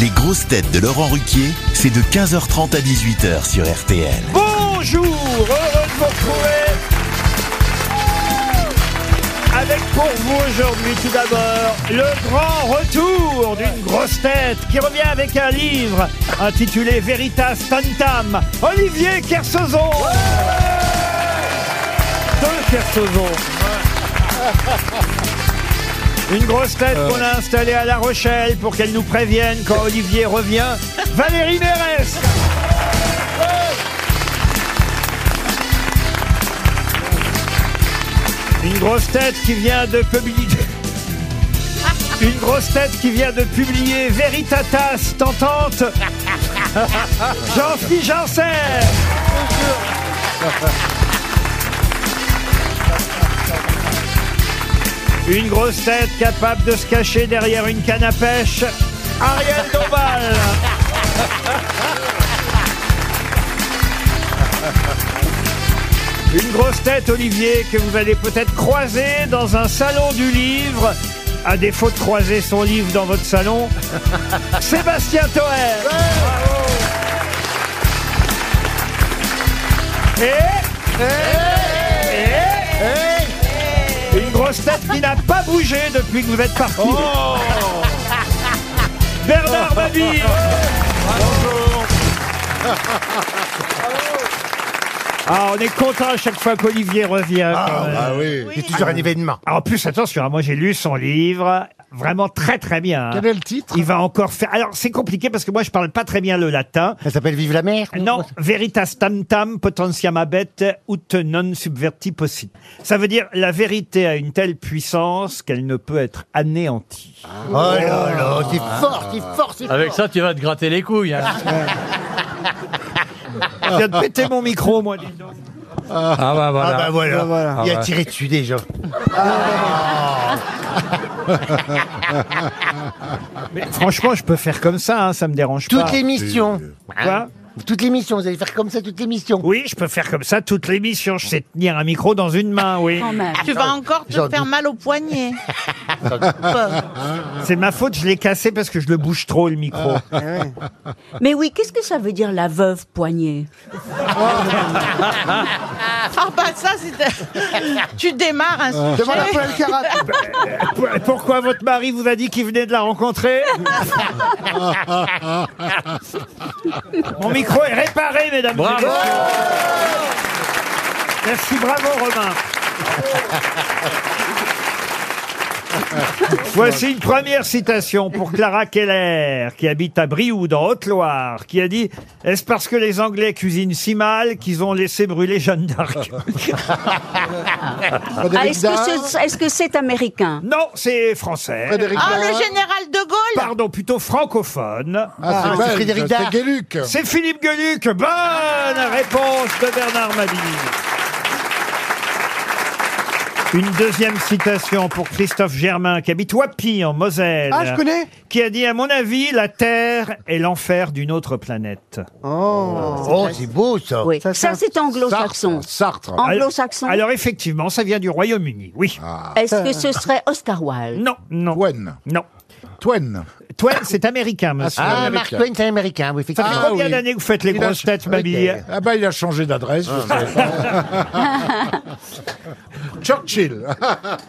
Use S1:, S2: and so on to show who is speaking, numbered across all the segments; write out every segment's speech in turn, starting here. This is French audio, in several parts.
S1: Les grosses têtes de Laurent Ruquier, c'est de 15h30 à 18h sur RTL.
S2: Bonjour, heureux de vous retrouver avec pour vous aujourd'hui tout d'abord le grand retour d'une grosse tête qui revient avec un livre intitulé Veritas Tantam, Olivier Kersozon. Deux Kersozon. Une grosse tête qu'on a installée à La Rochelle pour qu'elle nous prévienne quand Olivier revient. Valérie Mérès. Une grosse tête qui vient de publier. Une grosse tête qui vient de publier Veritatas Tentante. Jean-Philippe Janssen. Une grosse tête capable de se cacher derrière une canne à pêche. Ariel Dombal. Une grosse tête, Olivier, que vous allez peut-être croiser dans un salon du livre. À défaut de croiser son livre dans votre salon, Sébastien Toer. Et, Et- une grosse tête qui n'a pas bougé depuis que vous êtes parti.
S3: Oh.
S2: Bernard Mabille. Ah, on est content à chaque fois qu'Olivier revient. quand même.
S4: Ah, bah oui. C'est toujours un événement.
S2: Ah, En plus, attention, hein, moi j'ai lu son livre, vraiment très très bien. hein.
S4: Quel est le titre
S2: Il va encore faire. Alors c'est compliqué parce que moi je parle pas très bien le latin.
S4: Ça s'appelle Vive la mer
S2: Non, veritas tam tam potentiam abet ut non subverti possit. Ça veut dire la vérité a une telle puissance qu'elle ne peut être anéantie.
S4: Oh là là, c'est fort, c'est fort, c'est fort.
S5: Avec ça, tu vas te gratter les couilles. hein.
S2: Je viens de péter mon micro, moi, dis donc.
S5: Ah bah
S4: Ah
S5: voilà.
S4: bah voilà, Ah. il
S5: Ah
S4: a
S5: bah.
S4: tiré dessus déjà.
S2: Mais franchement, je peux faire comme ça, hein, ça me dérange pas.
S4: Toutes les missions. Hein
S2: Quoi
S4: Toutes les missions, vous allez faire comme ça toutes les missions.
S2: Oui, je peux faire comme ça toute l'émission. Je sais tenir un micro dans une main, oui.
S6: Ah, Tu vas encore te
S4: j'en
S6: faire
S4: doute.
S6: mal au poignet.
S2: C'est ma faute, je l'ai cassé parce que je le bouge trop, le micro.
S6: Ah,
S7: Mais oui, qu'est-ce que ça veut dire la veuve poignée
S6: Ah bah ça, c'est... tu démarres un sujet.
S4: Demande à Paul Alcarat.
S2: Pour- Pourquoi votre mari vous a dit qu'il venait de la rencontrer Mon micro est réparé, mesdames et
S5: Bravo
S2: messieurs. Merci, bravo Romain. Voici une première citation pour Clara Keller, qui habite à Brioude, en Haute-Loire, qui a dit « Est-ce parce que les Anglais cuisinent si mal qu'ils ont laissé brûler Jeanne d'Arc
S7: Ah, Est-ce que c'est est-ce que c'est américain ?»
S2: Non, c'est français.
S6: Ah, le général de Gaulle
S2: Pardon, plutôt francophone.
S4: Ah, c'est Frédéric Ah. Dard.
S2: C'est Philippe Gueluc. Bonne réponse de Bernard Mabille. Une deuxième citation pour Christophe Germain, qui habite Wapi, en Moselle.
S8: Ah, je connais.
S2: Qui a dit, à mon avis, la Terre est l'enfer d'une autre planète.
S4: Oh, c'est beau ça.
S7: Oui. Ça, c'est anglo-saxon.
S8: Sartre.
S7: Anglo-saxon. Ah.
S2: Alors, effectivement, ça vient du Royaume-Uni, oui.
S7: Est-ce que ce serait Oscar Wilde
S2: Non, non.
S8: Twain.
S2: Non.
S8: Twain.
S2: Twain, c'est américain, monsieur.
S4: Ah,
S8: Américain.
S4: Mark Twain, c'est américain, oui,
S2: Ça fait
S4: effectivement.
S2: combien
S8: oui.
S2: d'années que vous faites les
S8: a-
S2: grosses têtes, Mabille
S4: Ok.
S8: Ah bah il a changé d'adresse. je sais pas. Churchill.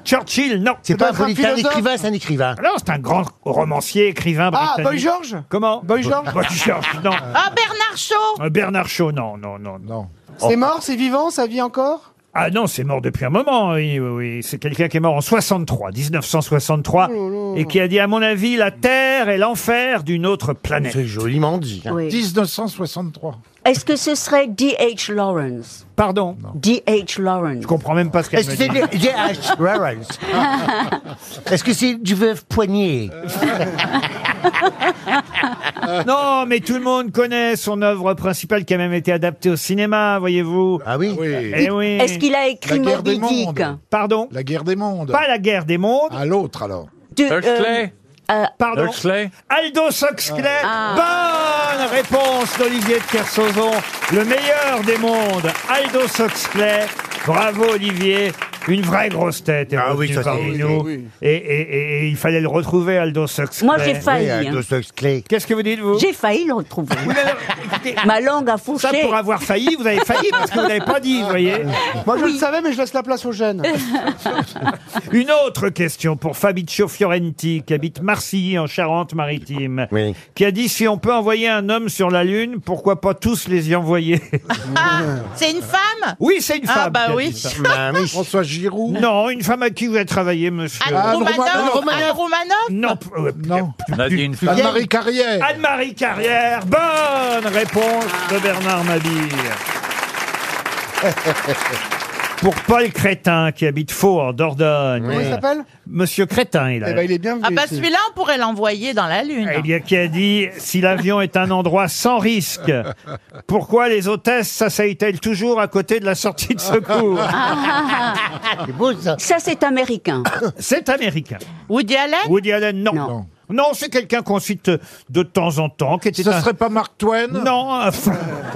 S2: Churchill, non.
S4: C'est pas un
S8: doit être un
S4: politique, un
S8: philosophe.
S4: écrivain, c'est un écrivain.
S2: Non, c'est un grand romancier, écrivain
S8: Ah,
S2: britannique.
S8: Boy George
S2: Comment
S8: Boy George
S2: Boy George, Bah, non.
S6: Ah, Bernard Shaw
S2: Euh, Bernard Shaw, non, non, non. non.
S8: Non.
S2: Oh.
S8: C'est mort, c'est vivant, ça vit encore
S2: Ah non, c'est mort depuis un moment, oui, oui, oui. C'est quelqu'un qui est mort en 63, 1963, et qui a dit, à mon avis, la Terre est l'enfer d'une autre planète.
S4: C'est joliment dit. hein.
S7: Oui.
S8: 1963.
S7: Est-ce que ce serait D.H. Lawrence
S2: Pardon
S7: D.H. Lawrence.
S2: Je comprends même pas ce qu'elle
S4: Est-ce que
S2: me
S4: c'est
S2: dit.
S4: du- J.H. Lawrence Est-ce que c'est du veuve poignet
S2: Euh. Non, mais tout le monde connaît son œuvre principale qui a même été adaptée au cinéma, voyez-vous.
S4: Ah oui
S2: Eh oui.
S7: Est-ce qu'il a écrit
S8: La guerre des
S7: Moby Dick
S8: mondes.
S2: Pardon
S8: La guerre des mondes.
S2: Pas la guerre des mondes,
S8: À l'autre alors.
S7: De, euh,
S5: Huxley
S7: euh,
S2: pardon.
S5: Huxley
S2: Aldo Soxclay.
S7: Ah.
S2: Bonne réponse d'Olivier de Kersauzon. Le meilleur des mondes, Aldo Soxclay. Bravo Olivier. Une vraie grosse tête hein. est
S9: Ah oui,
S2: revenue
S9: ça, c'est-
S2: parmi nous.
S9: oui.
S2: Et, et- et- et il fallait le retrouver, Aldo Huxley.
S7: Moi, j'ai failli. hein.
S2: Qu'est-ce que vous dites, vous
S7: J'ai failli le retrouver. Ma langue a fauché.
S2: Ça, pour avoir failli, vous avez failli parce que vous n'avez pas dit, vous voyez.
S8: Moi, je le savais, mais je laisse la place aux jeunes.
S2: Une autre question pour Fabio Fiorenti, qui habite Marcilly, en Charente-Maritime, qui a dit si on peut envoyer un homme sur la Lune, pourquoi pas tous les y envoyer
S6: Ah, c'est une femme
S2: Oui, c'est une femme.
S6: Ah bah
S2: qui a
S6: oui.
S2: dit ça.
S8: François Giroud. Ah,
S2: Non, une femme à qui vous avez travaillé, monsieur.
S6: Anne
S8: Anne
S6: Romanoff
S8: Romanoff.
S6: Anne Romanoff
S2: Non. euh,
S8: Non.
S10: Ah,
S5: Nadine Fou-
S8: Anne-Marie Carrière.
S2: Anne-Marie Carrière, bonne réponse de Bernard Mabille. Pour Paul Crétin, qui habite Faux en Dordogne.
S8: Comment il s'appelle
S2: Monsieur Crétin, il a.
S8: Eh ben, il est bien venu.
S6: Ah bah
S8: ici.
S6: celui-là, on pourrait l'envoyer dans la Lune.
S2: Eh bien, qui a dit si l'avion est un endroit sans risque, pourquoi les hôtesses s'asseyent-elles toujours à côté de la sortie de secours
S4: C'est beau, ça.
S7: Ah. Ça, c'est américain.
S2: C'est américain.
S6: Woody Allen
S2: Woody Allen, non.
S7: Non.
S2: Non, c'est quelqu'un qu'on cite de temps en temps, qui était
S8: Ce
S2: un-
S8: serait pas Mark Twain
S2: Non, euh,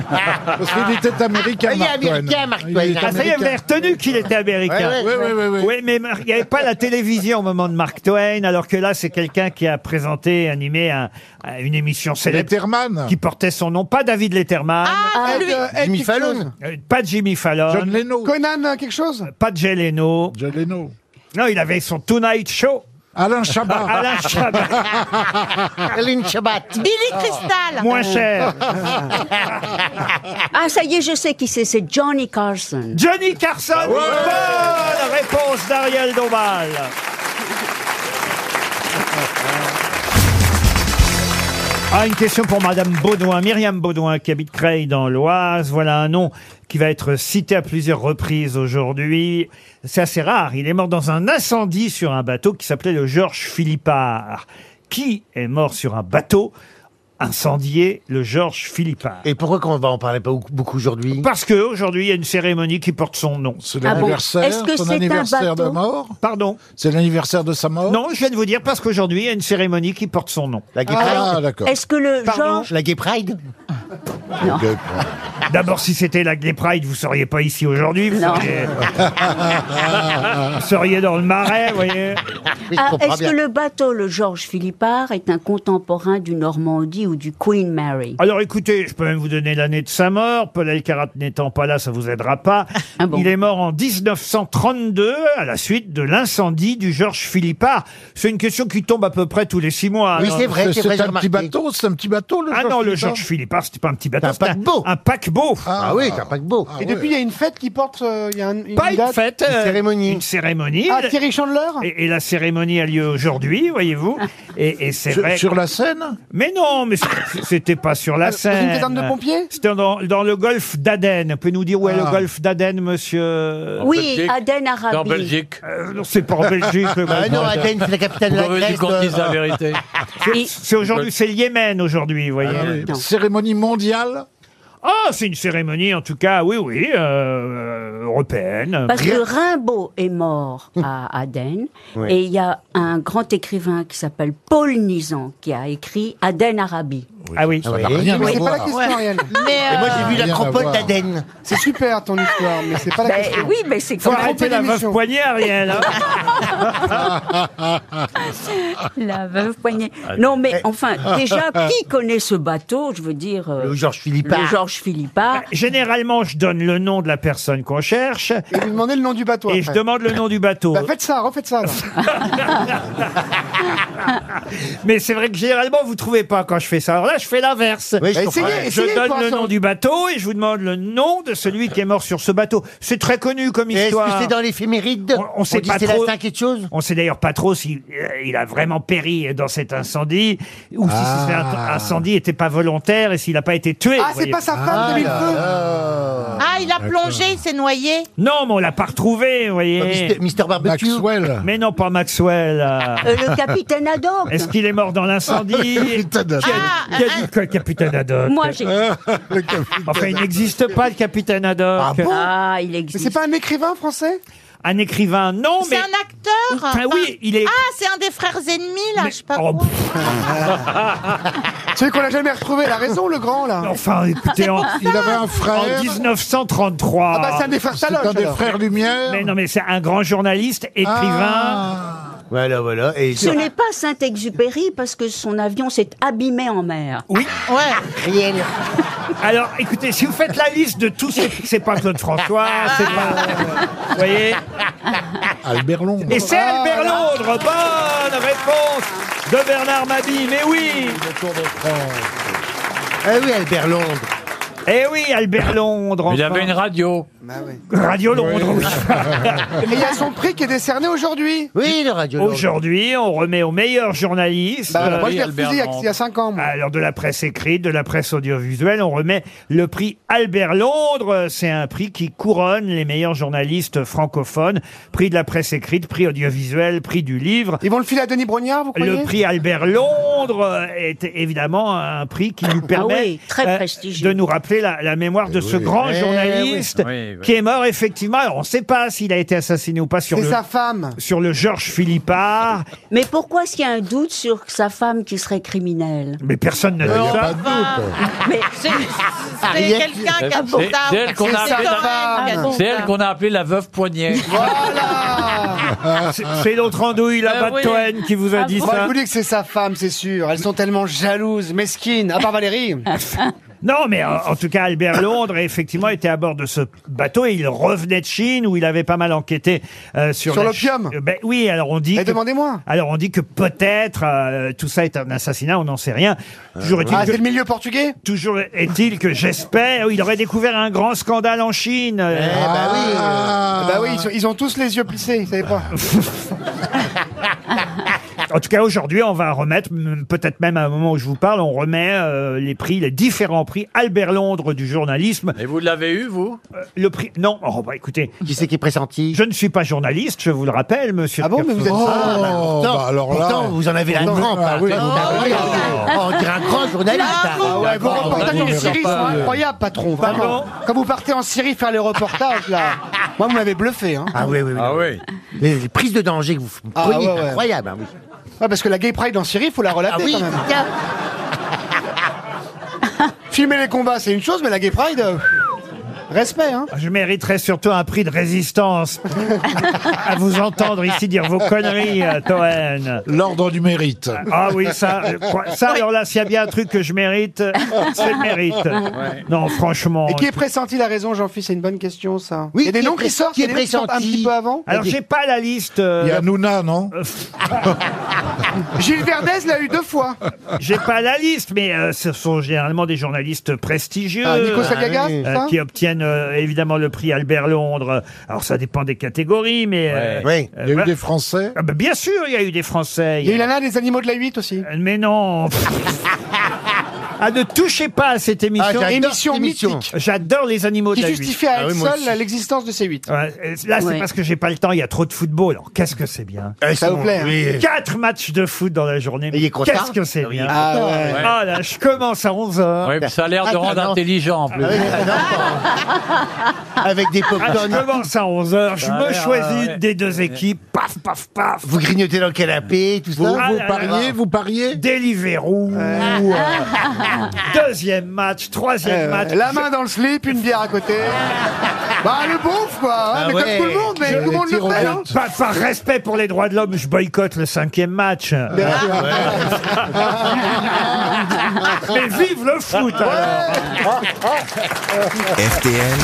S8: Parce qu'il était américain,
S4: Ah, il est
S8: Mark Twain.
S4: américain, Mark
S8: Il
S4: Twain.
S8: est
S2: ah, ça y est, vous avez
S8: américain.
S2: retenu qu'il était américain.
S8: Oui, oui, oui, oui.
S2: Oui, mais Mar- il n'y avait pas la télévision au moment de Mark Twain, alors que là, c'est quelqu'un qui a présenté, animé un- un- une émission célèbre
S8: Letterman.
S2: qui portait son nom, pas David Letterman,
S6: Ah,
S8: Ed,
S6: lui
S8: euh, Ed
S4: Jimmy
S8: quelque chose.
S4: Fallon.
S2: euh, pas Jimmy Fallon,
S8: John Leno. Conan, euh, quelque chose
S2: pas Jay Leno.
S8: John Leno.
S2: Non, il avait son Tonight Show.
S8: Alain Chabat.
S2: Alain Chabat,
S4: Aline Chabat.
S6: Billy Crystal
S2: Oh. moins cher.
S7: Ah, ça y est, je sais qui c'est. C'est Johnny Carson.
S2: Johnny Carson, bonne réponse d'Ariel Dombal. Ah, une question pour Madame Baudouin, Myriam Baudouin, qui habite Creil dans l'Oise. Voilà un nom qui va être cité à plusieurs reprises aujourd'hui. C'est assez rare. Il est mort dans un incendie sur un bateau qui s'appelait le Georges Philippard. Qui est mort sur un bateau incendié le Georges Philippard
S4: Et pourquoi qu'on va en parler pas beaucoup aujourd'hui
S2: Parce qu'aujourd'hui, il y a une cérémonie qui porte son nom.
S8: C'est
S7: Ah bon
S8: l'anniversaire,
S7: Est-ce que
S8: son
S7: c'est un
S8: anniversaire de
S7: bateau
S8: mort.
S2: Pardon
S8: C'est l'anniversaire de sa mort
S2: Non, je viens de vous dire parce qu'aujourd'hui, il y a une cérémonie qui porte son nom.
S4: La Gay Pride
S8: Ah, d'accord.
S7: Est-ce que le
S2: Pardon
S7: Georges...
S4: La Gay Pride
S2: D'abord, si c'était la Gay Pride, vous seriez pas ici aujourd'hui. Vous,
S7: Non.
S2: seriez... vous seriez dans le marais, vous voyez.
S4: Oui, je
S7: Ah,
S4: comprends
S7: Est-ce
S4: bien.
S7: que le bateau, le Georges Philippard, est un contemporain du Normandie ou du Queen Mary
S2: Alors écoutez, je peux même vous donner l'année de sa mort. Paul Elkarat n'étant pas là, ça vous aidera pas.
S7: Ah bon
S2: Il est mort en 1932 à la suite de l'incendie du Georges Philippard. C'est une question qui tombe à peu près tous les six mois.
S4: Oui,
S2: alors.
S4: c'est vrai, c'est vrai,
S8: C'est
S4: j'ai
S8: un petit
S4: remarqué.
S8: bateau, c'est un petit bateau le
S2: Ah non, le
S8: Philippin
S2: Georges Philippard, c'était pas un petit bateau.
S4: C'est un
S2: c'était
S4: paquebot.
S2: Un paquebot.
S4: Ah oui, t'as pas que beau.
S8: Ah
S10: Et
S8: ouais.
S10: depuis, il y a une fête qui porte. euh, Il y a un- une
S2: Pas une
S10: date.
S2: fête. euh,
S4: cérémonie.
S2: Une cérémonie.
S10: Ah, Thierry Chandler Ah.
S2: Et, et la cérémonie a lieu aujourd'hui, voyez-vous. Et, et c'est
S8: Sur,
S2: vrai.
S8: sur la Seine
S2: Mais non, mais c'est- c'était pas sur la
S10: Dans une
S2: Seine.
S10: caserne de pompiers
S2: C'était dans, dans le golfe d'Aden. Vous pouvez nous dire où est le
S8: Ah.
S2: golfe d'Aden, monsieur
S5: En
S7: Oui,
S5: Belgique.
S7: Aden
S5: en
S7: Arabi.
S5: Belgique.
S2: Euh, Non, c'est pas en Belgique. le
S4: Ah
S2: golfe
S4: non,
S2: d'Aden.
S4: Athènes, c'est la capitale de la
S5: Pourquoi veux-tu
S4: Grèce.
S5: qu'on
S4: euh,
S5: dise la vérité
S7: Et-
S2: C'est aujourd'hui, c'est le Yémen aujourd'hui, vous
S10: Ah,
S2: voyez.
S7: Non.
S8: Cérémonie mondiale
S2: Ah, c'est une cérémonie en tout cas, oui, oui, euh, Hum. européenne.
S7: Parce que Rimbaud est mort à Aden, et il y a un grand écrivain qui s'appelle Paul Nizan qui a écrit Aden Arabi.
S2: Ah oui.
S4: Ah oui.
S8: Rien
S10: Mais
S8: à
S10: c'est pas la
S8: voir.
S10: question,
S6: Ouais.
S10: Ariel.
S6: Mais
S4: Et moi, j'ai
S6: euh,
S4: vu
S8: Rien à
S4: l'acropole
S8: voir.
S4: d'Aden.
S10: C'est super ton histoire, mais c'est pas la
S7: Ben,
S10: question.
S7: oui, mais c'est
S2: Faut
S7: quand même
S2: arrêter la veuve
S10: l'émission.
S2: poignée, Ariel. hein.
S7: la veuve poignée.
S4: Ah,
S7: Non, mais enfin, déjà, qui connaît ce bateau Je veux dire, euh,
S4: Le Georges Philippe.
S7: le Georges Philippard.
S2: Bah, Généralement, je donne le nom de la personne qu'on cherche
S10: Et lui demander le nom du bateau.
S2: et je
S10: après.
S2: demande le nom du bateau.
S10: Bah, faites ça, refaites ça. alors.
S2: Mais c'est vrai que généralement, vous trouvez pas quand je fais ça. Alors là, je fais l'inverse.
S4: Oui, je
S10: Bah,
S4: comprends.
S10: essayez,
S2: Je
S10: essayez.
S2: donne
S10: pour
S2: le
S10: l'instant.
S2: nom du bateau et je vous demande le nom de celui qui est mort sur ce bateau. C'est très connu comme
S4: Et Est-ce que
S2: histoire.
S4: c'est dans l'éphéméride
S2: On- on sait
S4: dit
S2: pas
S4: c'est
S2: trop.
S4: la cinquième chose
S2: On sait d'ailleurs pas trop s'il euh, il a vraiment péri dans cet incendie ou si cet
S4: Ah.
S2: in- incendie n'était pas volontaire et s'il n'a pas été tué.
S10: Ah,
S2: vous
S10: c'est
S2: voyez.
S10: pas sa femme qui a mis le feu
S6: ah, il a plongé, il s'est noyé.
S2: Non, mais on l'a pas retrouvé, vous voyez.
S4: Mister, Mister Barbecue.
S8: Maxwell.
S2: Mais non, pas Maxwell. euh.
S7: Euh, le capitaine Haddock.
S2: Est-ce qu'il est mort dans l'incendie
S8: Capitaine.
S2: Qui
S8: Ah,
S2: a, qui a dit quoi, le capitaine Haddock
S7: Moi, j'ai.
S8: Le capitaine.
S2: Enfin, il n'existe pas, le capitaine Haddock.
S7: Ah, il
S10: Mais c'est
S7: existe.
S10: pas un écrivain français
S2: Ah, Un écrivain, non,
S6: C'est
S2: mais...
S6: un acteur
S2: Enfin, oui, il est-
S6: Ah, c'est un des frères ennemis, là,
S2: Mais-
S6: je sais pas
S2: Oh,
S6: quoi. Ah.
S10: Celui qu'on l'a jamais retrouvé, elle a raison, le grand, là.
S2: Enfin, écoutez, en,
S8: Il avait un frère.
S2: en 1933...
S10: Ah bah, c'est un des frères
S8: C'est un
S10: Taloche,
S8: des
S10: alors.
S8: frères Lumière.
S2: Mais non, mais c'est un grand journaliste, écrivain...
S8: Ah.
S4: Voilà, voilà. Et
S7: Ce n'est pas Saint-Exupéry parce que son avion s'est abîmé en mer.
S6: Ouais.
S4: Riel.
S2: Alors, écoutez, si vous faites la liste de tous ceux... C'est pas Claude François, c'est
S10: Ah.
S2: pas... Vous voyez
S8: Albert Londres.
S2: Et c'est
S10: Ah.
S2: Albert Londres Bonne réponse de Bernard Mabille, mais oui
S4: Ah oui, Albert Londres.
S2: Eh oui, Albert Londres
S5: Il
S2: enfin.
S5: avait une radio.
S8: Bah
S2: Radio Londres, oui.
S10: Et il y a son prix qui est décerné aujourd'hui.
S4: Oui, le radio. Londres.
S2: Aujourd'hui, on remet aux meilleurs journalistes...
S10: Bah,
S2: euh,
S10: moi, je l'ai
S5: Albert
S10: refusé il y a-
S5: Londres.
S10: il y a 5 ans. moi.
S2: Alors de la presse écrite, de la presse audiovisuelle, on remet le prix Albert Londres. C'est un prix qui couronne les meilleurs journalistes francophones. Prix de la presse écrite, prix audiovisuel, prix du livre.
S10: Ils vont le filer à Denis Brognard, vous croyez
S2: Le prix Albert Londres est évidemment un prix qui nous permet
S7: oui, très
S2: euh,
S7: prestigieux.
S2: de nous rappeler la, la mémoire de ce grand
S4: Eh
S2: journaliste
S5: oui. Oui, oui.
S2: qui est mort effectivement. Alors, on ne sait pas s'il a été assassiné ou pas sur
S10: C'est
S2: le,
S10: sa femme.
S2: sur le Georges Philippard,
S7: Mais pourquoi est-ce qu'il y a un doute sur sa femme qui serait criminelle
S2: mais personne ne dit ça.
S6: C'est c'est
S4: Ariel.
S6: quelqu'un qui a
S5: C'est-
S6: dit ça.
S5: c'est elle qu'on a
S6: C'est
S5: appelée la-
S6: Thorin qui a dit
S5: C'est
S6: ça.
S5: elle qu'on a appelée la veuve poignet.
S2: C'est- C'est l'autre andouille
S6: Ah
S2: là-bas
S5: Euh, oui.
S2: de Toen qui vous a dit
S10: Moi, je
S2: ça.
S10: vous dis que c'est sa femme, c'est sûr. Elles sont tellement jalouses, mesquines, à part Valérie.
S2: Non, mais euh, en, en tout cas, Albert Londres, effectivement, était à bord de ce bateau et il revenait de Chine où il avait pas mal enquêté euh, sur,
S10: Sur
S2: la
S10: l'opium.
S2: Chi- Euh, Ben oui, alors on dit.
S10: Et
S2: que-
S10: demandez-moi.
S2: Alors on dit que peut-être euh, tout ça est un assassinat, on n'en sait rien. Toujours est-il
S10: Ah,
S2: que,
S10: c'est le milieu portugais
S2: toujours est-il que j'espère. Il aurait découvert un grand scandale en Chine. Euh,
S4: Eh ben oui.
S10: Bah oui, ils, sont- ils ont tous les yeux plissés, vous savez pas.
S2: En tout cas, aujourd'hui, on va remettre, m- peut-être même à un moment où je vous parle, on remet euh, les prix, les différents prix Albert Londres du journalisme.
S5: Et vous l'avez eu, vous
S2: Euh, le prix, non, oh, bah, écoutez,
S4: Qui c'est qui est pressenti
S2: je ne suis pas journaliste, je vous le rappelle, monsieur.
S10: Ah bon, mais vous êtes.
S8: Oh,
S4: Ah, bah,
S8: bah,
S4: pourtant,
S8: alors là.
S4: pourtant, vous en avez la hein.
S8: Pourtant,
S4: grande.
S8: ah, oui, vous
S6: avez la
S4: On dirait un grand Oh, journaliste.
S10: Ah ouais, vos
S5: D'accord,
S10: reportages
S5: on
S10: en
S5: va
S10: Syrie sont
S5: pas, euh,
S10: incroyables, patron,
S2: Pardon
S10: vraiment. Quand vous partez en Syrie faire les reportages, là, moi, vous m'avez bluffé, hein.
S4: Ah oui, oui, oui.
S5: Ah oui.
S4: Les, les prises de danger que vous prenez,
S10: Ah ouais, ouais.
S4: incroyable. hein, oui.
S10: Ouais, Ah, parce que la gay pride en Syrie, faut la relater
S4: Ah oui,
S10: quand même. Filmer les combats, c'est une chose, mais la gay pride, euh, respect, hein.
S2: Je mériterais surtout un prix de résistance à vous entendre ici dire vos conneries, euh, Toen.
S8: L'ordre du mérite.
S2: Ah oui, ça, je crois- ça alors là, s'il y a bien un truc que je mérite, c'est le mérite. Non, franchement.
S10: Et qui est pressenti la raison, jean philippe C'est une bonne question, ça.
S4: Oui,
S10: Il y a des
S4: qui est
S10: noms qui
S4: pré-
S10: sortent,
S4: qui
S10: il y a
S4: est
S10: des noms qui sortent un
S4: pressenti
S10: petit peu avant.
S2: Alors, j'ai pas la liste. euh,
S8: Il y a Nouna, non
S10: Gilles Verdez l'a eu deux fois.
S2: j'ai pas la liste, mais euh, ce sont généralement des journalistes prestigieux.
S10: Ah, Nico Saliaga,
S4: oui.
S10: c'est
S2: euh,
S10: ça
S2: qui obtiennent euh, évidemment le prix Albert Londres. Alors ça dépend des catégories, mais euh,
S4: Oui.
S2: euh,
S8: Il y a eu
S2: voilà.
S8: des Français.
S2: Ah, bah, bien sûr, il y a eu des Français.
S10: Il y a eu la nana des animaux de la 8 aussi.
S2: Mais non Ah, ne touchez pas à cette
S4: Ah,
S2: émission.
S4: j'adore cette
S10: émission mythique.
S2: J'adore les animaux
S10: Qui
S2: de la
S10: justifie à
S4: Ah
S10: elle
S4: oui, moi
S10: seule
S4: aussi.
S10: l'existence de ces 8.
S2: vie. Ouais, et Là, c'est
S7: Ouais.
S2: parce que j'ai pas le temps, il y a trop de football. Alors, qu'est-ce que c'est bien
S4: Eh,
S10: Ça
S4: c'est
S10: vous
S4: bon.
S10: plaît, hein.
S4: Oui.
S2: Quatre matchs de foot dans la journée.
S4: Et il est content
S2: Qu'est-ce que c'est bien
S10: Ah ouais. Ah,
S2: Ah là, je commence à 11h.
S5: Oui, puis ça a l'air de
S4: Attends,
S5: rendre
S4: non.
S5: intelligent en plus.
S4: Ah oui, non. Avec des pop
S2: Ah, je commence à 11h, je
S5: Ça a
S10: Ah,
S2: me
S5: l'air,
S2: choisis
S5: Ah ouais.
S2: une des deux équipes, paf, paf, paf.
S4: Vous grignotez dans le canapé, tout
S8: Vous,
S4: ça. ah.
S2: Ah
S8: vous
S2: là
S8: pariez,
S2: là.
S8: vous pariez
S2: Deliveroo. euh, Deuxième match, troisième
S10: Euh,
S2: match.
S10: la main dans le slip, une bière à côté. bah le bouffe quoi, hein,
S4: Ah
S10: mais
S4: ouais.
S10: comme tout le monde, mais
S8: Je-
S10: tout le monde
S8: les
S10: le
S8: tirs
S10: fait.
S8: au
S10: hein.
S8: but.
S2: Par, par respect pour les droits de l'homme, je boycotte le cinquième match.
S5: Ah
S2: Mais vive le foot alors
S1: RTL,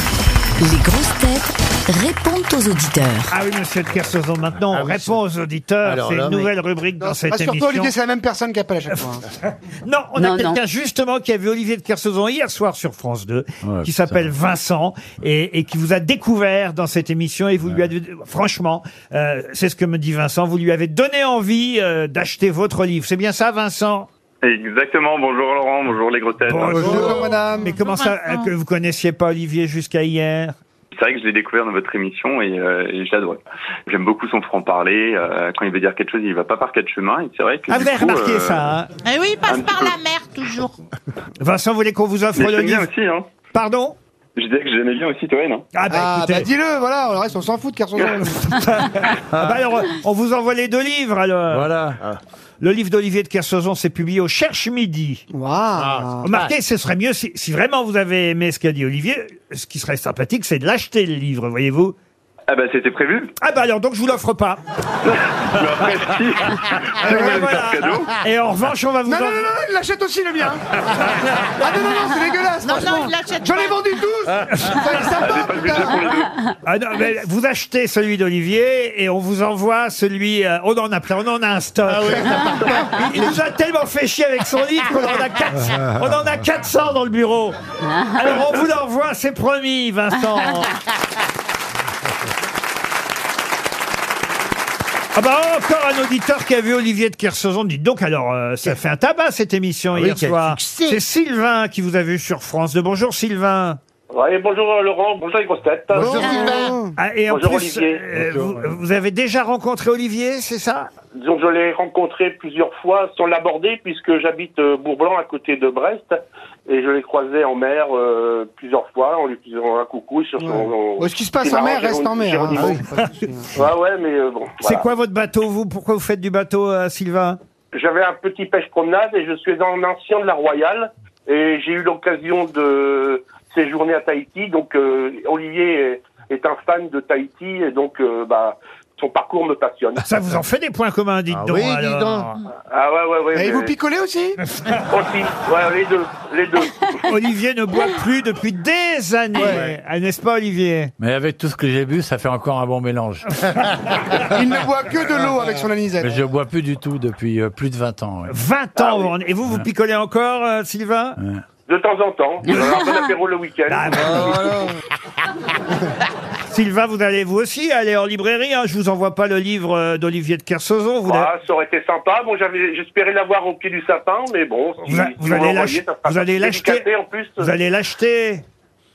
S9: Les grosses têtes répondent aux auditeurs.
S2: Ah oui, monsieur de Kersozo, maintenant, on répond aux auditeurs.
S4: Ah Alors
S2: C'est une
S4: là, oui.
S2: nouvelle rubrique dans cette
S10: Rassure-toi,
S2: émission. Ah, bah,
S10: Olivier, c'est la même personne qui appelle à chaque fois. hein.
S2: Non, on a
S7: Non, non.
S2: quelqu'un justement qui a vu Olivier de Kersauzon hier soir sur France 2, qui s'appelle Vincent et, et qui vous a découvert dans cette émission et vous lui avez, franchement, euh, c'est ce que me dit Vincent, vous lui avez donné envie euh, d'acheter votre livre. C'est bien ça, Vincent
S11: Exactement, bonjour Laurent, bonjour les grosses têtes.
S10: Bonjour madame.
S2: Mais comment ça euh, que vous connaissiez pas Olivier jusqu'à hier
S11: C'est vrai que je l'ai découvert dans votre émission et, euh, et je l'adore. J'aime beaucoup son franc-parler. euh, quand il veut dire quelque chose, il va pas par quatre chemins. Et c'est vrai que
S2: Ah,
S11: du
S2: vous avez
S11: coup,
S2: remarqué
S11: euh,
S2: ça, hein
S6: Eh oui, il passe
S11: Un
S6: par
S11: petit
S6: la mer, toujours.
S2: Vincent, vous voulez qu'on vous offre
S11: Mais
S2: le
S11: c'est bien
S2: livre
S11: aussi, hein.
S2: Pardon
S11: Je disais que j'aimais bien aussi Toen. hein.
S2: Ah, bah,
S10: Ah,
S2: écoutez.
S10: bah dis-le, voilà, le reste, on s'en fout de Carson.
S2: Ah bah alors, on vous envoie les deux livres alors. Ah.
S5: Voilà.
S2: Le livre d'Olivier de Kersauzon s'est publié au Cherche Midi. Ah.
S10: Waouh
S2: Remarquez, ce serait mieux si, si vraiment vous avez aimé ce qu'a dit Olivier. Ce qui serait sympathique, c'est de l'acheter le livre, voyez-vous.
S11: Ah bah c'était prévu.
S2: Ah bah alors, donc je vous l'offre pas.
S11: Mais après, si.
S2: Et voilà.
S11: faire cadeau.
S2: Et en revanche, on va vous.
S10: Non, non,
S2: en-
S10: non, non, il l'achète aussi le mien. Ah non, non, non, c'est dégueulasse.
S6: Non, non,
S10: franchement.
S6: il l'achète
S10: J'en ai
S6: pas.
S10: vendu 12. Ça, ça
S11: J'ai
S10: va,
S11: pas le budget pour
S10: putain.
S11: les deux.
S2: Ah non, mais vous achetez celui d'Olivier et on vous envoie celui. euh, on en a plein, on en a un stock. Il nous a tellement fait chier avec son livre qu'on en a 400, on en a 400 dans le bureau. Alors on vous l'envoie, c'est promis, Vincent. Ah bah encore un auditeur qui a vu Olivier de Kersauzon. Dites donc, alors, euh, ça fait un tabac cette
S10: Ah
S2: émission hier
S4: quel
S2: soir.
S4: succès.
S2: C'est Sylvain qui vous a vu sur France. De bonjour Sylvain.
S11: Ouais, bonjour euh, Laurent, bonjour les grosses têtes.
S10: Bonjour, Sylvain.
S2: Ah, et en
S11: Bonjour,
S2: plus,
S11: Olivier.
S2: euh, vous, vous avez déjà rencontré Olivier, c'est ça
S11: Disons que je l'ai rencontré plusieurs fois sans l'aborder puisque j'habite euh, Bourblanc à côté de Brest et je l'ai croisé en mer euh, plusieurs fois en lui faisant un coucou sur son...
S10: Oh, ce qui se passe en mer reste en mer. hein.
S11: Géronimo. Ouais, ouais, mais euh, bon.
S2: C'est
S11: voilà.
S2: quoi votre bateau, vous Pourquoi vous faites du bateau, euh, Sylvain
S11: J'avais un petit pêche-promenade et je suis un ancien de la Royale et j'ai eu l'occasion de séjourner à Tahiti. Donc euh, Olivier est, est un fan de Tahiti et donc euh, bah, son parcours me passionne.
S2: Ah, Ça vous en fait des points communs, dites
S8: Ah
S2: donc.
S8: oui, dis
S2: alors.
S11: Ah ouais, ouais, ouais.
S10: Et
S11: mais-
S10: vous picolez aussi
S11: Aussi, ouais, les deux, les deux.
S2: Olivier ne boit plus depuis des années. Ah, N'est-ce pas, Olivier
S5: Mais avec tout ce que j'ai bu, ça fait encore un bon mélange.
S10: Ah, Il ne boit que de l'eau avec son
S5: Mais
S10: anisette.
S5: je bois plus du tout depuis euh, plus de 20 ans. ouais.
S2: 20 ans, vous en- et vous, vous picolez encore, euh, Sylvain Ah
S11: De temps en temps, euh, un bon apéro le week-end.
S2: Bah, Sylvain, vous allez vous aussi aller en librairie. Hein, je vous envoie pas le livre euh, d'Olivier de Kersauzon. Vous, l'avez-
S11: Ah, ça aurait été sympa. Bon, j'avais, j'espérais l'avoir au pied du sapin, mais bon.
S2: Vous a-
S11: on
S2: vous allez
S11: l'a envoyé,
S2: l'ach-
S11: ça sera
S2: vous allez l'acheter-
S11: dédicacé en plus.
S2: vous allez l'acheter.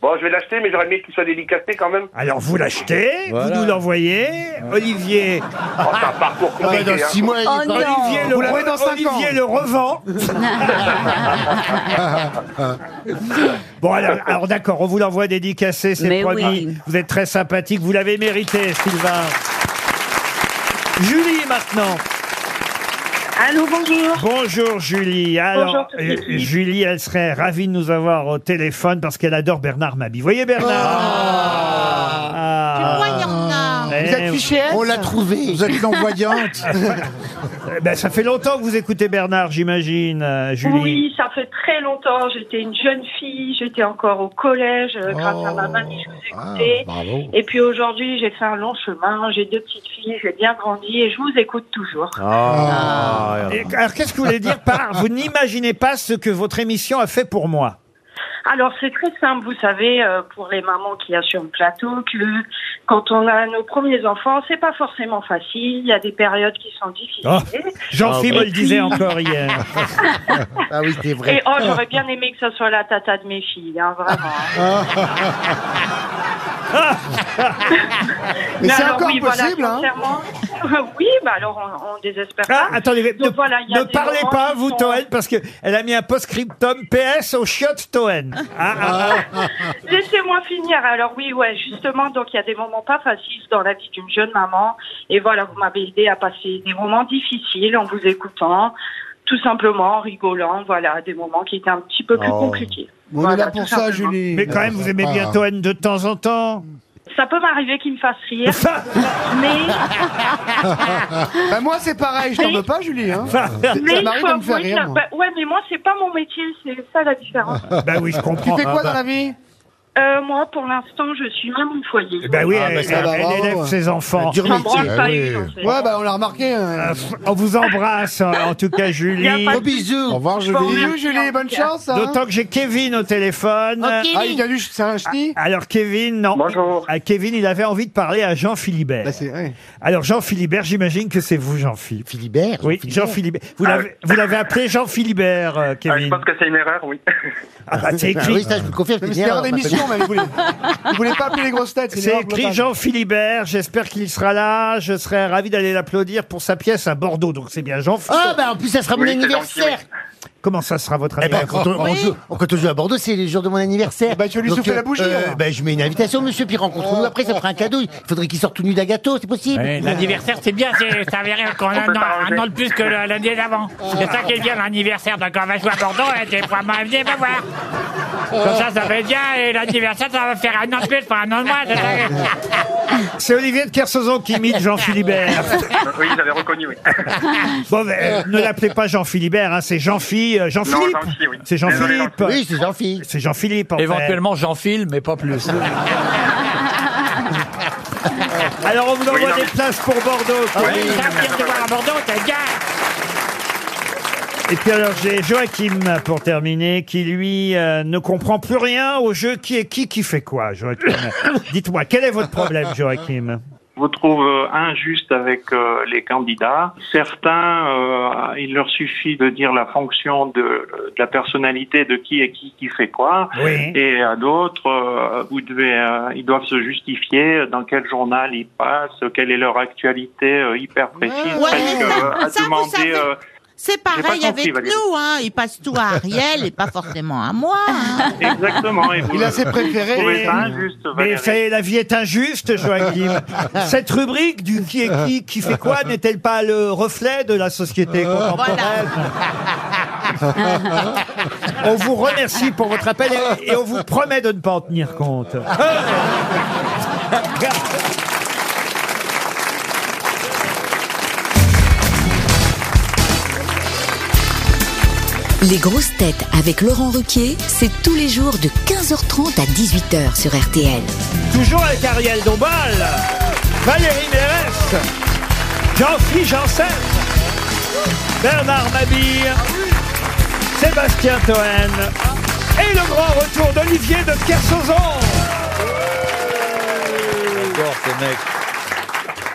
S11: Bon, je vais l'acheter, mais j'aurais aimé qu'il soit dédicacé quand même.
S2: Alors vous l'achetez, vous nous l'envoyez. Olivier,
S11: Oh, c'est un parcours compliqué. hein.
S8: mois,
S7: Oh non
S2: Olivier, le,
S10: Vous l'aurez dans cinq
S2: Olivier
S10: ans.
S2: le revend. bon, alors, alors, d'accord, on vous l'envoie dédicacé, c'est
S7: Mais
S2: promis.
S7: oui.
S2: Vous êtes très sympathique, vous l'avez mérité, Sylvain. Julie, maintenant.
S6: Allô, bonjour.
S2: Bonjour, Julie. Alors,
S6: Bonjour, toute
S2: euh, Julie, elle serait ravie de nous avoir au téléphone parce qu'elle adore Bernard Mabi. Vous voyez,
S10: Ah.
S2: Bernard Ah.
S6: Moi, il y en a.
S2: Eh
S10: Vous êtes
S2: oui.
S10: fiché S
S4: On l'a trouvé.
S8: Vous êtes l'envoyante.
S2: Eh Ben, ça fait longtemps que vous écoutez Bernard, j'imagine, euh, Julie.
S12: Oui, ça fait très longtemps. J'étais une jeune fille, j'étais encore au collège euh, grâce
S2: Oh,
S12: à ma mamie, je vous
S2: Ah,
S12: écoutais.
S8: bravo.
S12: Et puis aujourd'hui, j'ai fait un long chemin, j'ai deux petites filles, j'ai bien grandi et je vous écoute toujours. Ah.
S2: Ah. Et- alors, qu'est-ce que vous voulez dire par vous n'imaginez pas ce que votre émission a fait pour moi
S12: Alors c'est très simple, vous savez, euh, pour les mamans qui assurent le plateau, que quand on a nos premiers enfants, c'est pas forcément facile. Il y a des périodes qui sont difficiles.
S2: Oh, Jean-Philippe me le disait encore hier.
S4: Ah oui, c'est
S12: Et
S4: vrai.
S12: oh, j'aurais bien aimé que ce soit la tata de mes filles, hein, vraiment.
S4: Ah.
S2: Ah.
S3: Ah.
S10: Mais c'est
S12: alors,
S10: encore
S12: oui, voilà,
S10: possible, hein
S12: sincèrement. oui, bah alors on, on désespère
S2: Ah,
S12: pas.
S2: attendez, mais ne,
S12: Donc voilà, il y a
S2: ne
S12: des
S2: parlez
S12: moments
S2: pas,
S12: qui
S2: vous,
S12: sont-
S2: Toen, parce que elle a mis un post-scriptum PS au chiotte Toen. Ah, ah,
S12: Laissez-moi finir. Alors oui, ouais, justement, donc il y a des moments pas faciles dans la vie d'une jeune maman. Et voilà, vous m'avez aidé à passer des moments difficiles en vous écoutant, tout simplement, en rigolant. Voilà, des moments qui étaient un petit peu
S2: Oh.
S12: plus compliqués.
S10: On
S12: Voilà,
S10: est là pour
S12: tout
S10: ça,
S12: simplement.
S10: Julie.
S2: mais quand même, vous aimez
S8: Ah.
S2: bien Toen de temps en temps.
S12: Ça peut m'arriver qu'il me fasse rire, mais
S10: Bah, moi, c'est pareil, je t'en veux pas, Julie. Hein.
S12: mais
S10: Ça
S12: il
S10: m'arrive
S12: faut
S10: de me faire
S12: avouer que
S10: rire.
S12: la-
S10: moi.
S12: bah, ouais, mais moi c'est pas mon métier, c'est ça la différence.
S2: Ben oui, je
S10: Tu
S2: comprends.
S10: fais quoi
S2: Ah,
S10: dans
S2: bah-
S10: la vie
S12: Euh, moi, pour l'instant, je suis même au foyer.
S2: Ben oui,
S10: Ah,
S2: elle,
S10: bah, ça va,
S2: elle
S10: bravo.
S2: élève ses enfants.
S10: Dur
S12: J'en branle
S10: métier.
S12: pas
S8: Ah oui.
S12: une, en fait.
S10: Ouais, bah on l'a remarqué.
S2: Euh,
S10: hein.
S2: On vous embrasse, euh, en tout cas, Julie.
S12: pas
S4: Gros
S12: de-
S8: Au
S4: bisous.
S8: revoir, Julie.
S10: Bisous, Julie, bonne chance. hein.
S2: D'autant que j'ai Kevin au téléphone.
S12: Oh,
S2: Ah,
S10: Ah, il vient du. C'est un chenille
S2: Alors, Kevin, non.
S11: Bonjour.
S2: Ah, Kevin, il avait envie de parler à Jean Philibert.
S10: Bah, c'est. ouais.
S2: Alors Jean Philibert, j'imagine que c'est vous Jean Philibert.
S4: Philibert.
S2: Oui, Jean Philibert. Vous l'avez, vous l'avez appelé Jean Philibert, euh,
S11: Ah, je
S2: Kevin.
S11: pense que c'est une erreur, oui.
S2: Ah, bah, c'est
S4: Ah oui,
S2: écrit.
S4: ça, je vous confirme.
S10: Mais
S4: c'est
S10: c'est
S4: bien,
S10: hors d'émission, mais vous voulez. Vous voulez pas appeler les grosses têtes, c'est une
S2: C'est
S10: erreur
S2: écrit
S10: globale.
S2: Jean Philibert. J'espère qu'il sera là. Je serai ravi d'aller l'applaudir pour sa pièce à Bordeaux. Donc c'est bien Jean. Philibert.
S4: Ah, bah en plus, ça sera mon
S11: Oui, c'est
S4: anniversaire.
S2: Comment ça sera votre
S4: Eh ben, quand, on, on
S2: anniversaire
S4: joue, quand on joue à Bordeaux, c'est le jour de mon anniversaire.
S10: ben, tu vas lui souffler la bougie, alors.
S4: ben, je mets une invitation, monsieur, puis rencontre-nous après, ça fera un cadeau. Il faudrait qu'il sorte tout nu d'un gâteau, c'est possible.
S3: Oui, l'anniversaire, c'est bien, c'est- ça verrait qu'on a un,
S4: peut
S3: an-
S4: s'arranger.
S3: un an de plus que le- l'année d'avant. C'est ça qui est bien, l'anniversaire. Donc, on va jouer à Bordeaux hein, et tu pourras m'inviter me voir. Comme ça, ça va être bien et l'anniversaire, ça va faire un an de plus, pas un an de moins. c'est ça.
S2: C'est Olivier de Kersauzon qui imite Jean Philibert.
S4: Ah.
S11: oui, il avait reconnu, oui.
S2: Bon, ben, euh, ne l'appelez pas Jean Philibert, hein, c'est Jean Phi, euh, Jean
S11: Non,
S2: Philippe.
S11: Jean-Phi, oui.
S2: C'est Jean
S11: Désolé,
S2: Philippe.
S11: Jean-Phi. Oui,
S4: c'est Jean Philippe.
S2: C'est Jean Philippe. en fait.
S5: Éventuellement, j'enfile, mais pas plus.
S2: Alors on vous envoie
S5: Oui, non,
S2: des
S5: mais-
S2: places pour Bordeaux.
S3: Ah oui, ça vient de voir à Bordeaux, c'est bien.
S2: Et puis alors j'ai Joachim pour terminer qui lui euh, ne comprend plus rien au jeu qui est qui qui fait quoi Joachim. Dites-moi quel est votre problème Joachim
S13: Je vous trouve euh, injuste avec euh, les candidats. Certains, euh, il leur suffit de dire la fonction de, de la personnalité de qui est qui qui fait quoi.
S2: Oui.
S13: Et à d'autres, euh, vous devez, euh, ils doivent se justifier dans quel journal ils passent, quelle est leur actualité euh, hyper précise.
S6: Ouais,
S13: parce
S6: mais
S11: euh,
S6: ça-
S13: à
S6: ça, vous
S13: demander,
S6: savez.
S13: euh,
S6: C'est
S13: pas
S6: pareil
S13: compris,
S6: avec
S13: Valérie.
S6: nous, hein. Ils passent tout à Ariel et pas forcément à moi. hein.
S13: Exactement. et vous-
S10: Il a ses préférés.
S13: Vous trouvez ça
S10: Mais-
S13: injuste,
S2: Mais
S13: Valérie.
S2: ça y est, la vie est injuste Joachim. Cette rubrique du qui est qui qui fait quoi n'est-elle pas le reflet de la société contemporaine On vous remercie pour votre appel et, et on vous promet de ne pas en tenir compte.
S9: Les grosses têtes avec Laurent Ruquier, c'est tous les jours de 15h30 à 18h sur RTL.
S2: Toujours avec Ariel Dombal, Valérie Mérès, Jean-Philippe Janssen, Bernard Mabille, Sébastien Toen et le grand retour d'Olivier de Kersauzon.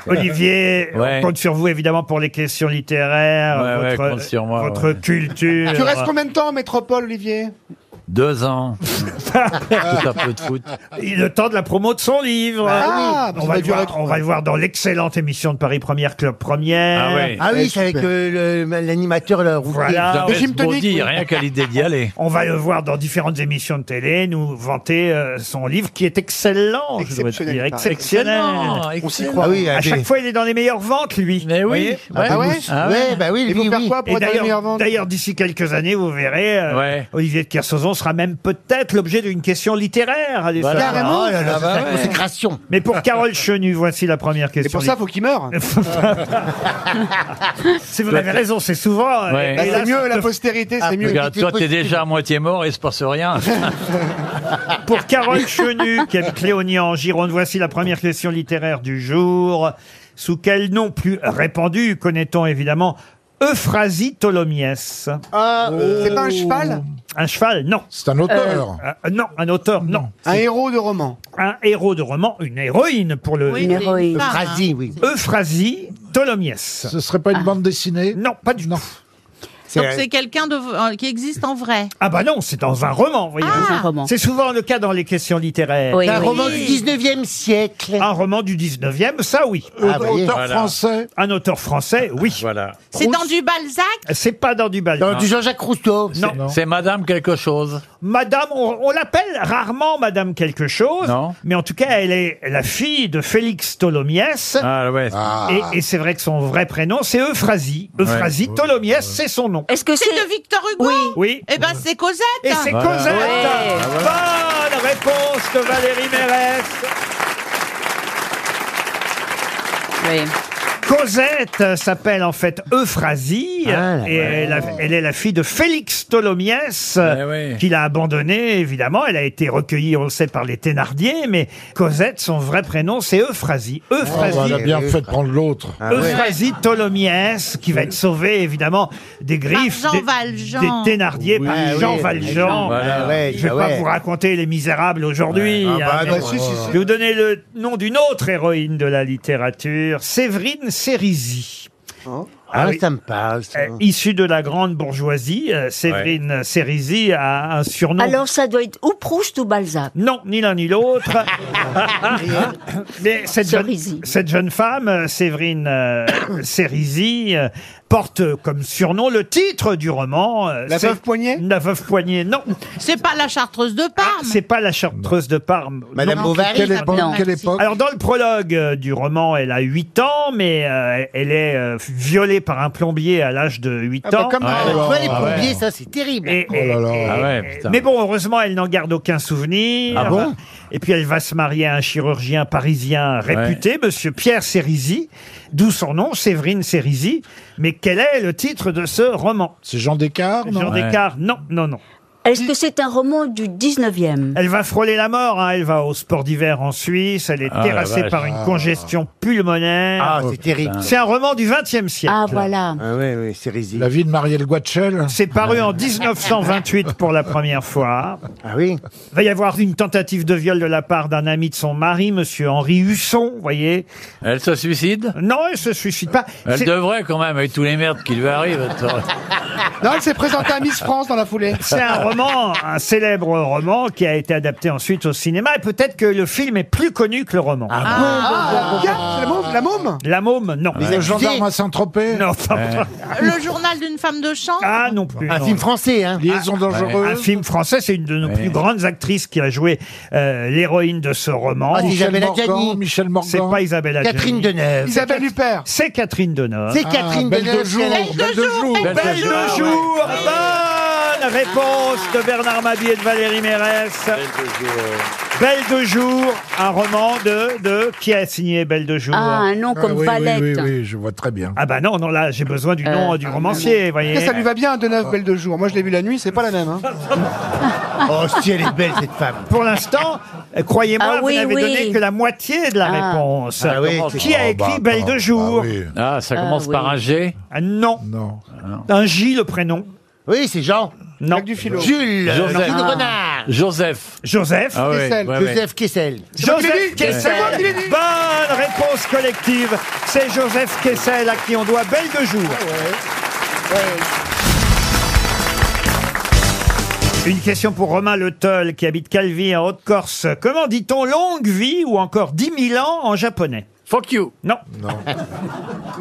S2: Olivier,
S5: Ouais.
S2: on compte sur vous évidemment pour les questions littéraires,
S5: Ouais, ouais,
S2: votre,
S5: compte sur moi,
S2: votre
S5: ouais.
S2: culture.
S10: Tu restes combien de temps en métropole, Olivier
S5: Deux ans. Tout un peu de foot.
S2: Et le temps de la promo de son livre.
S10: Ah, bah,
S2: on,
S10: ça
S2: va
S10: va
S2: le voir,
S10: durer.
S2: on va le voir dans l'excellente émission de Paris Première Club Première.
S4: Ah oui, c'est avec euh, le- l'animateur, là, Rouquier.
S2: Voilà.
S5: J'avais ce beau dit, rien qu'à l'idée d'y aller.
S2: On va le voir dans différentes émissions de télé, nous vanter euh, son livre qui est excellent, je dois
S10: Exceptionnel,
S2: dire.
S10: il paraît.
S2: Exceptionnel.
S5: Excellent,
S2: On s'y
S5: excellent.
S2: croit.
S4: Ah oui,
S2: à
S4: allez.
S2: chaque fois, il est dans les meilleures ventes, lui.
S5: Mais oui.
S2: Vous voyez
S5: Ouais. Ah ouais Ah ouais.
S4: Ouais, bah oui,
S10: Il
S4: lui,
S10: faut faire
S4: oui.
S10: quoi pour
S2: Et
S10: être dans les meilleures
S2: d'ailleurs,
S10: ventes
S2: d'ailleurs, d'ici quelques années, vous verrez, euh, Olivier de Kersauzon sera même peut-être l'objet d'une question littéraire. allez
S4: Voilà.
S2: savoir.
S4: Carrément.
S2: Oh là là,
S4: Ah
S2: c'est
S4: bah
S2: la
S4: ouais.
S2: consécration. Mais pour Carole Chenu, voici la première question.
S10: Et pour ça, faut qu'il meure.
S2: Si vous avez raison, c'est souvent. euh,
S5: Ouais. Ah,
S10: Bah,
S2: hélas,
S10: c'est mieux, la
S2: le-
S10: postérité, c'est mieux.
S5: Regarde, toi, t'es déjà à moitié mort et il se passe rien.
S2: Pour Carole Chenu, qui habite Léonia en Gironde, voici la première question littéraire du jour. Sous quel nom plus répandu connaît-on évidemment Euphrasie Tholomyès
S10: Ah, C'est
S4: Oh.
S10: pas un cheval
S2: Un cheval Non.
S8: C'est un auteur.
S2: Euh, euh, non, un auteur, non.
S10: Un héros de roman.
S2: Un héros de roman, une héroïne pour le...
S6: Oui, c'est
S7: héroïne.
S6: femme, hein.
S4: Euphrasie, oui.
S2: Euphrasie Tholomyès.
S8: Ce serait pas
S6: Ah.
S8: une bande dessinée
S2: Non, pas du tout.
S6: Donc c'est quelqu'un de euh, qui existe en vrai.
S2: Ah bah non, c'est dans un roman, vous voyez.
S7: Un roman.
S2: C'est souvent le cas dans les questions littéraires.
S7: Oui,
S4: C'est un
S7: oui.
S4: roman du 19e siècle.
S2: Un roman du 19e, ça oui.
S4: Ah, vous voyez.
S8: Auteur
S5: Voilà.
S8: français.
S2: Un auteur français, oui.
S5: Voilà.
S6: C'est
S2: Proust.
S6: dans du Balzac.
S2: C'est pas dans du bal.
S4: Dans du Jean-Jacques Rousseau.
S2: Non.
S5: C'est Madame quelque chose.
S2: Madame, on, on l'appelle rarement Madame quelque chose,
S5: Non.
S2: mais en tout cas, elle est la fille de Félix Tholomyès.
S5: Ah ouais.
S8: Ah.
S2: Et, et c'est vrai que son vrai prénom, c'est Euphrasie. Euphrasie Tholomyès, c'est son nom.
S7: Est-ce que
S6: C'est
S7: c'est
S6: de Victor Hugo.
S2: Oui.
S6: Eh ben c'est Cosette.
S2: Et c'est
S5: Voilà.
S2: Cosette
S7: Ouais.
S2: Bonne réponse de Valérie Mérès
S7: Oui.
S2: Cosette euh, s'appelle en fait Euphrasie,
S4: Ah, là,
S2: et elle, a- elle est la fille de Félix Tholomyès,
S5: Eh
S2: euh,
S5: oui.
S2: qu'il a abandonné évidemment. Elle a été recueillie, on le sait, par les Thénardier, mais Cosette, son vrai prénom, c'est Euphrasie.
S8: Ah,
S2: Euphrasie.
S8: bah, elle a bien fait de prendre l'autre.
S4: Ah
S2: Euphrasie Tholomyès, qui va être sauvée évidemment des griffes
S6: Jean
S2: des,
S6: Valjean.
S2: des Thénardier par
S4: Ah, oui,
S2: Jean
S4: oui,
S2: Valjean.
S5: Voilà.
S4: Ah, ouais,
S2: Je vais
S4: ah,
S2: pas
S4: ouais.
S2: vous raconter les misérables aujourd'hui.
S8: Ah,
S2: hein,
S8: bah,
S2: mais
S8: non, si, si, si.
S2: Je vais vous donner le nom d'une autre héroïne de la littérature, Séverine Sérizy.
S4: Ah,
S2: oui.
S4: ça me parle. ça.
S2: Euh,
S6: Hein.
S2: Issue de la grande bourgeoisie, euh, Séverine Sérizy a un surnom.
S7: Alors ça doit être ou Proust ou Balzac. euh,
S2: Non, ni l'un ni l'autre. Mais cette jeune, cette jeune femme, euh, Séverine euh, Sérizy, euh, porte euh, comme surnom le titre du roman.
S6: La Veuve
S2: Poignet La Veuve Poignet, non. Ah,
S6: C'est pas la chartreuse de Parme.
S2: C'est pas la chartreuse de Parme.
S6: Madame
S2: Non.
S6: Bovary, Quelle époque- non. quelle
S4: Hein.
S6: époque
S2: Alors, dans le prologue euh, du roman, elle a 8 ans, mais euh, elle est euh, violée par un plombier à l'âge de 8
S4: Ah bah,
S2: ans. Ah
S4: comme à la fois, les plombiers, ça c'est terrible.
S2: Et- mais bon, heureusement, elle n'en garde aucun souvenir.
S5: Ah bon
S2: et puis elle va se marier à un chirurgien parisien réputé, Monsieur Pierre Sérizy, d'où son nom, Séverine Sérizy. Mais quel est le titre de ce roman C'est Jean Descartes
S7: non
S2: Jean
S7: Ouais.
S2: Descartes, non, non, non.
S7: Est-ce que c'est un roman du 19e
S2: Elle va frôler la mort, hein. elle va au sport d'hiver en Suisse, elle est
S5: Ah, la
S2: terrassée
S5: vache.
S2: par une
S5: Ah.
S2: congestion pulmonaire.
S5: Ah, c'est terrible.
S2: C'est un roman du XXe siècle.
S7: Ah, voilà.
S2: Ah oui, oui, c'est La vie de Marielle Guatchel. C'est paru en 1928 pour la première fois. Ah oui. Va y avoir une tentative de viol de la part d'un ami de son mari, monsieur Henri Husson, vous voyez.
S5: Elle se suicide
S2: Non, elle se suicide pas.
S5: Elle
S2: C'est-
S5: devrait quand même, avec tous les merdes qui lui arrivent.
S10: Non, elle s'est présentée à Miss France dans la foulée.
S2: C'est un roman, un célèbre roman qui a été adapté ensuite au cinéma et peut-être que le film est plus connu que le roman.
S10: Ah, tiens, la môme, la môme.
S2: La môme, non.
S10: Les Ouais. accusés. gendarmes à
S2: Saint-Tropez Non, pardon.
S6: Le journal d'une femme de chambre.
S2: Ah non plus.
S4: Un
S2: non.
S4: film français, hein.
S2: Ah, ouais. Un film français, c'est une de nos plus grandes actrices qui a joué euh, l'héroïne de ce roman.
S4: Ah, c'est Michel Isabelle Morgan, Adjani.
S2: Michel Morgan. C'est pas Isabelle Adjani.
S4: Catherine Deneuve.
S2: Isabelle Huppert. C'est Catherine Deneuve.
S4: C'est Catherine
S2: Ah, Belle
S4: Deneuve, Belle de
S2: Belle de jour. Belle de jour. Bonne réponse de Bernard Mabie et de Valérie Mérès. Belle de jour, un roman de, de qui a signé Belle de jour
S7: Ah, un nom comme Valette.
S2: je vois très bien. Ah bah non, non, là, j'ai besoin du nom
S7: Euh,
S2: du romancier, voyez.
S10: Ça lui va bien, de neuf belle de jour. Moi, je l'ai vu la nuit, c'est pas la même. hein.
S2: Oh, si elle est belle, cette femme. Pour l'instant, euh, croyez-moi,
S10: Ah oui,
S2: vous n'avez
S10: oui.
S2: donné que la moitié de la
S10: Ah.
S2: réponse.
S5: Ah oui, c'est-
S2: Qui a
S5: Oh,
S2: écrit
S5: bah,
S2: Belle
S5: attends,
S2: de Jour
S5: Ah, ça commence par un G
S2: Ah, Non. Un J, le prénom. Oui, c'est Jean. Non.
S4: Jules.
S5: Joseph.
S4: Jules
S5: Ah.
S4: Renard.
S5: Joseph.
S2: Joseph.
S5: Ah ouais,
S4: Kessel.
S5: ouais, ouais.
S4: Joseph Kessel.
S2: Joseph Kessel. Bonne réponse collective. C'est Joseph Kessel à qui on doit Belle de Jour. Une question pour Romain Le Toll qui habite Calvi en Haute-Corse. Comment dit-on longue vie ou encore 10 000 ans en japonais Fuck you. Non.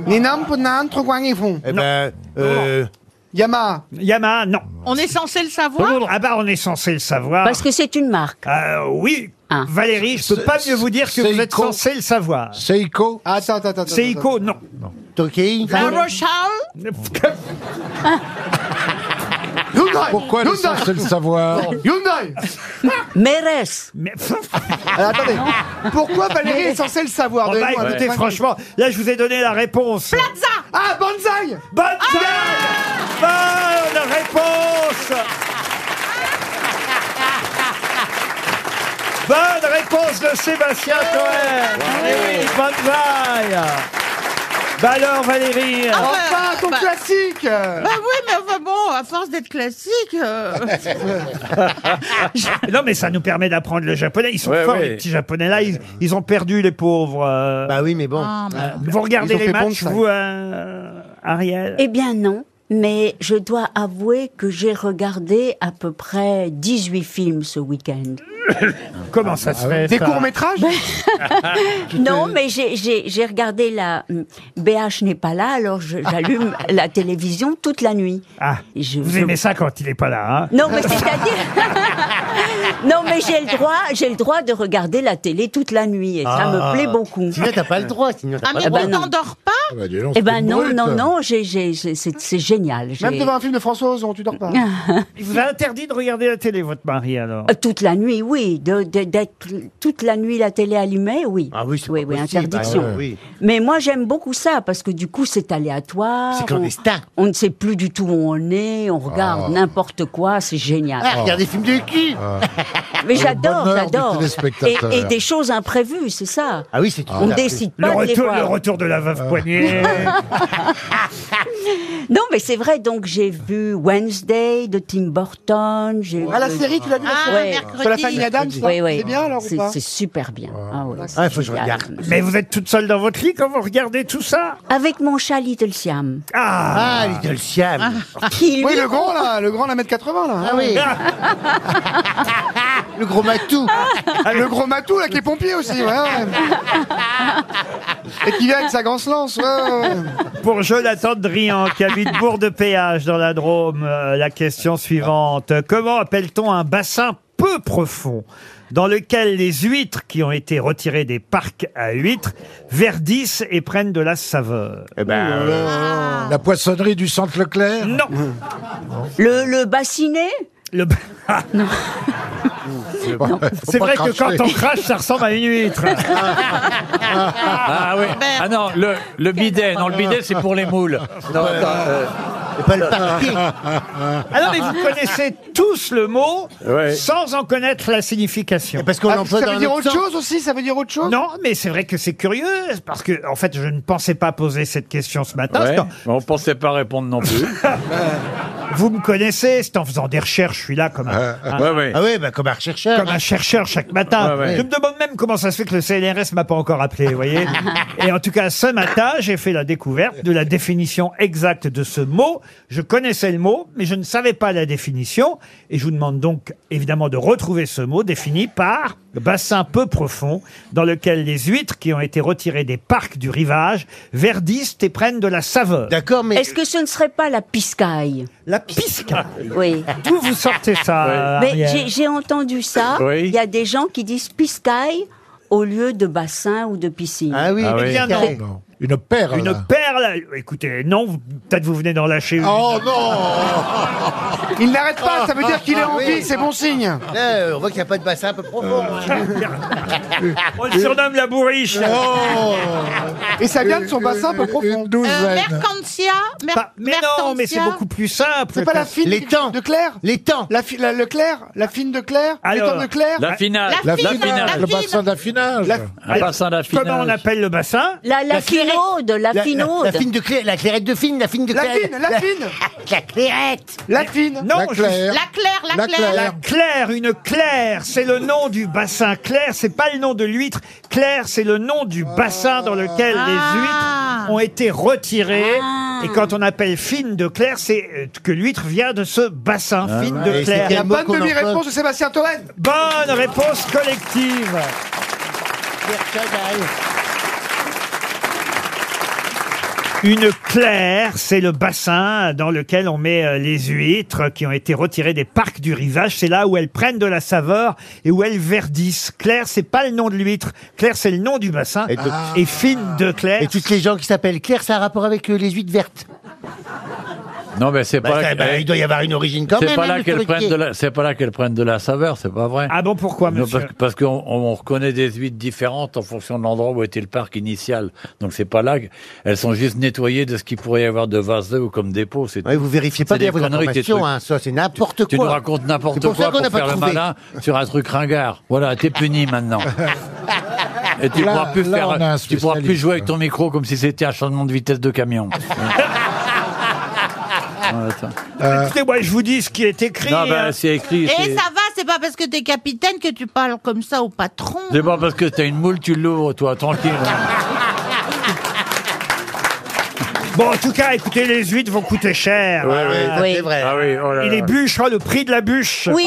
S2: Non.
S10: Ni nam pour nan, trop guang ils font.
S7: Eh ben, euh,
S2: Yamaha. Yamaha, non.
S6: On est censé le savoir.
S2: Ah bah on est censé le savoir.
S7: Parce que Ah. c'est une marque.
S2: Euh, oui. Valérie, je peux
S7: C'est-
S2: pas mieux vous dire que vous êtes
S7: Seiko.
S2: censé le savoir. Seiko
S10: Attends, attends, attends.
S2: Seiko, non.
S4: Tokei.
S6: La Rochelle.
S10: Hyundai.
S8: Pourquoi elle est
S10: Hyundai.
S8: censée le savoir
S10: Hyundai.
S7: Mérès.
S10: Alors, attendez. Pourquoi Valérie est censée le savoir
S2: Oh bah,
S10: Donnez-moi un
S2: écoutez,
S10: point.
S2: franchement, là je vous ai donné la réponse.
S6: Plaza.
S10: Ah, Banzai.
S2: Banzai. Bonne réponse Ah. Bonne réponse de Sébastien Cohen Eh oui, Banzai Bah alors Valérie
S6: Ah,
S10: Enfin, ton
S6: bah-
S10: classique.
S6: Bah oui, mais enfin bon, à force d'être classique. euh,
S2: non mais ça nous permet d'apprendre le japonais. Ils sont
S5: Ouais,
S2: forts
S5: ouais.
S2: les petits japonais là. Ils, ils ont perdu les pauvres. Bah
S4: oui mais bon.
S6: Ah, bah.
S2: vous regardez
S4: Ils ont
S2: les
S4: fait
S2: matchs
S4: bonne
S2: vous euh, Ariel
S7: Eh bien non, mais je dois avouer que j'ai regardé à peu près 18 films ce week-end.
S2: Comment
S4: bah
S2: ça se
S10: Ah
S2: fait
S10: ouais, Des
S2: ça
S10: courts-métrages
S7: non, mais j'ai- j'ai j'ai regardé la... BH n'est pas là, alors je- j'allume la télévision toute la nuit.
S2: Ah, vous aimez ça quand il est pas là hein
S7: Non, mais c'est-à-dire... non, mais j'ai le droit, j'ai le droit de regarder la télé toute la nuit, et ça
S2: Ah.
S7: me plaît beaucoup.
S4: Sinon, t'as pas le droit. Sinon, t'as
S6: Ah,
S4: pas
S6: mais
S4: le
S6: tu
S4: droit.
S6: t'endors pas
S7: Eh ben non, non, non, j'ai- j'ai- j'ai- c'est c'est génial. j'ai-
S10: Même devant un film de François Ozon, tu dors pas.
S2: Il vous a interdit de regarder la télé votre mari alors
S7: Euh, Toute la nuit, oui. de- de- D'être toute la nuit la télé allumée, oui.
S4: Ah oui, c'est
S7: oui,
S4: pas
S7: oui,
S4: possible.
S7: interdiction.
S4: Ah oui.
S7: Mais moi, j'aime beaucoup ça parce que du coup, c'est aléatoire.
S4: C'est clandestin.
S7: On, on ne sait plus du tout où on est. On regarde
S4: Ah.
S7: n'importe quoi. C'est génial.
S4: Ah, regarde des films de Ah, cul.
S7: Mais
S4: Le
S7: j'adore,
S4: bonheur
S7: j'adore.
S4: du téléspectateur.
S7: Et, et des choses imprévues, c'est ça.
S4: Ah oui, c'est Euh.
S7: On décide pas
S2: le
S7: de les
S2: retour,
S7: voir.
S2: le retour de la veuve poignée.
S7: Non, mais c'est vrai. Donc, j'ai vu Wednesday de Tim Burton. j'ai
S10: Ah, la
S7: vu-
S10: série, tu l'as vu la
S6: Ah,
S10: série
S6: mercredi.
S10: Sur la famille Family Adams,
S7: mercredi.
S10: ça
S7: Oui, oui.
S10: C'est bien, alors, ou
S7: C'est-
S10: pas
S7: C'est super bien. Ah, ouais,
S2: Ah, il faut que je
S7: c'est
S2: regarde.
S7: génial.
S2: Mais vous êtes toute seule dans votre lit quand vous regardez tout ça
S7: Avec mon chat Little Siam. Ah.
S2: Ah,
S4: Little Siam.
S7: Qui,
S10: oui,
S7: lui-
S10: le grand, là, le grand, la mètre 80, là. hein.
S4: Ah oui.
S10: le gros matou. le gros matou, là, qui est pompier aussi, ouais, ouais. Et qui vient avec sa grosse lance, ouais, ouais, ouais.
S2: Pour Jonathan Drian, qui habite Bourg de Péage dans la Drôme, euh, la question suivante. Comment appelle-t-on un bassin peu profond dans lequel les huîtres qui ont été retirées des parcs à huîtres verdissent et prennent de la saveur
S8: Oh La poissonnerie du centre Leclerc
S2: Non.
S7: Le, le bassinet
S2: Le...
S7: non.
S2: C'est vrai que quand on crache, ça ressemble à une huître.
S5: Ah oui. Ah non, le, le bidet. Non, le bidet, c'est pour les moules. Non, attends, euh,
S4: pas le parquet.
S2: Alors, Ah mais vous
S10: Ah.
S2: connaissez tous le mot
S5: Ouais.
S2: sans en connaître la signification.
S4: Parce qu'on
S10: Ah,
S4: l'emploie
S10: ça
S4: dans
S10: veut dire
S4: l'autre
S10: autre
S4: sens.
S10: chose aussi Ça veut dire autre chose
S2: Non, mais c'est vrai que c'est curieux, parce que, en fait, je ne pensais pas poser cette question ce matin.
S5: ouais.
S2: C'est en-
S5: Mais on pensait pas répondre non plus.
S2: Vous me connaissez, c'est en faisant des recherches, je suis là comme un, un-
S5: Ouais, ouais.
S4: Ah oui, bah, comme un chercheur.
S2: comme un chercheur chaque matin.
S5: Ouais, ouais.
S2: Je me demande même comment ça se fait que le CNRS m'a pas encore appelé, vous voyez. Et en tout cas, ce matin, j'ai fait la découverte de la définition exacte de ce mot. Je connaissais le mot, mais je ne savais pas la définition. Et je vous demande donc, évidemment, de retrouver ce mot défini par bassin peu profond dans lequel les huîtres qui ont été retirées des parcs du rivage verdissent et prennent de la saveur.
S4: D'accord, mais
S7: Est-ce que ce ne serait pas la piscaille
S2: La pisque.
S7: Oui.
S2: D'où vous sortez ça
S7: Mais
S2: Ariel
S7: j'ai- j'ai entendu ça. Il
S5: Oui.
S7: y a des gens qui disent piscaille au lieu de bassin ou de piscine.
S4: ah oui,
S5: Ah
S4: mais
S5: oui.
S4: bien,
S2: eh Bien,
S4: non.
S8: Une perle.
S2: Une perle Écoutez, non, vous- peut-être vous venez d'en lâcher une.
S8: Oh non
S10: Il n'arrête pas, ça veut dire qu'il est en vie, c'est bon signe.
S4: Là, on voit qu'il n'y a pas de bassin un peu profond.
S2: On le surnomme la bourriche
S10: Et ça vient de son bassin un peu profond.
S8: Une
S6: Euh,
S8: douzaine.
S6: Mercantia Mer-
S2: Pas- Mais non, mais c'est
S6: Mercantia
S2: beaucoup plus simple.
S10: C'est pas la fine
S4: Les temps.
S10: de Claire
S4: Les temps.
S10: la, fi- la- le Claire La fine de Claire
S2: Alors,
S10: Les temps de Claire
S5: La finale.
S6: La finale.
S8: Le
S6: La
S8: bassin
S6: fine.
S8: d'affinage.
S10: La-
S5: Un bassin d'affinage.
S2: Comment on appelle le bassin
S7: La, la,
S4: La finaude.
S7: finaude, la,
S4: La,
S7: finaude.
S4: la, la fine de Claire, la clairette de fine, la fine de
S10: La
S4: Claire.
S10: fine, la fine.
S4: La clairette.
S10: La fine
S2: Non,
S8: La
S2: je-
S8: Claire.
S6: La Claire, la,
S8: La
S6: Claire.
S8: Claire.
S2: La claire, une claire, c'est le nom du bassin. Claire, c'est pas le nom de l'huître. Claire, c'est le nom du bassin dans lequel les
S6: Ah.
S2: huîtres ont été retirées.
S7: Ah.
S2: Et quand on appelle fine de claire, c'est euh, que l'huître vient de ce bassin, fine
S4: ouais.
S2: de
S4: Et c'était
S2: claire.
S10: La
S4: mot
S10: bonne
S4: qu'on
S10: demi-réponse
S4: emploie.
S10: de Sébastien Toen
S2: Bonne réponse collective. Une claire, c'est le bassin dans lequel on met euh, les huîtres qui ont été retirées des parcs du rivage. C'est là où elles prennent de la saveur et où elles verdissent. Claire, c'est pas le nom de l'huître. Claire, c'est le nom du bassin. Et, fine de claire.
S4: Et toutes les gens qui s'appellent Claire, ça a un rapport avec euh, les huîtres vertes.
S5: Non, mais c'est
S4: Bah,
S5: pas
S4: ça,
S5: là.
S4: bah, il doit y avoir une origine quand même.
S5: C'est pas
S4: hein,
S5: là
S4: le
S5: qu'elles
S4: truc
S5: prennent
S4: qui est-
S5: de la, c'est pas là qu'elles prennent de la saveur, c'est pas vrai.
S2: Ah bon, pourquoi,
S5: Non,
S2: monsieur
S5: parce que- parce qu'on on- on reconnaît des huîtres différentes en fonction de l'endroit où était le parc initial. Donc c'est pas là. que- Elles sont juste nettoyées de ce qu'il pourrait y avoir de vaseux ou comme dépôt. C'est
S4: Ouais, vous vérifiez pas
S5: C'est des
S4: bien vos
S5: conneries, tes
S4: informations,
S5: trucs.
S4: hein, ça c'est n'importe quoi.
S5: tu nous racontes n'importe
S4: C'est
S5: quoi
S4: pour ça
S5: pour,
S4: qu'on n'a pas
S5: faire le
S4: trouvé.
S5: malin sur un truc ringard. Voilà, t'es puni maintenant. Et tu
S8: Là-
S5: pourras plus
S8: là, on a un
S5: faire, tu pourras plus
S8: spécialiste.
S5: jouer avec ton micro comme si c'était un changement de vitesse de camion. Voilà, ça.
S2: Écoutez, moi, je vous dis ce qui est écrit.
S5: non,
S2: hein.
S5: bah, c'est écrit.
S6: Et
S5: c'est-
S6: ça va, c'est pas parce que t'es capitaine que tu parles comme ça au patron.
S5: C'est pas parce que t'as une moule, tu l'ouvres, toi, tranquille.
S2: Bon, en tout cas, écoutez, les huîtres vont coûter cher.
S5: Ouais, ouais.
S4: Ça,
S7: Oui.
S4: C'est vrai.
S5: Ah oui, oh là
S2: Et
S5: là.
S2: les bûches, oh, le prix de la bûche.
S7: Oui,
S8: oui.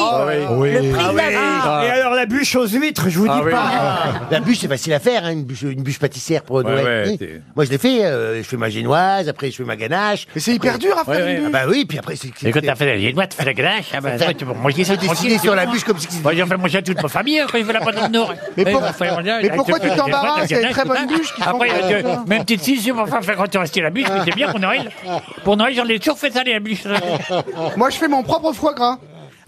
S7: le prix
S5: Ah
S7: de la vie.
S5: Ah.
S2: Et alors, la bûche aux huîtres, je vous
S5: Ah
S2: dis
S5: oui.
S2: pas.
S4: hein. La bûche, c'est facile à faire, hein, une, bûche, une bûche pâtissière pour
S5: Ouais,
S4: Noël.
S5: ouais,
S4: Oui.
S5: t'es-
S4: Moi, je l'ai fait. euh, je fais ma génoise, après je fais ma ganache.
S10: Mais c'est hyper dur à faire
S5: Ouais, ouais.
S10: une bûche.
S4: Bah oui, puis après c'est.
S5: Et quand t'as fait la génoise, tu fais la glace, ah bah,
S4: Ça-
S5: tu peux manger ça
S4: Faut dessiner
S5: tranquille.
S4: sur la bûche comme si.
S5: Moi, j'en fais manger à toute ma famille hein, quand il fait la pâte de nourriture.
S10: Mais pour- mais pourquoi tu t'embarrasses Il y a une très bonne bûche qui
S5: Après,
S10: font- Ah.
S5: euh, tu- même petite scie, on va faire rester la bûche, mais c'est bien pour Noël. Pour Noël, j'en ai toujours fait ça, les bûches.
S10: Moi, je fais mon propre foie gras.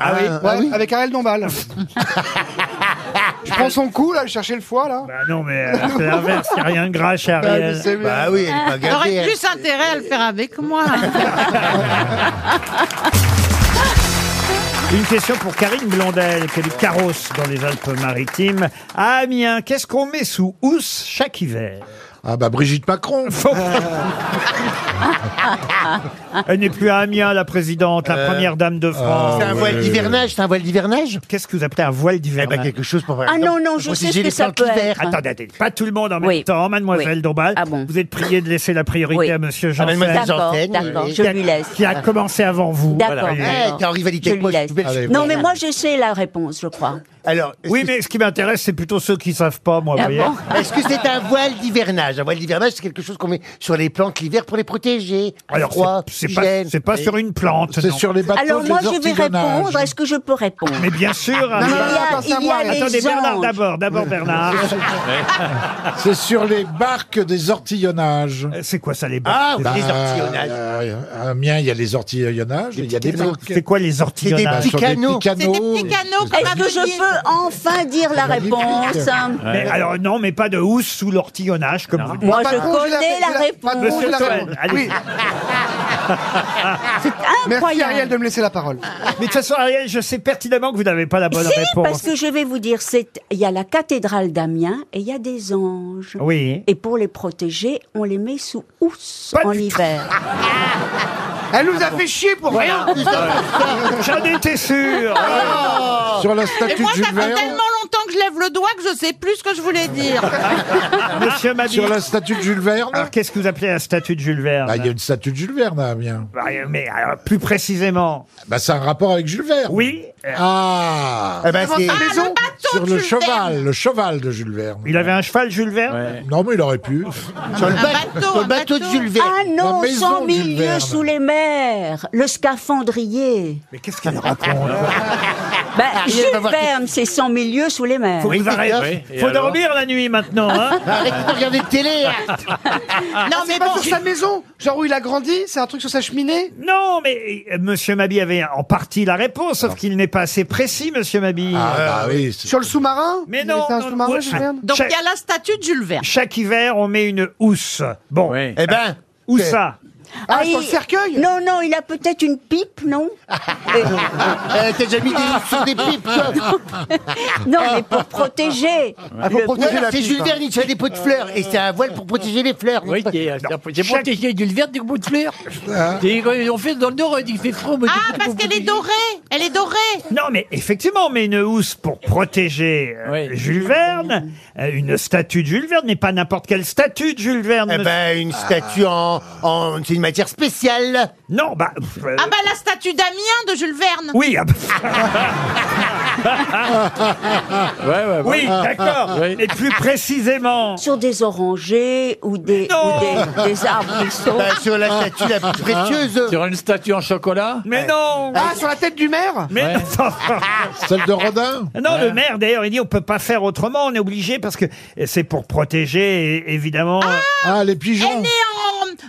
S2: Ah oui.
S10: Ouais, avec Ariel Dombal. je prends son cou, là, je cherchais le foie, là.
S2: Bah non, mais euh, c'est l'inverse, il a rien de gras chez
S10: Ah, je
S2: Ariel.
S10: sais bien.
S4: Bah oui, elle est pas gâtée.
S6: J'aurais
S4: hein.
S6: plus intérêt à le faire avec moi.
S2: Une question pour Karine Blondel, qui est du Ah, carrosse dans les Alpes-Maritimes. À Amiens, qu'est-ce qu'on met sous housse chaque hiver
S8: Ah bah Brigitte Macron
S2: Elle n'est plus à Amiens, la présidente, la première dame de France.
S4: C'est un voile d'hivernage, c'est un voile d'hivernage
S2: Qu'est-ce que vous appelez un voile d'hivernage
S4: quelque chose pour
S7: Ah non, non, je
S4: pour
S7: sais
S4: protéger
S7: ce que
S4: les
S7: ça
S4: plantes
S7: peut
S4: l'hiver.
S7: être. Ah
S2: Attendez, attendez, pas tout le monde en même temps, mademoiselle Dombal. Vous êtes priée de laisser la priorité
S7: Oui.
S2: à monsieur
S7: Ah,
S2: Janssen.
S7: mademoiselle D'accord, Janssen, d'accord, oui. Eh, je
S2: Qui a-
S7: lui laisse.
S2: Qui a commencé avant vous.
S7: D'accord.
S2: Voilà. Eh,
S7: d'accord. Je lui laisse. Non, mais moi, je sais la réponse, je crois.
S4: Alors,
S2: oui, mais ce qui m'intéresse, c'est plutôt ceux qui savent pas, moi, vous voyez.
S4: Ah Est-ce que c'est un voile d'hivernage Un voile d'hivernage, c'est quelque chose qu'on met sur les plantes l'hiver pour les protéger.
S2: Alors,
S4: Froid,
S2: c'est- c'est pas- c'est pas sur une plante, C'est non. sur les bateaux
S7: Alors,
S2: des
S7: moi, je vais
S2: ortidonnages.
S7: répondre. Est-ce que je peux répondre
S2: Mais bien sûr.
S7: Il y a,
S2: Attends,
S7: il y a les
S2: Attendez, Bernard
S7: anges.
S2: d'abord, d'abord Bernard.
S8: C'est sur les barques des ortillonnages.
S2: Euh, C'est quoi ça, les
S4: barques
S8: Bah,
S4: Ah, oui, les
S8: euh,
S4: ortillonnages.
S8: À Amiens, il y a les ortillonnages, il y a des
S2: petits-
S8: barques.
S2: C'est quoi les ortillonnages
S8: Bah, sur
S2: C'est des petits
S8: des petits canaux.
S7: Est-ce que je peux enfin dire la réponse
S2: Mais alors non, mais pas de housse sous l'ortillonnage, comme vous dites.
S7: Moi, je connais la réponse.
S2: Monsieur Toen, allez.
S10: Merci Ariel de me laisser la parole.
S2: Mais de toute façon, Ariel, je sais pertinemment que vous n'avez pas Ah bah, la bonne
S7: Si,
S2: réponse.
S7: parce que je vais vous dire, c'est il y a la cathédrale d'Amiens et il y a des anges.
S2: Oui.
S7: Et pour les protéger, on les met sous housse en hiver.
S10: Elle nous a fait chier pour rien.
S2: J'en étais sûr.
S6: Oh.
S8: Sur la statue
S6: Et moi,
S8: de Jules
S6: ça fait
S8: Verne.
S6: tellement longtemps que je lève le doigt que je sais plus ce que je voulais dire.
S2: Monsieur Mabille.
S8: Sur la statue de Jules Verne.
S2: Alors, qu'est-ce que vous appelez la statue de Jules Verne
S8: Bah, il y a une statue de Jules Verne à Amiens.
S2: Bah, Mais alors, plus précisément.
S8: Bah, c'est un rapport avec Jules Verne.
S2: Oui.
S8: Ah.
S4: Eh ben, c'est- Ah, le
S8: sur le cheval, le cheval de Jules Verne.
S2: Il avait un cheval, Jules Verne
S8: Non, mais il aurait pu.
S4: Sur le Un ba- bateau, sur le un bateau de bateau. Jules Verne.
S7: Ah
S8: La
S7: non,
S8: maison
S7: 100
S8: de
S7: 000
S8: Jules Verne.
S7: lieues sous les mers, le scaphandrier.
S2: Mais qu'est-ce qu'elle raconte
S7: Ben,
S4: Arrête
S7: Jules
S4: d'avoir-
S7: Verne, c'est 100 000 lieues sous les mers.
S2: Faut que vous arrêtez.
S5: oui, et
S2: Faut
S5: alors
S2: dormir la nuit maintenant, hein
S4: Arrête de regarder de télé. arrête. Eh,
S10: Non, mais Ah, pas sur sa maison, genre où il a grandi, c'est un truc sur sa cheminée.
S2: Non, mais euh, Monsieur Mabi avait en partie la réponse, sauf qu'il n'est pas assez précis, Monsieur Mabi. Euh,
S8: Ah, bah oui. c'est-
S10: Sur le sous-marin
S2: Mais
S10: Il
S2: non,
S10: était un
S2: non,
S10: sous-marin,
S2: ouais.
S10: Jules Verne
S6: Donc,
S2: Chaque-
S6: il y a la statue de Jules Verne.
S2: Chaque hiver, on met une housse. Bon,
S4: Eh ben,
S2: où
S4: c'est-
S2: ça
S10: Ah,
S7: il-
S10: sur le cercueil
S7: Non, non, il a peut-être une pipe, non
S4: Euh, T'as déjà mis des sur des pipes, toi
S7: Non, mais pour protéger.
S10: Ah, pour
S7: le-
S10: protéger
S4: Voilà,
S10: la
S4: C'est
S10: pipe,
S4: Jules
S10: hein.
S4: Verne, il se fait des pots de fleurs. Et c'est un voile pour protéger les fleurs.
S5: Oui, t'es
S2: j'ai Chaque-
S5: protégé Jules Verne des bouts de fleurs. Ah. Ils ont fait dans le Nord, il fait froid.
S6: Ah, parce qu'elle est dorée Elle est dorée
S2: Non, mais effectivement, on met une housse pour protéger euh,
S5: Oui.
S2: Jules Verne. Euh, une statue de Jules Verne n'est pas n'importe quelle statue de Jules Verne.
S4: Eh
S2: monsieur-
S4: ben, une statue en, en- c'est une matière spéciale.
S2: Non, bah... pff, euh,
S6: Ah bah, la statue d'Amiens de Jules Verne
S2: Oui, ah bah, oui, d'accord.
S5: Oui.
S2: Et plus précisément,
S7: Sur des orangers ou des,
S2: Non.
S7: ou des, des arbrisseaux.
S4: Bah, sur la statue la plus
S6: Ah.
S4: précieuse.
S5: Sur une statue en chocolat
S2: mais non,
S10: Ah, sur la tête du maire
S2: mais non.
S8: Celle de Rodin.
S2: Non, le maire, d'ailleurs, il dit on peut pas faire autrement, on est obligé parce que c'est pour protéger, é- évidemment.
S8: Ah, les
S6: Elle
S8: pigeons.
S6: est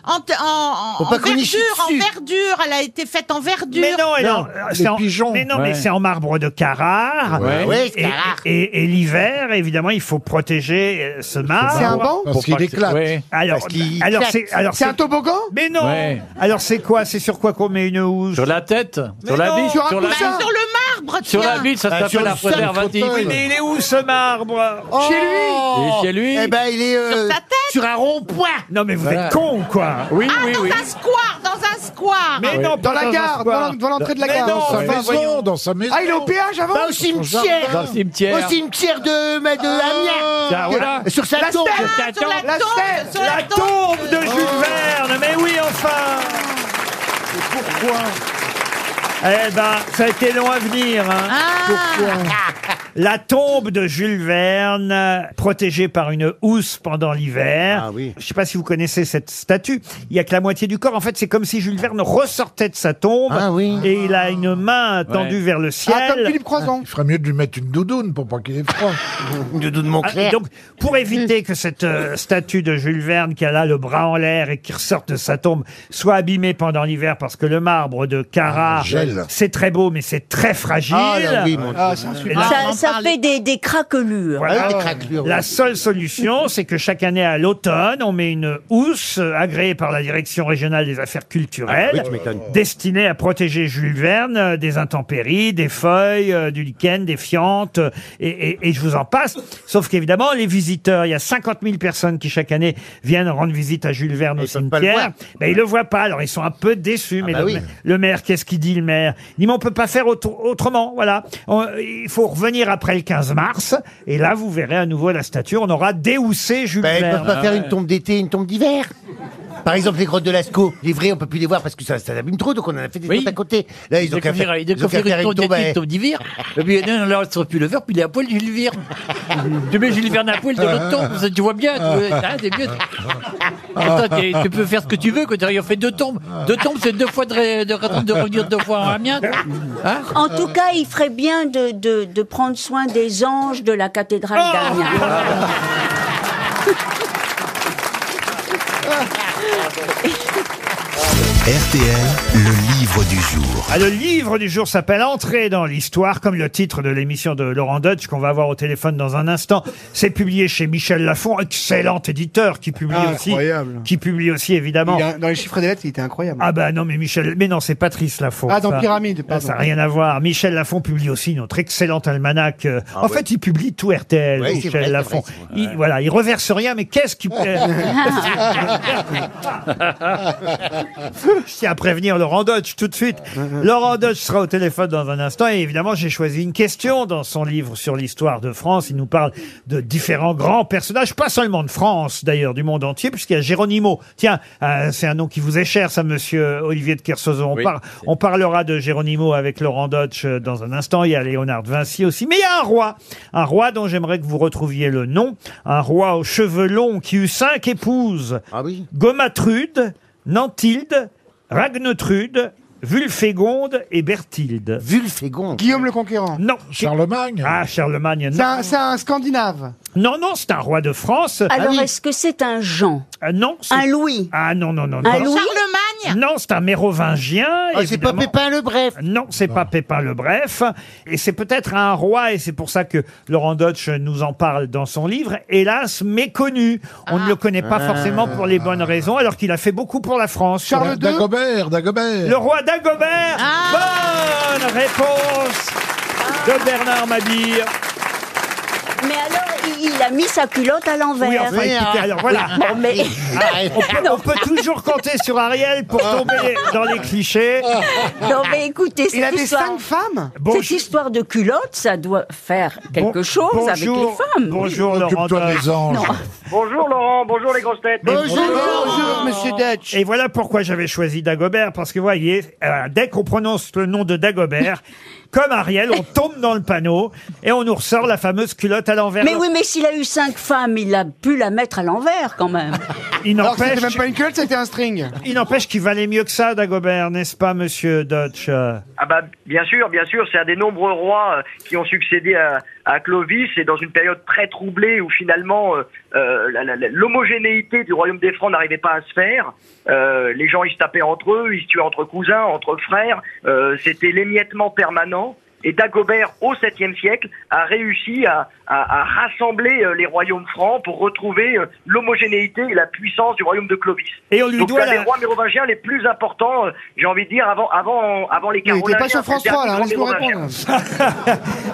S6: en, en, en,
S4: Faut
S6: en
S4: pas qu'on y chie
S6: verdure, en
S4: dessus.
S6: verdure. Elle a été faite en verdure.
S2: mais non, elle est en- euh,
S8: Non,
S2: c'est
S8: les
S2: en,
S8: pigeons.
S2: Mais non, mais
S5: Ouais.
S2: c'est en marbre de Carrare.
S5: Ouais.
S4: Ouais,
S2: Et,
S4: c'est rare.
S2: et- et l'hiver, évidemment, il faut protéger euh, ce marbre.
S10: C'est un banc
S8: Parce qu'il éclate.
S2: Alors,
S4: Parce qu'il
S2: alors
S4: claque.
S2: c'est, alors
S10: C'est un toboggan
S2: Mais non.
S5: Ouais.
S2: Alors c'est quoi C'est sur quoi qu'on met une housse
S5: Sur la tête Sur la
S2: non,
S5: bite
S10: sur un
S5: Sur la
S6: Bah,
S10: coussin.
S6: sur le marbre,
S5: Sur la
S6: tiens.
S5: bite, ça
S4: Ah, sur
S5: s'appelle
S4: le
S5: un
S4: sol,
S5: préservatif.
S8: fauteuil.
S2: Mais il est où ce marbre
S10: Chez lui
S5: Et chez lui
S4: Eh ben, il est euh,
S6: Sur sa tête
S4: sur un rond-point.
S2: Non, mais vous
S5: Ah, Voilà.
S2: êtes con ou quoi
S5: Oui,
S6: Ah,
S5: oui,
S6: dans
S5: oui.
S6: un square, dans un square
S2: Mais non,
S10: Dans
S2: pas
S10: la
S2: un
S10: gare,
S2: square.
S10: dans la- dans l'entrée de la
S2: Mais
S10: gare.
S2: non,
S8: Dans sa
S2: enfin, voyons.
S8: maison, dans sa maison.
S10: Ah, il est au péage avant
S4: Pas Bah, au cimetière.
S5: Dans le cimetière.
S4: Au cimetière de, ma- de Amiens.
S5: Tiens, voilà.
S4: Sur sa
S10: La
S4: tombe.
S10: stèle
S6: Ah, sur la,
S10: La
S6: tombe,
S10: stèle,
S6: sur la,
S2: La
S6: tombe. Oh.
S2: tombe de Jules Verne, mais oui, enfin Pourquoi Eh ben, ça a été long à venir. hein. La tombe de Jules Verne, protégée par une housse pendant l'hiver.
S4: Ah oui.
S2: Je sais pas si vous connaissez cette statue. Il y a que la moitié du corps. En fait, c'est comme si Jules Verne ressortait de sa tombe.
S4: Ah oui.
S2: Et il a une main tendue
S5: Ouais.
S2: vers le ciel.
S10: Ah, comme Philippe Croison.
S8: Il ferait mieux de lui mettre une doudoune pour pas qu'il ait froid.
S4: De de mon
S2: Ah, et
S4: clair.
S2: donc, pour éviter que cette euh, statue de Jules Verne, qui a là le bras en l'air et qui ressorte de sa tombe, soit abîmée pendant l'hiver, parce que le marbre de Carrare,
S8: Ah, gèle.
S2: c'est très beau, mais c'est très fragile.
S4: Ah là oui, mon Dieu.
S10: Ah, c'est un
S2: Et
S10: super.
S2: là,
S7: Ça, ça ça fait des, des hein Ah, craquelures.
S2: Voilà. La seule solution, c'est que chaque année à l'automne, on met une housse euh, agréée par la Direction régionale des affaires culturelles,
S14: Ah oui, tu m'étonnes.
S2: destinée à protéger Jules Verne euh, des intempéries, des feuilles, euh, du lichen, des fientes, euh, et, et- et je vous en passe. Sauf qu'évidemment, les visiteurs, il y a 50 000 personnes qui chaque année viennent rendre visite à Jules Verne au
S4: pas le
S2: cimetière.
S4: voir.
S2: Ben, ils le voient pas, alors ils sont un peu déçus. mais
S4: bah
S2: le,
S4: oui.
S2: ma- le maire, qu'est-ce qu'il dit le maire Il dit mais on peut pas faire autre- autrement, voilà. On- il faut revenir après le 15 mars, et là vous verrez à nouveau la statue. On aura déhoussé Jules
S4: Ben, ils
S2: Verne.
S4: peuvent pas faire une tombe d'été, une tombe d'hiver. Par exemple, les grottes de Lascaux, les vrais, on peut plus les voir parce que ça, ça abîme trop, donc on en a fait des tombes à côté. Là, ils ont qu'à faire, ils ont qu'à faire une tombe à-
S5: d'hiver. Et puis, non, là, sur plus le verre, puis il est à poil Jules Verne. tu mets Jules Verne à poil dans l'autre tombe, ça, tu vois bien. Tu, ah, c'est mieux. Attends, tu, tu peux faire ce que tu veux, quand tu as fait deux tombes. Deux tombes, c'est deux fois de, ré- de, de, revenir deux fois en Amiens. Hein
S7: En tout cas, il ferait bien de, de, de prendre soin des anges de la cathédrale
S2: Oh
S7: d'Amiens.
S2: Ah,
S1: RTL, le livre du jour.
S2: Ah, le livre du jour s'appelle Entrer dans l'histoire, comme le titre de l'émission de Laurent Deutsch qu'on va avoir au téléphone dans un instant. C'est publié chez Michel Lafon, excellent éditeur qui publie
S10: Ah,
S2: aussi,
S10: incroyable.
S2: qui publie aussi évidemment.
S10: Il a- dans les chiffres des lettres, il était incroyable.
S2: Ah bah non, mais Michel... Mais non, c'est Patrice Lafont.
S10: Ah, dans
S2: ça.
S10: Pyramide,
S2: Ah,
S10: pardon.
S2: Ça n'a rien à voir. Michel Lafont publie aussi notre excellent almanach. euh, en
S10: Ah, ouais.
S2: fait, il publie tout RTL,
S10: Ouais, c'est
S2: Michel
S10: vrai, c'est
S2: Lafont.
S10: vrai,
S2: Il, voilà, il reverse rien, mais qu'est-ce qu'il... Je tiens à prévenir Laurent Dodge tout de suite. Laurent Dodge sera au téléphone dans un instant et évidemment j'ai choisi une question dans son livre sur l'histoire de France. Il nous parle de différents grands personnages, pas seulement de France d'ailleurs, du monde entier, puisqu'il y a Géronimo. Tiens, euh, c'est un nom qui vous est cher, ça, monsieur Olivier de Kersozo. On,
S5: Oui.
S2: par- on parlera de Géronimo avec Laurent Dodge euh, dans un instant. Il y a Léonard de Vinci aussi. Mais il y a un roi, un roi dont j'aimerais que vous retrouviez le nom, un roi aux cheveux longs qui eut cinq épouses. Ah oui. Gomatrude, Nantilde, Ragnetrude, Vulfégonde et Berthilde. Vulfégonde.
S10: Guillaume le Conquérant.
S2: Non. Charlemagne. Ah, Charlemagne,
S10: C'est
S2: non.
S10: un, c'est un Scandinave.
S2: Non, non, c'est un roi de France.
S10: Alors, Ah oui.
S2: est-ce que c'est un Jean Non. Un Louis Ah non, non, non.
S6: Un
S2: non.
S6: Louis
S2: Charlemagne Non, c'est un mérovingien.
S4: Ah, c'est pas
S2: Pépin le Bref Non, c'est pas Pépin le Bref. Et c'est peut-être un roi, et c'est pour ça que Laurent Deutsch nous en parle dans son livre, hélas méconnu. On ne le connaît pas
S8: Ah.
S2: forcément pour les bonnes raisons, alors qu'il a fait beaucoup pour la France.
S8: Charles II Dagobert, Dagobert.
S2: Le roi Dagobert Bonne réponse de Bernard Mabille.
S7: Mais alors, il, il a mis sa culotte à l'envers.
S2: Oui, enfin, écoutez, alors voilà. Ah,
S7: Bon, mais...
S2: on, peut, on peut toujours compter sur Ariel pour
S8: Ah.
S2: tomber dans les clichés.
S7: Non mais écoutez,
S2: Il
S7: cette
S2: avait
S7: histoire...
S2: cinq
S7: femmes Cette
S2: Bonjour.
S7: histoire de culotte, ça doit faire quelque
S2: Bon-
S7: chose avec les
S2: bonjour,
S7: femmes.
S2: bonjour, Laurent Occupe-toi des anges.
S7: Non.
S15: Bonjour Laurent, bonjour les grosses têtes.
S2: Monsieur Dutch. Et voilà pourquoi j'avais choisi Dagobert, parce que vous voyez, euh, dès qu'on prononce le nom de Dagobert, comme Ariel, on tombe dans le panneau et on nous ressort la fameuse culotte à l'envers.
S7: Mais oui, mais s'il a eu cinq femmes, il a pu la mettre à l'envers quand même.
S2: Il
S10: Alors que c'était
S2: n'empêche-
S10: même pas une culotte, c'était un string.
S2: Il n'empêche qu'il valait mieux que ça, Dagobert, n'est-ce pas, monsieur Dutch euh
S15: Ah bah bien sûr, bien sûr, c'est un des nombreux rois euh, qui ont succédé à, à Clovis et dans une période très troublée où finalement euh, euh, la- la- la- l'homogénéité du royaume des Francs n'arrivait pas à se faire. Euh, les gens ils se tapaient entre eux, ils se tuaient entre cousins, entre frères. Euh, C'était l'émiettement permanent. Et Dagobert, au 7e siècle, a réussi à, à- à rassembler euh, les royaumes francs pour retrouver euh, l'homogénéité et la puissance du royaume de Clovis.
S2: Et on lui
S15: Donc,
S2: doit
S15: un des
S2: la-
S15: rois mérovingiens les plus importants, euh, j'ai envie de dire, avant, avant, avant les
S10: Il était
S15: Carolingiens,
S10: pas sur France
S15: c'est le
S10: 3, là,
S15: dernier
S10: laisse-nous
S15: grand
S10: répondre.
S15: Mérovingien.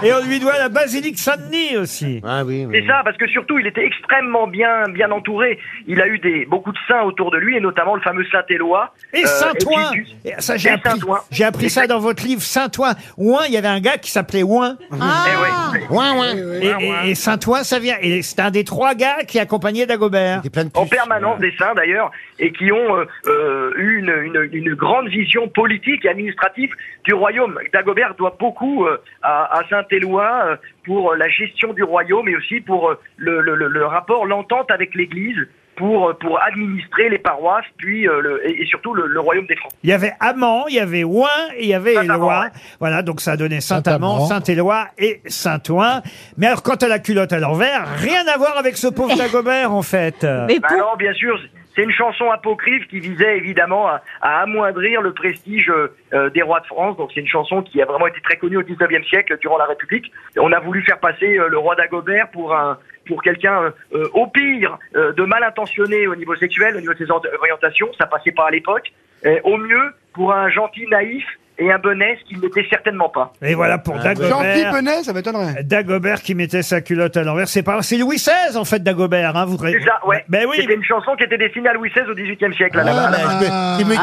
S2: Et on lui doit la basilique Saint-Denis aussi.
S15: C'est ça, parce que surtout, il était extrêmement bien, bien entouré. Il a eu des, beaucoup de saints autour de lui, et notamment le fameux Saint-Éloi.
S2: Et
S15: euh,
S2: Saint-Ouen
S15: puis du-
S2: Et Ça, j'ai
S15: et
S2: appris,
S15: Saint-Ouen.
S2: j'ai appris ça dans votre livre, Saint-Ouen. Ouin, il y avait un gars qui s'appelait Ouin.
S15: Eh oui.
S2: Et, et- et Saint-Ouen, ça vient. Et c'est un des trois gars qui accompagnait Dagobert.
S15: en permanence des saints d'ailleurs, et qui ont euh, euh, eu une, une- une grande vision politique et administrative du royaume. Dagobert doit beaucoup euh, à, à Saint-Éloi euh, pour euh, la gestion du royaume et aussi pour euh, le, le- le- le rapport, l'entente avec l'Église pour, euh, pour administrer les paroisses, puis euh, le- et, et surtout le, le royaume des Francs.
S2: Il y avait Amand, il y avait Ouin et il y avait Éloi. Voilà, donc ça a donné Saint-Amand, Saint-Éloi et Saint-Ouen. Mais alors, quant à la culotte à l'envers, rien à voir avec ce pauvre Dagobert, en fait.
S15: Bah non, bien sûr, C'est une chanson apocryphe qui visait évidemment à, à amoindrir le prestige euh, euh, des rois de France. Donc c'est une chanson qui a vraiment été très connue au 19e siècle durant la République. On a voulu faire passer euh, le roi d'Agobert pour un pour quelqu'un euh, euh, au pire euh, de mal intentionné au niveau sexuel, au niveau de ses or- orientations, ça passait pas à l'époque. Euh, au mieux pour un gentil naïf et un bonnet, ce qu'il n'était certainement pas.
S2: Et voilà Ah, pour Dagobert.
S10: Gentil Benet, Ah, ça m'étonnerait.
S2: Dagobert qui mettait sa culotte à l'envers. C'est pas, c'est Louis XVI en fait, Dagobert. Hein, vous
S15: C'est ça, ouais.
S2: Ben oui.
S15: C'était une chanson qui était destinée à Louis XVI au XVIIIe siècle. à la
S2: Ah,
S15: base.
S2: ben,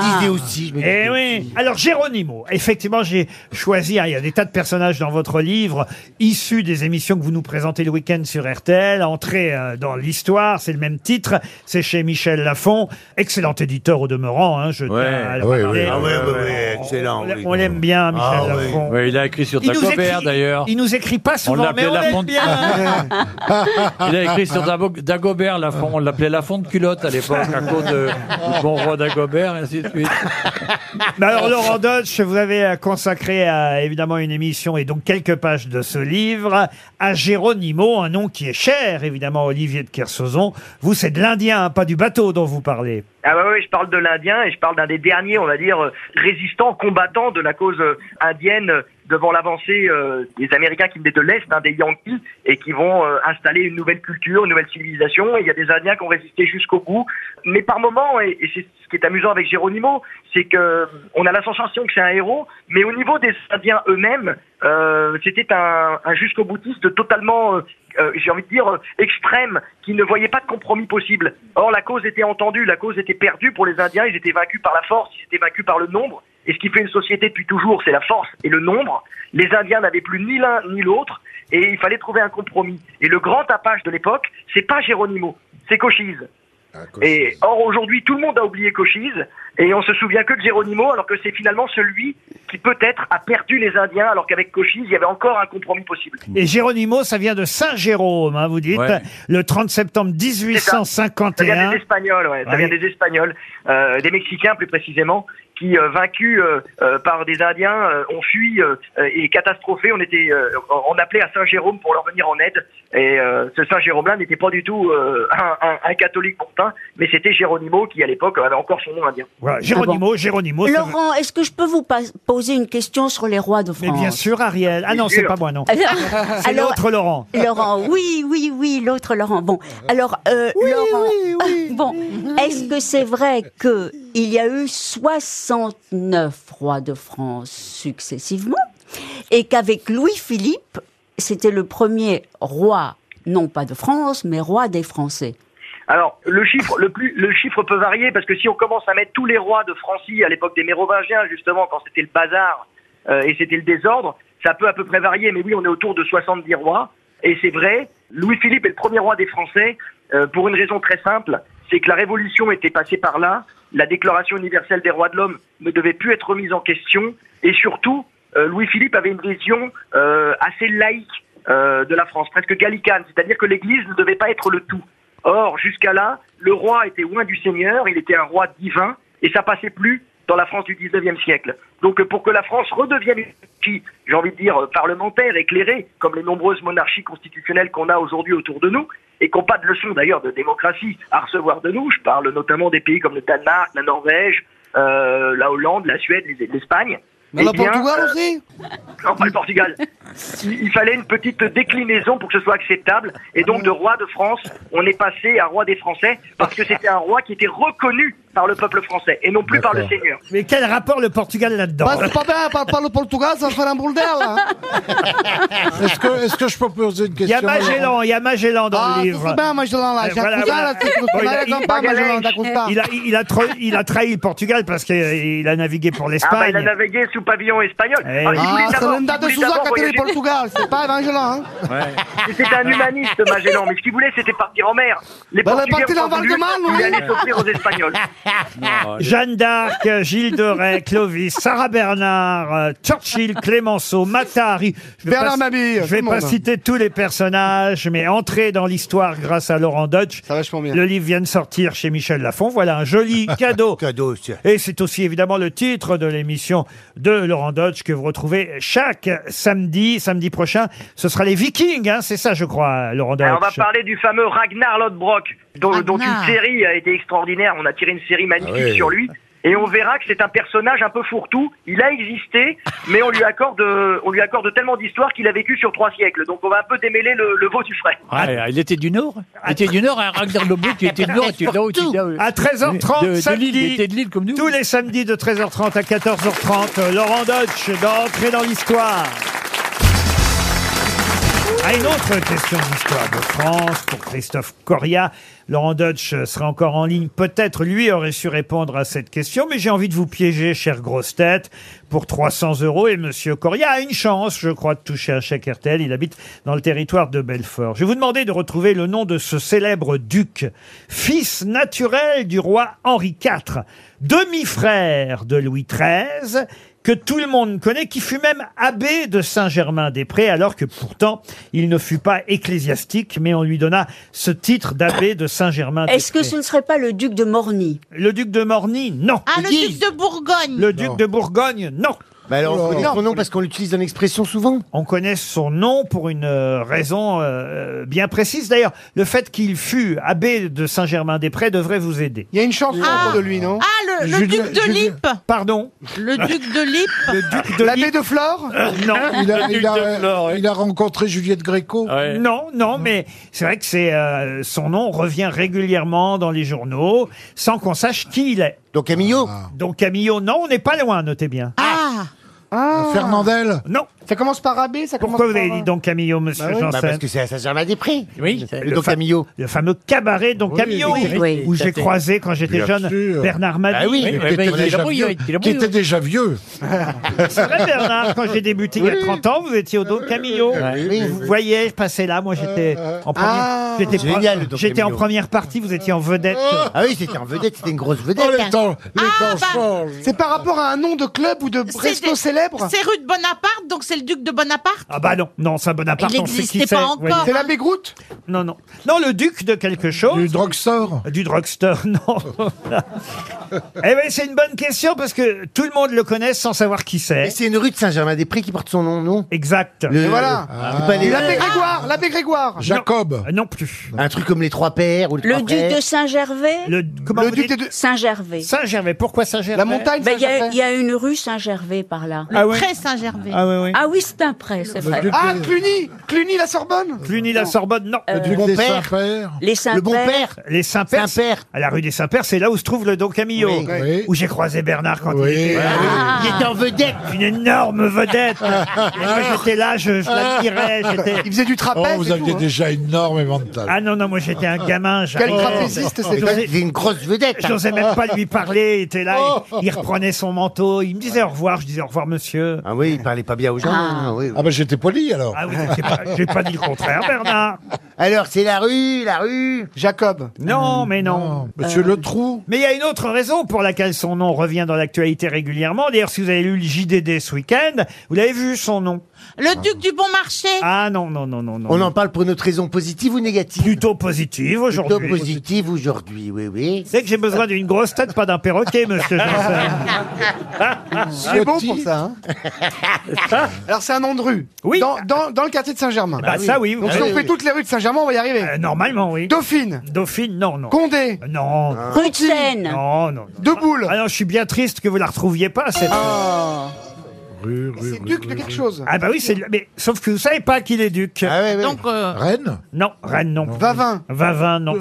S2: Eh oui. Alors, Géronimo, effectivement, j'ai choisi, hein, il y a des tas de personnages dans votre livre, issus des émissions que vous nous présentez le week-end sur RTL, Entrée euh, dans l'histoire, c'est le même titre, c'est chez Michel Lafon, excellent éditeur au demeurant, hein, je tiens à le rappeler.
S4: Ah ouais, ouais, ouais, excellent. oui.
S2: On l'aime bien, Michel
S4: Ah ouais.
S2: Lafon.
S5: Oui, il a écrit sur
S2: Il nous
S5: Dagobert
S2: écrit-
S5: d'ailleurs.
S2: Il nous écrit pas
S5: On
S2: souvent, mais
S5: l'appelait
S2: on
S5: la
S2: l'aime
S5: fonte-
S2: bien.
S5: Il a écrit sur Dago- Dagobert, la fond- on l'appelait la fonte culotte à l'époque, à cause de- du bon roi Dagobert, et ainsi de suite.
S2: Mais alors, Laurent Dodge, vous avez euh, consacré à, évidemment une émission et donc quelques pages de ce livre à Géronimo, un nom qui est cher, évidemment, à Olivier de Kersauzon. Vous, c'est de l'Indien, hein, pas du bateau dont vous parlez.
S15: Ah bah oui, je parle de l'Indien et je parle d'un des derniers, on va dire, euh, résistants, combattants de la cause euh, indienne euh, devant l'avancée euh, des Américains qui venaient de l'Est, hein, des Yankees, et qui vont euh, installer une nouvelle culture, une nouvelle civilisation. Et il y a des Indiens qui ont résisté jusqu'au bout. Mais par moments, et, et c'est ce qui est amusant avec Géronimo, c'est que euh, on a la sensation que c'est un héros, mais au niveau des Indiens eux-mêmes, euh, c'était un, un jusqu'au boutiste totalement euh, euh, j'ai envie de dire, euh, extrême, qui ne voyait pas de compromis possible. Or, la cause était entendue, la cause était perdue pour les Indiens, ils étaient vaincus par la force, ils étaient vaincus par le nombre. Et ce qui fait une société depuis toujours, c'est la force et le nombre. Les Indiens n'avaient plus ni l'un ni l'autre, et il fallait trouver un compromis. Et le grand tapage de l'époque, c'est pas Géronimo, c'est Cochise.
S2: Ah,
S15: Et or aujourd'hui tout le monde a oublié Cochise et on se souvient que de Géronimo alors que c'est finalement celui qui peut-être a perdu les Indiens alors qu'avec Cochise il y avait encore un compromis possible.
S2: Et Géronimo, ça vient de Saint-Jérôme, hein, vous dites,
S15: Ouais.
S2: le 30 septembre
S15: Ça vient
S2: 1851.
S15: des Espagnols, ouais. Ça
S2: Ouais.
S15: vient des Espagnols, euh, des Mexicains plus précisément, qui euh, vaincus euh, euh, par des Indiens euh, ont fui euh, euh, et catastrophés. On était, euh, on appelait à Saint Jérôme pour leur venir en aide. Et euh, ce Saint Jérôme-là n'était pas du tout euh, un, un- un catholique pourtant, mais c'était Géronimo qui à l'époque avait encore son nom indien.
S2: Voilà,
S7: Ah
S2: Géronimo, Géronimo. ça veut-
S7: Laurent, est-ce que je peux vous pas- poser une question sur les rois de France
S2: Mais bien sûr, Ariel. Ah non,
S7: Bien
S2: c'est
S7: sûr.
S2: pas moi, non.
S7: Alors-
S2: C'est
S7: alors-
S2: l'autre Laurent.
S7: Laurent, oui, oui, oui, l'autre Laurent. Bon, alors, euh, Laurent, bon, est-ce que c'est vrai que il y a eu 69 rois de France successivement et qu'avec Louis-Philippe, c'était le premier roi, non pas de France, mais roi des Français
S15: Alors, le chiffre, le plus, le chiffre peut varier parce que si on commence à mettre tous les rois de Francie à l'époque des Mérovingiens, justement, quand c'était le bazar euh, et c'était le désordre, ça peut à peu près varier. Mais oui, on est autour de 70 rois. Et c'est vrai, Louis-Philippe est le premier roi des Français euh, pour une raison très simple, c'est que la Révolution était passée par là, la Déclaration universelle des droits de l'homme ne devait plus être remise en question, et surtout, euh, Louis-Philippe avait une vision euh, assez laïque euh, de la France, presque gallicane, c'est-à-dire que l'Église ne devait pas être le tout. Or, jusqu'à là, le roi était loin du Seigneur, il était un roi divin, et ça passait plus dans la France du 19e siècle. Donc euh, pour que la France redevienne une monarchie, j'ai envie de dire euh, parlementaire, éclairée, comme les nombreuses monarchies constitutionnelles qu'on a aujourd'hui autour de nous, et qu'on pas de leçons d'ailleurs de démocratie à recevoir de nous, je parle notamment des pays comme le Danemark, la Norvège, euh, la Hollande, la Suède, les- l'Espagne.
S10: Dans le
S15: Eh bien,
S10: Portugal
S15: euh,
S10: aussi
S15: non, pas le Portugal. Il il fallait une petite déclinaison pour que ce soit acceptable. Et donc, de roi de France, on est passé à roi des Français parce que c'était un roi qui était reconnu par le peuple français et non plus par le Seigneur. Ah,
S2: Mais quel rapport le Portugal là-dedans
S10: Passe pas bien par, par le Portugal, ça fait un boule
S2: Ah,
S10: d'air, là.
S8: Est-ce que, est que je peux poser une
S2: Il y
S8: question
S2: a Magellan, il y a Magellan dans
S10: Ah,
S2: le
S10: ça,
S2: livre.
S10: c'est bien, Magellan, là.
S2: Euh,
S10: J'ai
S2: voilà,
S10: accusé,
S2: voilà.
S10: là, c'est tout.
S2: Bon, il
S10: Là,
S2: a-
S10: il est sympa, Magellan, t'as compris ça.
S2: il a- il a tra- il a trahi le Portugal parce qu'il a navigué pour
S15: Ah, bah, il a
S2: l'Espagne.
S15: navigué sous pavillon espagnol.
S2: Eh
S15: Alors, il
S2: oui.
S15: voulait
S10: Ah, c'est
S15: d'abord-
S10: l'Enda
S15: il
S10: de
S15: voulait
S10: Souza
S15: d'abord
S10: qui a tenu le
S15: voyager.
S10: Portugal, c'est pas Magellan,
S2: Ah.
S10: hein.
S15: C'était un humaniste, Magellan. Mais ce qu'il voulait, c'était partir en mer. Les
S10: Bah, il est
S15: Portugais
S10: parti
S15: ont
S10: dans le
S15: entendu,
S10: Val-de-Marne,
S15: il
S10: oui.
S15: allait s'offrir aux Espagnols.
S2: Jeanne d'Arc, Gilles de Rais, Clovis, Sarah Bernard, euh, Churchill, Clémenceau, Matari. Je vais
S10: Bernard
S2: pas-
S10: Mabille,
S2: Je vais
S10: tout le
S2: pas
S10: monde.
S2: citer tous les personnages, mais entrer dans l'histoire grâce à Laurent Deutsch. Le livre vient de sortir chez Michel Lafon. Voilà un joli cadeau.
S4: cadeau,
S2: Et c'est aussi évidemment le titre de l'émission de Laurent Deutsch que vous retrouvez chaque samedi, samedi prochain. Ce sera les Vikings, hein, c'est ça, je crois, Laurent Deutsch.
S15: Alors, on va parler du fameux Ragnar Lodbrok, dont, dont une série a été extraordinaire. On a tiré une série magnifique
S2: Ah oui.
S15: sur lui. Et on verra que c'est un personnage un peu fourre-tout. Il a existé, mais on lui accorde, euh, on lui accorde tellement d'histoires qu'il a vécu sur trois siècles. Donc on va un peu démêler le, le veau du frais.
S2: Ah,
S5: Ouais, Ah, il était du Nord. Il était du Nord, un Ragnar Lodbrok, tu étais du Nord, tu étais là-haut, tu étais là-haut.
S2: À 13h30,
S5: De- de
S2: samedi,
S5: Lille, il était de Lille comme nous.
S2: tous les samedis de 13h30 à 14h30, euh, Laurent Deutsch d'entrer dans l'histoire. À une autre question d'histoire de France pour Christophe Coria. Laurent Deutsch euh, sera encore en ligne. Peut-être lui aurait su répondre à cette question, mais j'ai envie de vous piéger, chère grosse tête, pour 300 euros. Et monsieur Coria a une chance, je crois, de toucher un chèque RTL. Il habite dans le territoire de Belfort. Je vais vous demander de retrouver le nom de ce célèbre duc, fils naturel du roi Henri IV, demi-frère de Louis XIII, que tout le monde connaît, qui fut même abbé de Saint-Germain-des-Prés, alors que pourtant il ne fut pas ecclésiastique, mais on lui donna ce titre d'abbé de Saint-Germain-des-Prés.
S7: Est-ce que ce ne serait pas le duc de Morny
S2: Ah, Le duc de Morny, non.
S6: Ah, le duc de Bourgogne.
S2: Le duc de Bourgogne, non.
S4: alors, on Oh. connaît son
S2: nom parce qu'on l'utilise dans l'expression souvent. On connaît son nom pour une euh, raison euh, bien précise. D'ailleurs, le fait qu'il fut abbé de Saint-Germain-des-Prés devrait vous aider. Il y a une chanson
S6: Ah.
S2: de lui, non
S6: Ah, le, le duc de Lippe.
S2: Pardon
S6: Le duc de Lippe.
S2: Le duc de L'abbé de Flore Non.
S4: Hein
S8: Il a, il a- il a rencontré Juliette Gréco.
S2: Non, non, mais c'est vrai que c'est euh, son nom revient régulièrement dans les journaux sans qu'on sache qui il est. Donc Camillo. Donc Camillo, non, on n'est pas loin, notez bien.
S6: Ah.
S2: Fernandel Non.
S10: Ça commence par AB, ça
S2: Pourquoi
S10: commence
S2: vous
S10: par...
S2: avez dit Don Camillo, monsieur
S10: Bah oui.
S2: Janssen
S10: Bah parce que
S4: c'est à Saint-Germain-des-Prés.
S2: Oui.
S4: Le Don Camillo.
S2: Le fameux cabaret Don
S4: Oui,
S2: Camillo,
S4: oui, oui.
S2: où
S4: Tout à
S2: j'ai
S4: fait.
S2: croisé quand j'étais
S4: Bien
S2: jeune
S4: sûr.
S2: Bernard Mabille.
S4: Ah oui, Ouais, mais qui bah, était il a déjà brouillé, vieux. il a
S8: Qui
S4: brouillé.
S8: était déjà vieux.
S2: C'est vrai, Bernard, quand j'ai débuté il y a 30 ans, vous étiez au Don Camillo. vous voyez, je passais là, moi j'étais en, première-
S4: Ah,
S2: j'étais
S4: génial,
S2: pro-
S4: le Don
S2: j'étais en
S4: Camillo.
S2: première partie, vous étiez en vedette.
S4: Ah oui, c'était en vedette, c'était une grosse vedette.
S6: Oh,
S4: hein.
S6: Ah, bah,
S10: C'est par rapport à un nom de club ou de
S6: c'est
S10: resto
S6: des-
S10: célèbre
S6: C'est rue de Bonaparte, donc c'est le duc de Bonaparte.
S2: Ah bah non, non, ça Bonaparte,
S6: Il
S2: on sait qui
S6: n'existait pas
S2: c'est,
S6: encore,
S2: oui.
S6: hein. C'est l'abbé
S2: Groot Non, non. Non, le duc de quelque chose. Du drugstore Du drugstore, non. eh bien, c'est une bonne question parce que tout le monde le connaît sans savoir qui c'est.
S4: Et c'est une rue de Saint-Germain-des-Prés qui porte son nom, non
S2: Exact.
S4: Le...
S2: Et voilà.
S4: C'est pas les-
S10: L'abbé Grégoire, l'abbé Grégoire.
S4: Jacob.
S2: Ah, Non, plus.
S4: Un truc comme les trois pères ou les
S7: Le
S4: trois frères.
S7: duc de Saint-Gervais
S2: Le,
S7: duc de Saint-Gervais.
S2: Saint-Gervais, pourquoi Saint-Gervais
S4: La montagne
S7: Ben, Il y a-
S4: Saint-Gervais.
S7: il y, a une rue Saint-Gervais par là.
S2: Le Ah ouais pré
S6: Saint-Gervais.
S2: Ah oui, oui.
S7: Ah oui, c'est un pré, c'est vrai.
S10: Ah, Cluny Cluny, la Sorbonne
S2: Cluny la Sorbonne, non.
S4: Euh,
S7: Le duc des Saints-Pères. Les Saints-Pères. Le bon père.
S2: Les Saint-Pères. À la rue des Saints-Pères, c'est là où se trouve le Don Camillo.
S4: Oui. Oui.
S2: Où j'ai croisé Bernard quand il était. euh,
S4: Ah, oui. Il était en vedette.
S2: Une énorme vedette. Et moi, j'étais là, je, je l'admirais. j'étais-
S8: Oh, vous
S10: hein.
S8: aviez déjà énormément de talent.
S2: Ah non, non, moi j'étais un gamin.
S8: Quel
S2: j'arrivais. Oh,
S8: trapéziste,
S2: J'osais-
S8: c'était-
S4: C'était une grosse vedette. hein. Oh.
S2: J'osais même pas lui parler, il était là, il, il reprenait son manteau, il me disait au revoir, je disais au revoir monsieur.
S4: Ah oui, il parlait pas bien aux gens.
S2: Ah.
S4: Ah, oui, bah j'étais poli alors.
S2: Ah oui, j'ai pas- j'ai pas dit le contraire, Bernard.
S4: Alors c'est la rue, la rue. Euh,
S10: Jacob.
S4: Hmm.
S2: Non, mais non.
S8: Monsieur Le Trou.
S2: Mais il y a une autre raison pour laquelle son nom revient dans l'actualité régulièrement. D'ailleurs, si vous avez lu le JDD ce week-end, vous l'avez vu son nom.
S6: Le duc du Bon Marché.
S2: Ah non, non, non, non, non.
S4: On en parle pour notre raison positive ou négative
S2: Plutôt positive aujourd'hui.
S4: Plutôt positive aujourd'hui, oui, oui.
S2: C'est que j'ai besoin d'une grosse tête, pas d'un perroquet, monsieur Janssen.
S10: C'est bon pour ça. hein. Alors c'est un nom de rue.
S2: Ah. Oui.
S10: Dans, dans, dans le quartier de Saint-Germain.
S2: Bah, ça, oui.
S10: Donc
S2: Ah,
S10: si
S2: oui,
S10: on fait
S2: oui.
S10: toutes les rues de Saint-Germain, on va y arriver.
S2: Euh, normalement, oui.
S10: Dauphine.
S2: Dauphine, non, non.
S10: Condé.
S2: Non.
S7: Rue de Seine.
S2: Non, non.
S10: Deux boules.
S2: Alors, je suis bien triste que vous la retrouviez pas, cette.
S4: Ah.
S10: Ah. C'est duc de quelque chose.
S2: Ah bah oui, c'est le- mais sauf que vous savez pas qu'il est duc.
S10: Donc, euh,
S2: Ah Rennes Non, Rennes non.
S10: Vavin.
S2: Vavin non.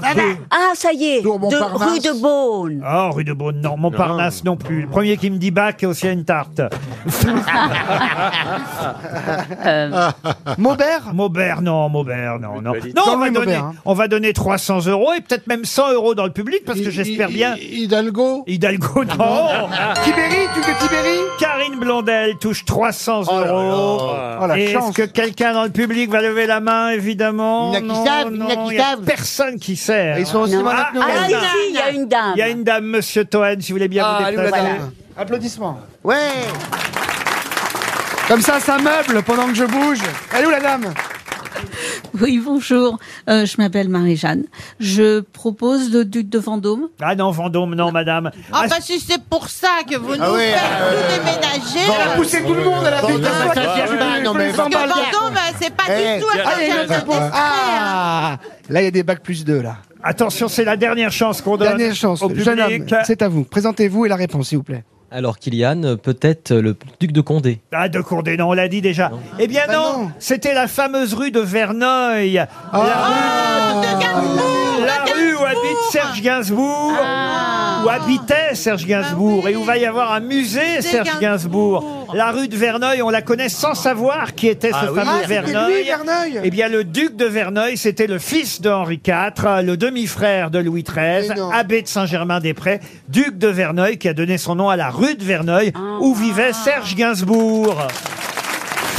S7: Ah, ça y est, de
S2: Montparnasse.
S7: rue de Beaune.
S2: Oh, rue de Beaune non, Montparnasse non, plus. Le premier qui me dit bac aussi à une tarte.
S10: Euh.
S12: Euh,
S2: Ah.
S10: Maubert
S2: Maubert non, Maubert non, non. Non, on
S10: Jean-Louis
S2: va,
S10: Maubert,
S2: donner,
S10: hein.
S2: on va donner 300 euros et peut-être même 100 euros dans le public parce que j'espère bien. Hidalgo Hidalgo non.
S10: Tibéri, duc de Tibéri
S2: Karine Blondel touche 300 euros.
S8: Oh, la
S2: Et
S8: chance.
S2: Est-ce que quelqu'un dans le public va lever la main, évidemment
S8: Il y en a qui
S2: Non,
S8: savent, il y en a
S2: non,
S8: qui
S2: il y a
S8: savent.
S2: Personne qui sait.
S8: Ils sont aussi Non. malades que nous.
S2: Ah,
S8: Ah,
S2: il y a
S8: si,
S2: une
S8: si, il y a
S2: dame.
S8: une dame.
S2: Il y a une dame, monsieur Toen, si vous voulez bien vous
S10: Ah, allez,
S2: déplacer.
S10: madame. Applaudissements.
S4: Ouais.
S10: Comme ça, ça meuble pendant que je bouge. Elle est où la dame
S14: Oui, bonjour. Euh, je m'appelle Marie-Jeanne. Je propose le duc de Vendôme.
S2: Ah non, Vendôme, non, madame.
S6: Ah bah si c'est pour ça que vous nous
S2: Ah ouais,
S6: faites
S2: euh,
S6: tout déménager.
S2: Elle a poussé tout le monde, elle a fait
S6: Vendôme,
S2: des soins,
S6: Vendôme,
S2: elle a fait
S6: Vendôme, Parce
S2: des
S6: que
S10: soins.
S6: Vendôme, c'est pas
S10: Eh,
S6: du tout
S2: ah,
S6: à
S10: allez,
S6: l'intérieur
S10: là,
S6: d'esprit, hein.
S10: Ah Là, il y a des bacs plus 2, là.
S2: Attention, c'est la dernière chance qu'on donne.
S10: Dernière chance.
S2: au public.
S10: Jeune homme, c'est à vous. Présentez-vous et la réponse, s'il vous plaît.
S16: Alors Kylian, peut-être le duc de Condé.
S2: Ah, de Condé, non, on l'a dit déjà. Eh bien
S10: Bah
S2: non, c'était la fameuse rue de Verneuil. La
S10: Ah,
S2: rue, la rue où habite Serge Gainsbourg.
S6: Ah.
S2: Où habitait Serge Gainsbourg
S6: Bah
S2: et où va y avoir un musée Serge Gainsbourg. La rue de Verneuil, on la connaît sans savoir qui était ce
S10: Ah oui.
S2: fameux
S10: Ah, c'était lui,
S2: Verneuil.
S10: Verneuil.
S2: Eh bien, le duc de Verneuil, c'était le fils d'Henri IV, le demi-frère de Louis XIII, abbé de Saint-Germain-des-Prés, duc de Verneuil, qui a donné son nom à la rue de Verneuil, où vivait Serge Gainsbourg.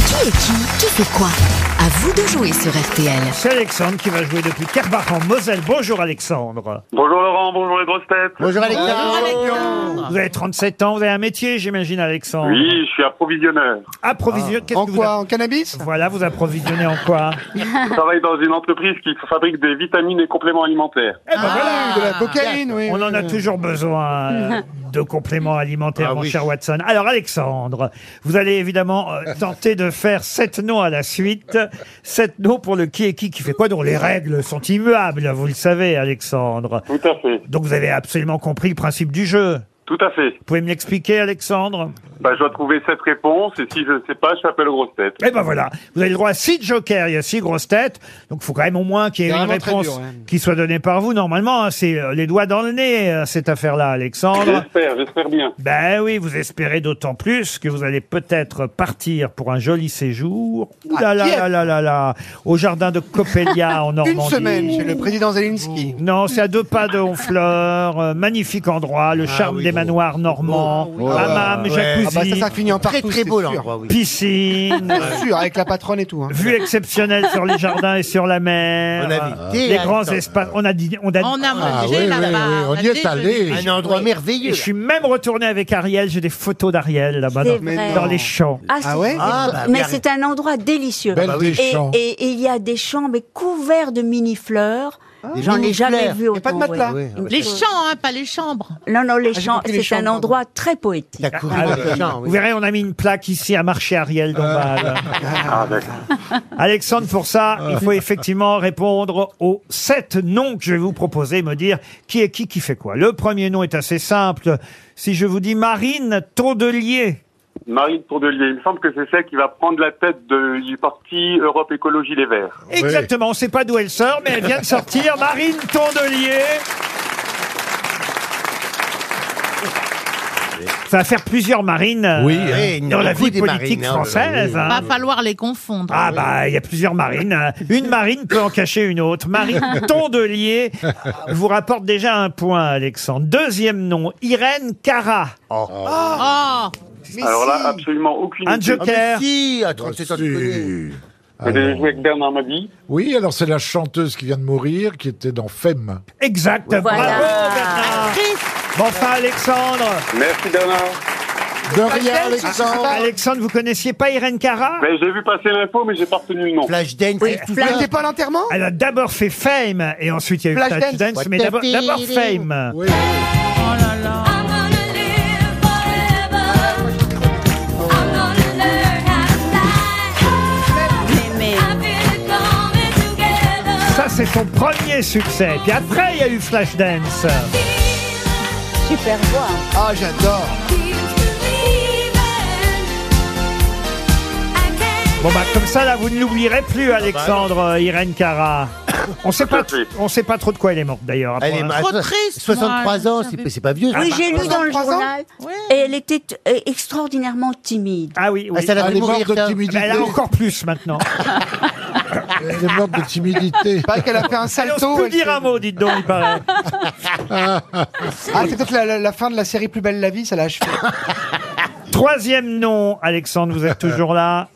S9: Qui est qui Qui fait quoi À vous de jouer sur RTL.
S2: C'est Alexandre qui va jouer depuis Carbach en Moselle. Bonjour Alexandre.
S11: Bonjour Laurent, bonjour les grosses têtes.
S2: Vous avez 37 ans, vous avez un métier, j'imagine, Alexandre.
S11: Oui, je suis approvisionneur.
S2: Approvisionner. Ah. En quoi En
S10: cannabis
S2: Voilà, vous approvisionnez en quoi
S11: Je travaille dans une entreprise qui fabrique des vitamines et compléments alimentaires.
S2: Eh ben voilà,
S10: Ah bah de la cocaïne, oui,
S2: On
S10: oui,
S2: en a
S10: oui.
S2: toujours besoin euh, de compléments alimentaires,
S10: Ah
S2: mon
S10: oui.
S2: cher Watson. Alors, Alexandre, vous allez évidemment euh, tenter de faire sept noms à la suite. Sept noms pour le qui est qui qui fait quoi, dont les règles sont immuables, vous le savez, Alexandre.
S11: Tout à fait.
S2: Donc, vous avez absolument compris le principe du jeu.
S11: Tout à fait.
S2: Vous pouvez me l'expliquer, Alexandre
S11: Bah, je dois trouver cette réponse et si je ne sais pas, je t'appelle aux grosses têtes.
S2: Eh ben voilà, vous avez le droit à 6 jokers, il y a 6 grosses têtes, donc il faut quand même au moins qu'il y ait
S10: C'est
S2: une
S10: vraiment très
S2: réponse
S10: dur, hein.
S2: qui soit donnée par vous. Normalement, hein, c'est euh, les doigts dans le nez, euh, cette affaire-là, Alexandre.
S11: J'espère, j'espère bien.
S2: Ben oui, vous espérez d'autant plus que vous allez peut-être partir pour un joli séjour. Ouh là
S10: À
S2: là
S10: Kiev.
S2: là là là là, au jardin de Copelia en Normandie.
S10: Une semaine chez le président Zelensky.
S2: Non, c'est à deux pas de Honfleur, euh, magnifique endroit,
S4: Ah
S2: le charme des
S4: Oh,
S2: manoirs normands, hammam,
S10: Ah bah
S2: jacuzzi,
S10: ça, ça finit en partout.
S4: très
S10: c'est
S4: beau,
S10: sûr.
S4: l'endroit, Ah oui.
S2: piscine.
S10: C'est sûr, avec la patronne et tout. hein.
S2: Vue exceptionnelle sur les jardins et sur la mer. Ah.
S4: On a visité,
S2: les
S4: hein,
S2: grands
S4: attends.
S2: espaces. On a dit, on a,
S4: On a Ah mangé oui, là-bas, oui, oui, on on a y est déjeuné. allé. Un endroit
S2: Et
S4: merveilleux.
S2: Je suis même retourné avec Ariel. J'ai des photos d'Ariel là-bas
S7: C'est
S2: dans,
S7: vrai.
S2: Bah dans les champs.
S7: Ah, c'est- c'est-
S2: bah,
S7: mais c'est un endroit délicieux.
S2: Belle des
S7: et,
S2: champs.
S7: et- et il y a des champs mais couverts de mini fleurs.
S6: Des
S7: J'en ai jamais
S6: mini-fleurs.
S7: vu
S6: Et
S7: autant.
S6: pas de matelas.
S7: ouais.
S6: Les champs, hein, pas les chambres.
S7: Non, non, les
S6: Ah, j'ai
S7: champs.
S6: compris les
S7: C'est un
S6: champs,
S7: endroit très poétique.
S2: Ah, oui. Vous verrez, on a mis une plaque ici à marché Ariel
S7: hein.
S2: Dombal.
S7: Ah.
S2: Ah, Alexandre, pour ça, il faut effectivement répondre aux sept noms que je vais vous proposer et me dire qui est qui qui fait quoi. Le premier nom est assez simple. Si je vous dis Marine Tondelier,
S11: Marine Tourdelier, il me semble que c'est celle qui va prendre la tête de- du parti Europe Écologie Les Verts.
S2: Exactement, on ne sait pas d'où elle sort, mais elle vient de sortir. Marine Tondelier. Ça va faire plusieurs marines
S4: Oui,
S2: euh,
S4: hein. Oui, il y en a
S2: dans la
S4: beaucoup
S2: vie
S4: des
S2: politique
S4: marines, hein,
S2: française. hein.
S6: Va falloir les confondre.
S2: Ah bah, il y a plusieurs marines. hein. Une marine peut en cacher une autre. Marine Tondelier vous rapporte déjà un point, Alexandre. Deuxième nom, Irène Cara. Ah.
S6: Oh
S11: Ah, Alors là, absolument aucune
S2: Un
S11: idée.
S2: joker. Ah, mais
S4: Si, à 37 ans, tu connais.
S11: Vous avez joué avec Bernard Mabie.
S8: Oui, alors c'est la chanteuse qui vient de mourir, qui était dans Femme.
S2: Exact, bravo Bernard. Bon, enfin, Alexandre.
S11: Merci Bernard.
S8: De rien, Alexandre.
S2: Alexandre, vous connaissiez pas Irène Cara
S11: Ben, j'ai vu passer l'info, mais j'ai pas retenu le nom.
S4: Flashdance.
S10: Vous n'étiez pas à l'enterrement
S2: Elle a d'abord fait Fame et ensuite il y a eu
S10: Flashdance.
S2: Flashdance,
S10: What
S2: mais
S10: the
S2: d'abord d'abord
S10: feeling.
S2: Fame.
S4: Ah,
S2: Ça c'est son premier succès. Puis après il y a eu Flashdance.
S7: Super voix.
S10: Ah, j'adore.
S2: Bon bah comme ça là vous ne l'oublierez plus Alexandre euh, Irène Cara. On sait pas on sait pas trop de quoi elle est morte d'ailleurs.
S4: Elle est
S2: Pour
S4: mal-
S2: l'instant.
S4: Trop
S6: triste,
S4: 63
S6: moi,
S4: ans,
S6: je
S4: c'est
S6: savais
S4: c'est pas vieux. ça.
S7: Oui, j'ai lu dans le
S10: 63 ans
S7: journal. Et elle était euh, extraordinairement timide.
S2: Ah oui, oui.
S4: Ah, ça l'a fait
S8: Elle est
S4: mourir,
S8: morte de
S4: ça.
S8: timidité.
S2: Bah, elle a encore plus maintenant.
S8: Elle est morte de timidité.
S10: Pas qu'elle a fait un
S2: Elle
S10: salto.
S2: n'ose plus
S10: elle
S2: dire
S10: s'est-
S2: un mot, dites donc, il paraît.
S10: Ah, c'est peut-être la, la- la fin de la série Plus belle la vie, ça l'a achevé.
S2: Troisième nom, Alexandre, vous êtes toujours là,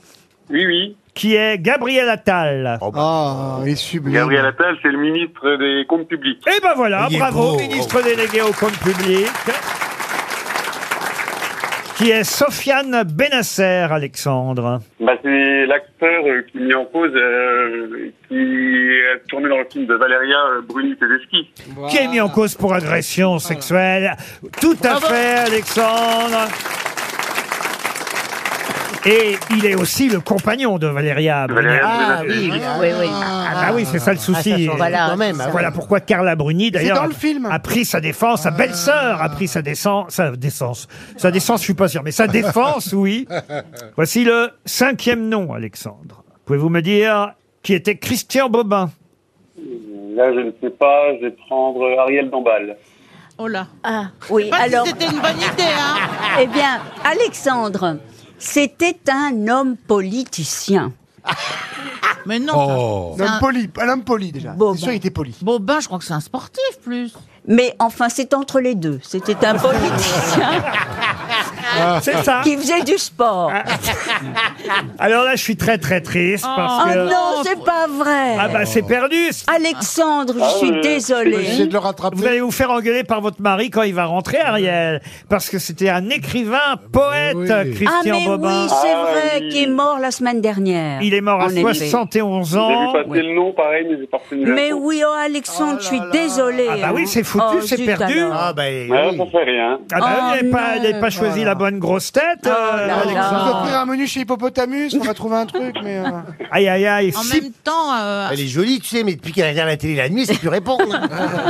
S17: Oui, oui.
S2: qui est Gabriel Attal.
S17: Oh, bah.
S10: Ah, il est sublime.
S17: Gabriel Attal, c'est le ministre des Comptes publics.
S2: Eh ben voilà,
S17: Il est
S2: bravo,
S17: beau.
S2: ministre délégué au compte public. Qui est Sofiane Benasser, Alexandre.
S17: Bah, c'est l'acteur euh, qui met en cause, euh, qui a tourné dans le film de Valeria euh, Bruni Tedeschi.
S2: Qui est mis en cause pour agression sexuelle. Tout à fait, Alexandre. Et il est aussi le compagnon de Valéria Bruni.
S17: Valéria
S4: Ah oui, oui, oui, oui.
S2: Ah bah oui, c'est ça le souci.
S4: Ah, ça change
S2: voilà,
S4: quand même, ah oui.
S2: pourquoi Carla Bruni, d'ailleurs,
S4: dans le film. Ah.
S2: a pris sa défense, sa belle-sœur a pris sa défense, sa défense, sa défense, je suis pas sûr, mais sa défense, oui. Voici le cinquième nom, Alexandre. Pouvez-vous me dire qui était Christian Bobin
S17: Là, je ne sais pas, je vais prendre euh, Ariel Dombal.
S7: Oh là. Ah, oui, alors. c'était une bonne idée, hein Eh bien, Alexandre, c'était un homme politicien. Mais non.
S10: L'homme poli, un homme poli déjà. C'est sûr, il était poli.
S7: Bon, ben, je crois que c'est un sportif plus. Mais enfin, c'est entre les deux. C'était un politicien.
S2: C'est ça.
S7: Ah.
S2: Ah.
S7: Qui faisait du sport. Ah,
S2: Alors là, je suis très très triste parce
S7: oh
S2: que.
S7: non, c'est pas vrai.
S2: Ah bah c'est perdu.
S7: Alexandre, je suis désolée.
S2: Vous allez vous faire engueuler par votre mari quand il va rentrer, Ariel, parce que c'était un écrivain, poète, Christian
S7: ah mais
S2: Bobin.
S7: oui, c'est vrai, qui est mort la semaine dernière.
S2: Il est mort à
S7: En effet.
S2: 71 ans.
S17: J'ai vu passer le nom, pareil, mais j'ai pas retenu la
S7: Mais
S17: source.
S7: oui, oh Alexandre, je suis désolée.
S2: Ah bah oui,
S7: hein.
S2: c'est foutu,
S7: Oh,
S2: c'est
S7: zut
S2: perdu. bah,
S7: alors.
S17: Ouais, ça fait rien.
S2: ben, Ah bah,
S7: Oh
S2: elle n'avait pas, elle avait pas choisi la bonne grosse tête, euh,
S10: On va
S2: Alexandre.
S10: offrir un menu chez Hippopotamus, on va trouver un truc, mais. euh,
S2: Aïe, aïe, aïe. si-
S4: temps.
S7: euh,
S4: Elle est jolie, tu sais, mais depuis qu'elle regarde la télé la nuit, c'est plus répondre.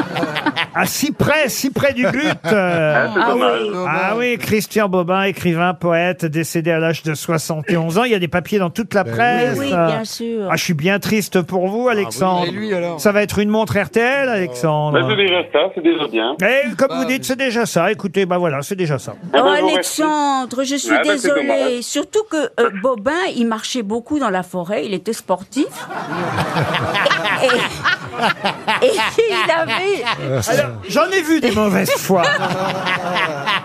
S2: à Ah, si près, si près du but. euh.
S4: Ah, c'est dommage.
S2: oui. Ah oui, Christian Bobin, écrivain, poète, décédé à l'âge de 71 ans. Il y a des papiers dans toute la
S7: Ben oui.
S2: presse.
S7: Mais oui, bien sûr. Ah
S2: Ah, je suis bien triste pour vous, Alexandre.
S10: oui. Et lui, alors
S2: Ça va être une montre RTL, Alexandre.
S17: Bah, c'est déjà ça, c'est déjà bien.
S2: Eh, comme
S18: Bah.
S2: vous dites, c'est déjà ça. Écoutez, bah voilà, c'est déjà ça.
S7: Oh Alexandre, je suis
S2: Ah, bah, c'est
S7: désolée.
S2: dommage.
S7: Surtout que euh, Bobin, il marchait beaucoup dans la forêt, il était sportif. et, et- et il avait...
S2: Alors, j'en ai vu des mauvaises fois.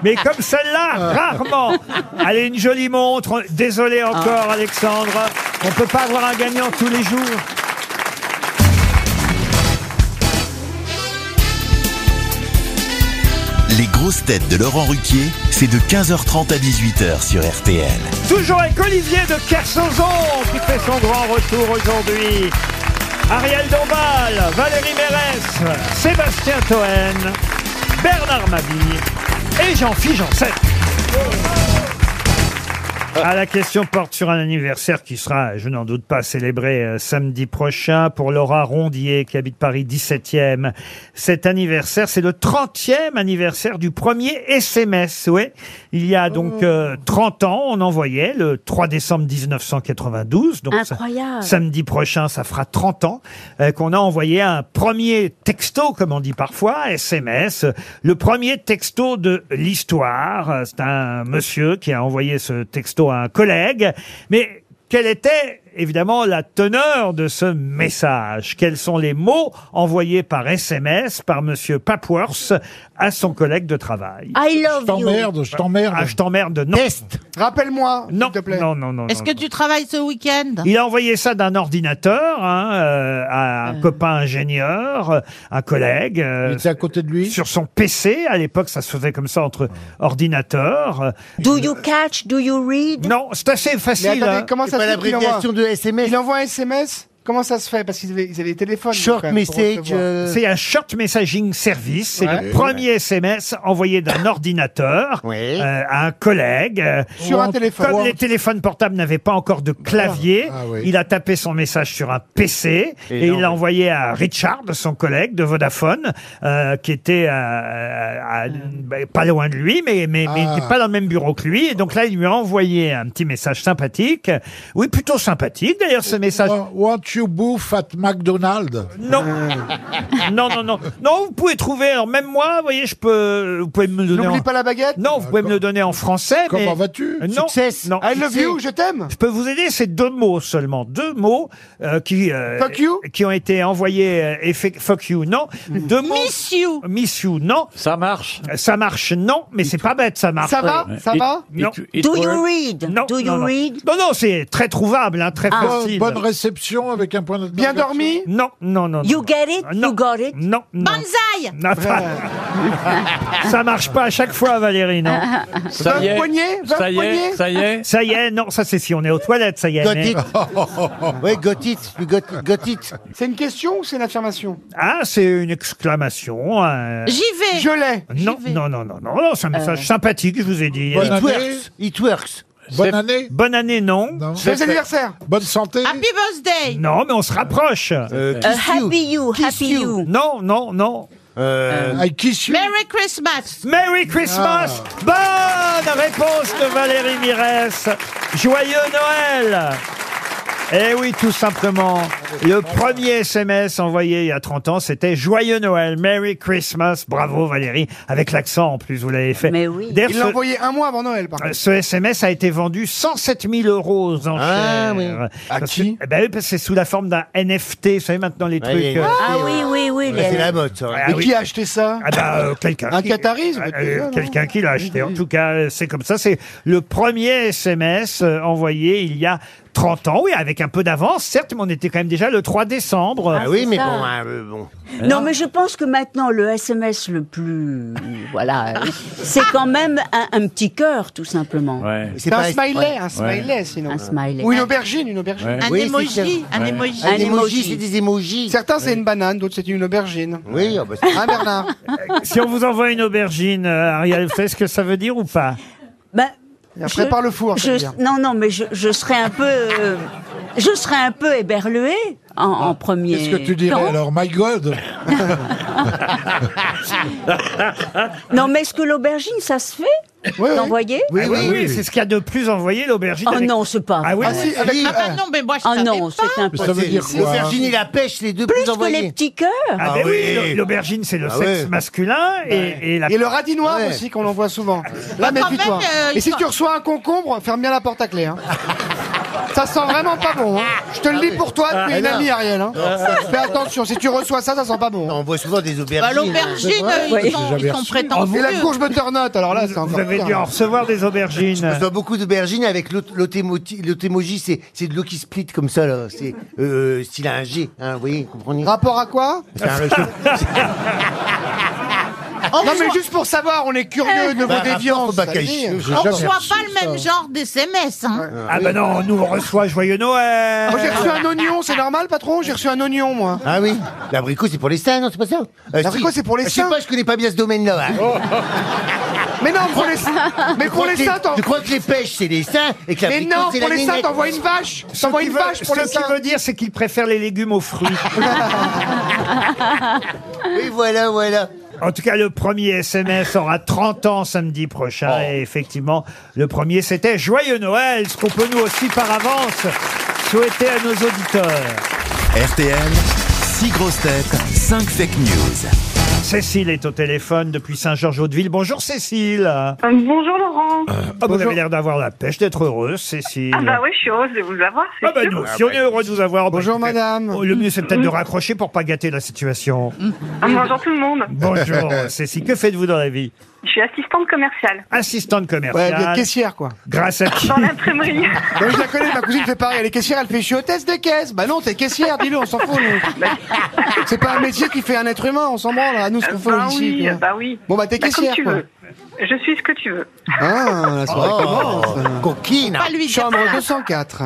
S2: Mais comme celle-là, rarement. Allez, une jolie montre. Désolé encore, Alexandre. On peut pas avoir un gagnant tous les jours.
S1: Les grosses têtes de Laurent Ruquier, c'est de 15h30 à 18h sur RTL.
S2: Toujours avec Olivier de Kersauzon qui fait son grand retour aujourd'hui. Ariel Dombal, Valérie Mérès, Sébastien Toen, Bernard Mabille et Jean-Philippe Janssen. Ah, la question porte sur un anniversaire qui sera, je n'en doute pas, célébré euh, samedi prochain pour Laura Rondier qui habite Paris 17e. Cet anniversaire, c'est le 30e anniversaire du premier SMS. Oui, il y a donc euh, 30 ans, on envoyait le 3 décembre 1992. Donc ça-
S7: Incroyable.
S2: samedi prochain, ça fera 30 ans euh, qu'on a envoyé un premier texto, comme on dit parfois, SMS, euh, le premier texto de l'histoire. Euh, C'est un monsieur qui a envoyé ce texto à un collègue, mais quelle était évidemment la teneur de ce message Quels sont les mots envoyés par SMS par monsieur Papworth à son collègue de travail
S7: I love
S8: Je t'emmerde,
S2: je t'emmerde. Ah, je t'emmerde, non.
S10: Rappelle-moi,
S2: Non, non, non, non.
S19: Est-ce
S2: non,
S19: que tu travailles ce week-end
S2: il a envoyé ça d'un ordinateur hein, euh, à un copain ingénieur, euh, un collègue. il était à côté de lui Sur son PC. À l'époque, ça se faisait comme ça entre
S10: Ah.
S2: ordinateurs.
S7: Do you catch, do you read
S2: Non, c'est assez facile.
S10: Mais attendez,
S2: hein.
S10: comment ça se fait qu'il envoie
S4: de SMS.
S10: Il envoie un SMS Comment ça se fait Parce qu'ils avaient, ils avaient les téléphones. quand même, pour recevoir.
S2: C'est un short messaging service. C'est
S10: euh, Ouais.
S2: le premier SMS envoyé d'un ordinateur euh, à un collègue. euh,
S10: Sur un
S2: Word.
S10: téléphone.
S2: Comme
S10: Word.
S2: les téléphones portables n'avaient pas encore de clavier,
S10: Ah oui.
S2: il a tapé son message sur un PC et,
S10: Et non,
S2: il l'a envoyé à Richard, son collègue de Vodafone, euh, qui était à- à- à- bah, pas loin de lui, mais, mais, mais il
S10: Ah.
S2: n'était pas dans le même bureau que lui. Et donc là, il lui a envoyé un petit message sympathique. Oui, plutôt sympathique d'ailleurs ce message.
S8: Ou un you bouffe at McDonald's
S2: Non. non, non, non. Non, vous pouvez trouver, alors même moi, vous voyez, je peux, vous pouvez me le donner.
S10: N'oublie pas la
S2: baguette Non, vous pouvez me le donner en français.
S8: Ah, Comment
S2: mais-
S8: vas-tu
S2: Non. non.
S10: I love you, je t'aime
S2: Je peux vous aider, c'est deux mots seulement. Deux mots euh, qui, euh,
S10: Fuck you
S2: qui ont été envoyés. euh, et fait- fuck you, non. Deux mots. Miss you Miss you, non.
S5: Ça marche
S2: Ça marche, non, mais c'est pas bête, ça marche.
S10: Ça va Ouais. Ça It- va
S2: Non.
S5: it- it Do you works
S7: read
S2: Non,
S7: Do you
S2: non, non.
S7: read Ah.
S2: Non, non, c'est très trouvable, hein, très
S8: Bonne-
S2: facile.
S8: Bonne réception avec un point de
S2: Bien dormi Non, non, non.
S7: You get it You got it
S2: Non, non.
S7: Banzai
S2: Non, pas- ça marche pas à chaque fois, Valérie, non
S5: Ça y est, ça y est, ça y est.
S2: Ça y est, non, ça c'est si on est aux toilettes, ça y est.
S4: Got
S2: mais-
S4: it. oui, got it. You got, got it.
S10: C'est une question ou c'est une affirmation
S2: Ah, c'est une exclamation. euh,
S10: vais Je l'ai
S2: Non, non, non, non, non, non, c'est un message
S10: Euh.
S2: sympathique, je vous ai dit.
S8: Bonne
S2: It
S8: année.
S2: works, It works.
S8: Bonne année
S2: Bonne année, non.
S10: Joyeux anniversaire
S8: Bonne santé
S6: Happy birthday
S2: Non, mais on se rapproche.
S7: Euh, Happy you Happy you
S2: Non, non, non.
S10: Euh.
S5: euh,
S8: I kiss you.
S6: Merry Christmas
S2: Merry Christmas Bonne réponse de Valérie Mirès Joyeux Noël Eh oui, tout simplement. Le premier SMS envoyé il y a 30 ans, c'était Joyeux Noël, Merry Christmas. Bravo Valérie, avec l'accent en plus, vous l'avez fait. Mais oui.
S10: Il l'a envoyé un mois avant Noël, par contre.
S2: Euh, Ce SMS a été vendu 107 000
S4: Ah
S2: euros aux enchères.
S10: oui.
S2: À qui que, eh ben oui, parce que c'est sous la forme d'un NFT. Vous savez maintenant les trucs.
S4: les
S2: euh,
S7: Ah oui, oui, oui. les-
S4: C'est la mode, ça.
S2: ah
S10: Et
S2: oui.
S10: qui a acheté ça
S2: Ah bah, euh, quelqu'un.
S10: Un
S2: qui-
S10: qatarisme,
S2: euh,
S10: déjà, non
S2: Quelqu'un qui l'a acheté. En tout cas, euh, c'est comme ça. C'est le premier SMS euh, envoyé il y a 30 ans. Oui, avec un peu d'avance, certes, mais on était quand même déjà le 3 décembre.
S4: Ah oui, mais
S7: ça.
S4: bon, hein, euh, bon.
S7: Non, mais je pense que maintenant, le SMS le plus. hmm, Voilà. c'est quand même un, un petit cœur, tout simplement.
S5: Ouais.
S4: C'est
S10: C'est un
S4: pas-
S10: smiley, un
S5: Ouais.
S10: smiley, sinon.
S7: Un smiley.
S10: Ou une aubergine, une aubergine.
S5: Ouais.
S6: Un
S4: Oui,
S6: emoji Un
S5: Ouais.
S6: emoji
S4: Un
S7: Un
S4: emoji,
S7: emoji.
S4: c'est des emojis.
S10: Certains, c'est une banane, d'autres, c'est une aubergine.
S4: Oui, ah bah, c'est-
S10: Hein, Bernard
S2: Si on vous envoie une aubergine, euh, Ariel, vous savez ce que ça veut dire ou pas
S7: Ben,
S10: Et après, par le four,
S7: je-
S10: c'est bien.
S7: non, non, mais je, je serais un peu. euh, je serais un peu éberlué en,
S10: Ah,
S7: en premier.
S8: Qu'est-ce que tu dirais
S7: temps.
S8: alors My God
S7: Non, mais est-ce que l'aubergine, ça se fait
S10: Oui, oui.
S7: D'envoyer
S2: Ah oui, oui, c'est ce qu'il y a de plus envoyé, l'aubergine.
S7: Oh
S2: avec-
S7: non, c'est pas.
S2: Ah oui,
S10: Ah si, avec...
S6: Ah bah non, mais moi je
S7: Ah
S6: savais
S7: non,
S6: pas.
S7: c'est
S8: Mais ça
S7: impossible.
S8: veut dire
S4: c'est
S8: quoi
S4: L'aubergine et la pêche, les deux
S7: Plus
S4: plus
S7: que les
S4: envoyés.
S7: petits cœurs.
S2: Ah
S4: Ah
S2: ben oui,
S4: oui.
S2: l'au- l'aubergine c'est le
S4: Ah
S2: sexe
S4: ouais.
S2: masculin et, et la
S10: Et le radis noir
S4: Ouais.
S10: aussi, qu'on envoie souvent. Là,
S6: Bah, quand
S10: méfie-toi.
S6: même, euh,
S10: Et si
S6: quand-
S10: tu reçois un concombre, ferme bien la porte à clé. hein. Ça sent vraiment pas bon. hein. Je te le dis pour toi depuis
S4: Ah,
S10: une
S4: non.
S10: amie, Ariel. hein. Fais attention, si tu reçois ça, ça sent pas bon. hein.
S4: On voit souvent des aubergines.
S6: Bah, L'aubergine,
S8: vrai.
S6: euh,
S8: Ouais.
S6: ils sont,
S8: J'ai
S6: ils
S8: jamais
S6: sont
S8: reçu.
S6: prétentieux.
S10: Et la courge butternut, alors là, c'est
S2: vous
S10: encore
S2: avez
S10: pire. hein.
S2: dû en recevoir des
S4: Je
S2: aubergines.
S4: reçois beaucoup d'aubergines avec l'aut- l'autémoji. L'autémoji, c'est c'est de l'eau qui split comme ça, là. C'est euh, style un G, hein, vous voyez, comprenez
S10: Rapport à quoi
S4: C'est un-
S10: Non, mais juste pour savoir, on est curieux de
S4: Bah,
S10: vos déviances.
S4: rapport au bac à
S10: ça veut dire.
S4: chiffres.
S6: On reçoit pas le
S2: Oh.
S6: même genre de SMS. Hein.
S2: Ah ben non, nous on reçoit joyeux Noël.
S10: Moi, Oh, j'ai reçu un oignon, c'est normal, patron J'ai reçu un oignon, moi.
S4: Ah oui L'abricot, c'est pour les seins, non C'est pas ça Euh,
S10: L'abricot,
S4: si.
S10: c'est pour les
S4: Je sais
S10: seins.
S4: pas, je connais pas bien ce domaine-là. hein.
S10: Mais non, pour les, mais pour les seins, t'en-
S4: Je crois que les pêches, c'est les seins et que
S10: Mais
S4: l'abricot,
S10: non,
S4: c'est
S10: pour
S4: la
S10: les seins,
S4: nénette.
S10: t'envoies une vache. T'envoies
S2: qui
S10: une
S2: veut-
S10: vache pour
S2: ce
S10: les
S2: qui
S10: seins.
S2: veut dire c'est qu'il préfère les légumes aux fruits.
S4: Oui, voilà, voilà.
S2: en tout cas, le premier SMS aura 30 ans samedi prochain. Et effectivement, le premier c'était joyeux Noël, ce qu'on peut nous aussi par avance souhaiter à nos auditeurs.
S1: RTL, 6 grosses têtes, 5 fake news.
S2: Cécile est au téléphone depuis Saint-Georges-Hauteville. Bonjour Cécile.
S12: Euh, Bonjour Laurent.
S2: Ah, vous avez l'air d'avoir la pêche, d'être heureuse, Cécile.
S12: Ah bah oui, je suis heureuse de vous avoir. c'est
S2: Ah bah
S12: sûr.
S2: nous, si on est heureux de vous avoir. bah,
S10: Bonjour,
S2: écoutez,
S10: madame.
S2: oh, Le mieux c'est peut-être de raccrocher pour pas gâter la situation.
S12: Mmh. Ah, bonjour tout le monde.
S2: Bonjour Cécile, que faites-vous dans la vie
S12: Je suis assistante commerciale.
S2: Assistante
S10: Ouais, elle vient
S2: commerciale.
S10: de caissière, quoi.
S2: grâce à qui
S12: Dans l'imprimerie.
S10: Bah oui, je la connais, ma cousine fait pareil. Elle est caissière, elle fait je suis hôtesse de caisse. Bah non, t'es caissière, dis-le, on s'en fout, nous. C'est pas un métier qui fait un être humain, on s'en branle, à nous, ce qu'on fait
S12: bah
S10: ici.
S12: oui,
S10: quoi.
S12: bah oui.
S10: Bon, bah, t'es
S12: comme
S10: caissière,
S12: tu
S10: quoi.
S12: veux. Je suis ce que tu veux.
S10: Ah, la soirée
S4: Oh,
S10: commence.
S4: coquine
S6: Pas lui dire
S10: Chambre
S6: ça.
S10: 204.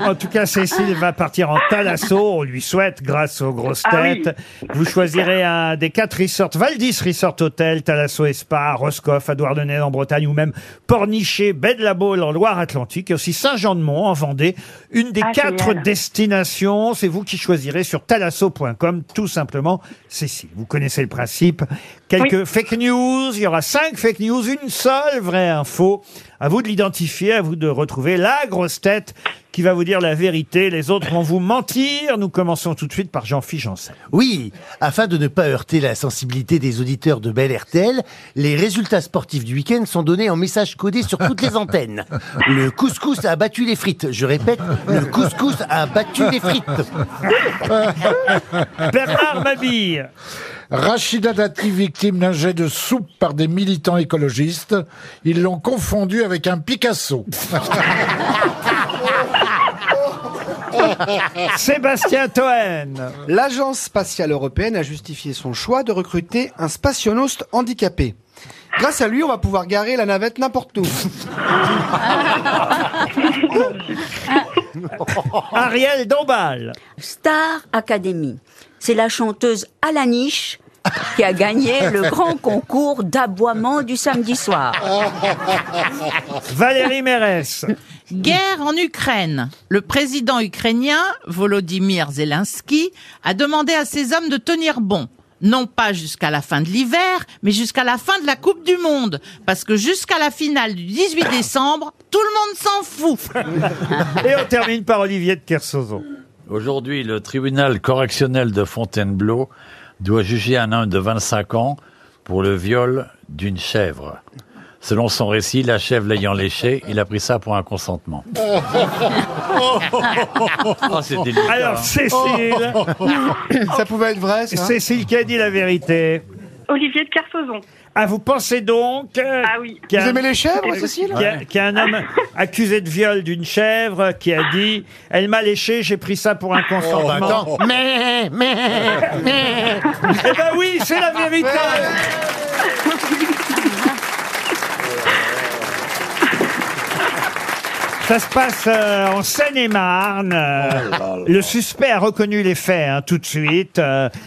S2: En tout cas, Cécile va partir en Thalasso. On lui souhaite, grâce aux grosses
S12: Ah oui.
S2: têtes. Vous choisirez un des quatre resorts, Valdis Resort Hotel, Thalasso et Spa, Roscoff, à Douarnenez en Bretagne, ou même Pornichet, Baie-de-la-Baule en Loire-Atlantique, et aussi Saint-Jean-de-Mont en Vendée. Une des
S12: Ah,
S2: quatre
S12: génial.
S2: destinations, c'est vous qui choisirez sur thalasso.com, tout simplement. Cécile, vous connaissez le principe. Quelques fake news, il y aura cinq fake news, une seule vraie info À vous de l'identifier, à vous de retrouver la grosse tête qui va vous dire la vérité. Les autres vont vous mentir. Nous commençons tout de suite par Jean-Philippe Janssen.
S4: Oui, afin de ne pas heurter la sensibilité des auditeurs de Bel RTL, les résultats sportifs du week-end sont donnés en messages codés sur toutes les antennes. Le couscous a battu les frites. Je répète, le couscous a battu les frites.
S2: Bernard Mabille.
S8: Rachida Dati, victime d'un jet de soupe par des militants écologistes. Ils l'ont confondu avec un Picasso.
S2: Sébastien Toen.
S10: L'Agence spatiale européenne a justifié son choix de recruter un spationaute handicapé. Grâce à lui, on va pouvoir garer la navette n'importe où.
S2: Ariel Dombal.
S7: Star Academy. C'est la chanteuse Alaniche qui a gagné le grand concours d'aboiement du samedi soir.
S2: Valérie Mérès.
S6: Guerre en Ukraine. Le président ukrainien, Volodymyr Zelensky, a demandé à ses hommes de tenir bon. Non pas jusqu'à la fin de l'hiver, mais jusqu'à la fin de la Coupe du Monde. Parce que jusqu'à la finale du 18 décembre, tout le monde s'en fout.
S2: Et on termine par Olivier de Kersozo.
S5: Aujourd'hui, le tribunal correctionnel de Fontainebleau doit juger un homme de 25 ans pour le viol d'une chèvre. Selon son récit, la chèvre l'ayant léché, il a pris ça pour un consentement. Ah, c'est délicat,
S2: Alors,
S5: hein.
S2: Cécile.
S10: Ça pouvait être vrai, ça.
S2: Cécile qui a dit la vérité.
S12: Olivier de Kersauzon.
S2: Ah, vous pensez donc euh,
S12: Ah oui.
S2: qu'il y a
S10: Vous
S2: un-
S10: aimez les chèvres,
S2: qu'il y a-
S10: Cécile
S2: qu'il y a- qu'il y a un homme accusé de viol d'une chèvre qui a dit « Elle m'a léché, j'ai pris ça pour un
S10: Oh,
S2: consentement
S4: attends. Oh, Mais, mais, mais.
S2: Eh ben oui, c'est la vérité Ça se passe euh, en Seine-et-Marne. Euh,
S4: Oh
S2: le suspect a reconnu les faits hein, tout de suite.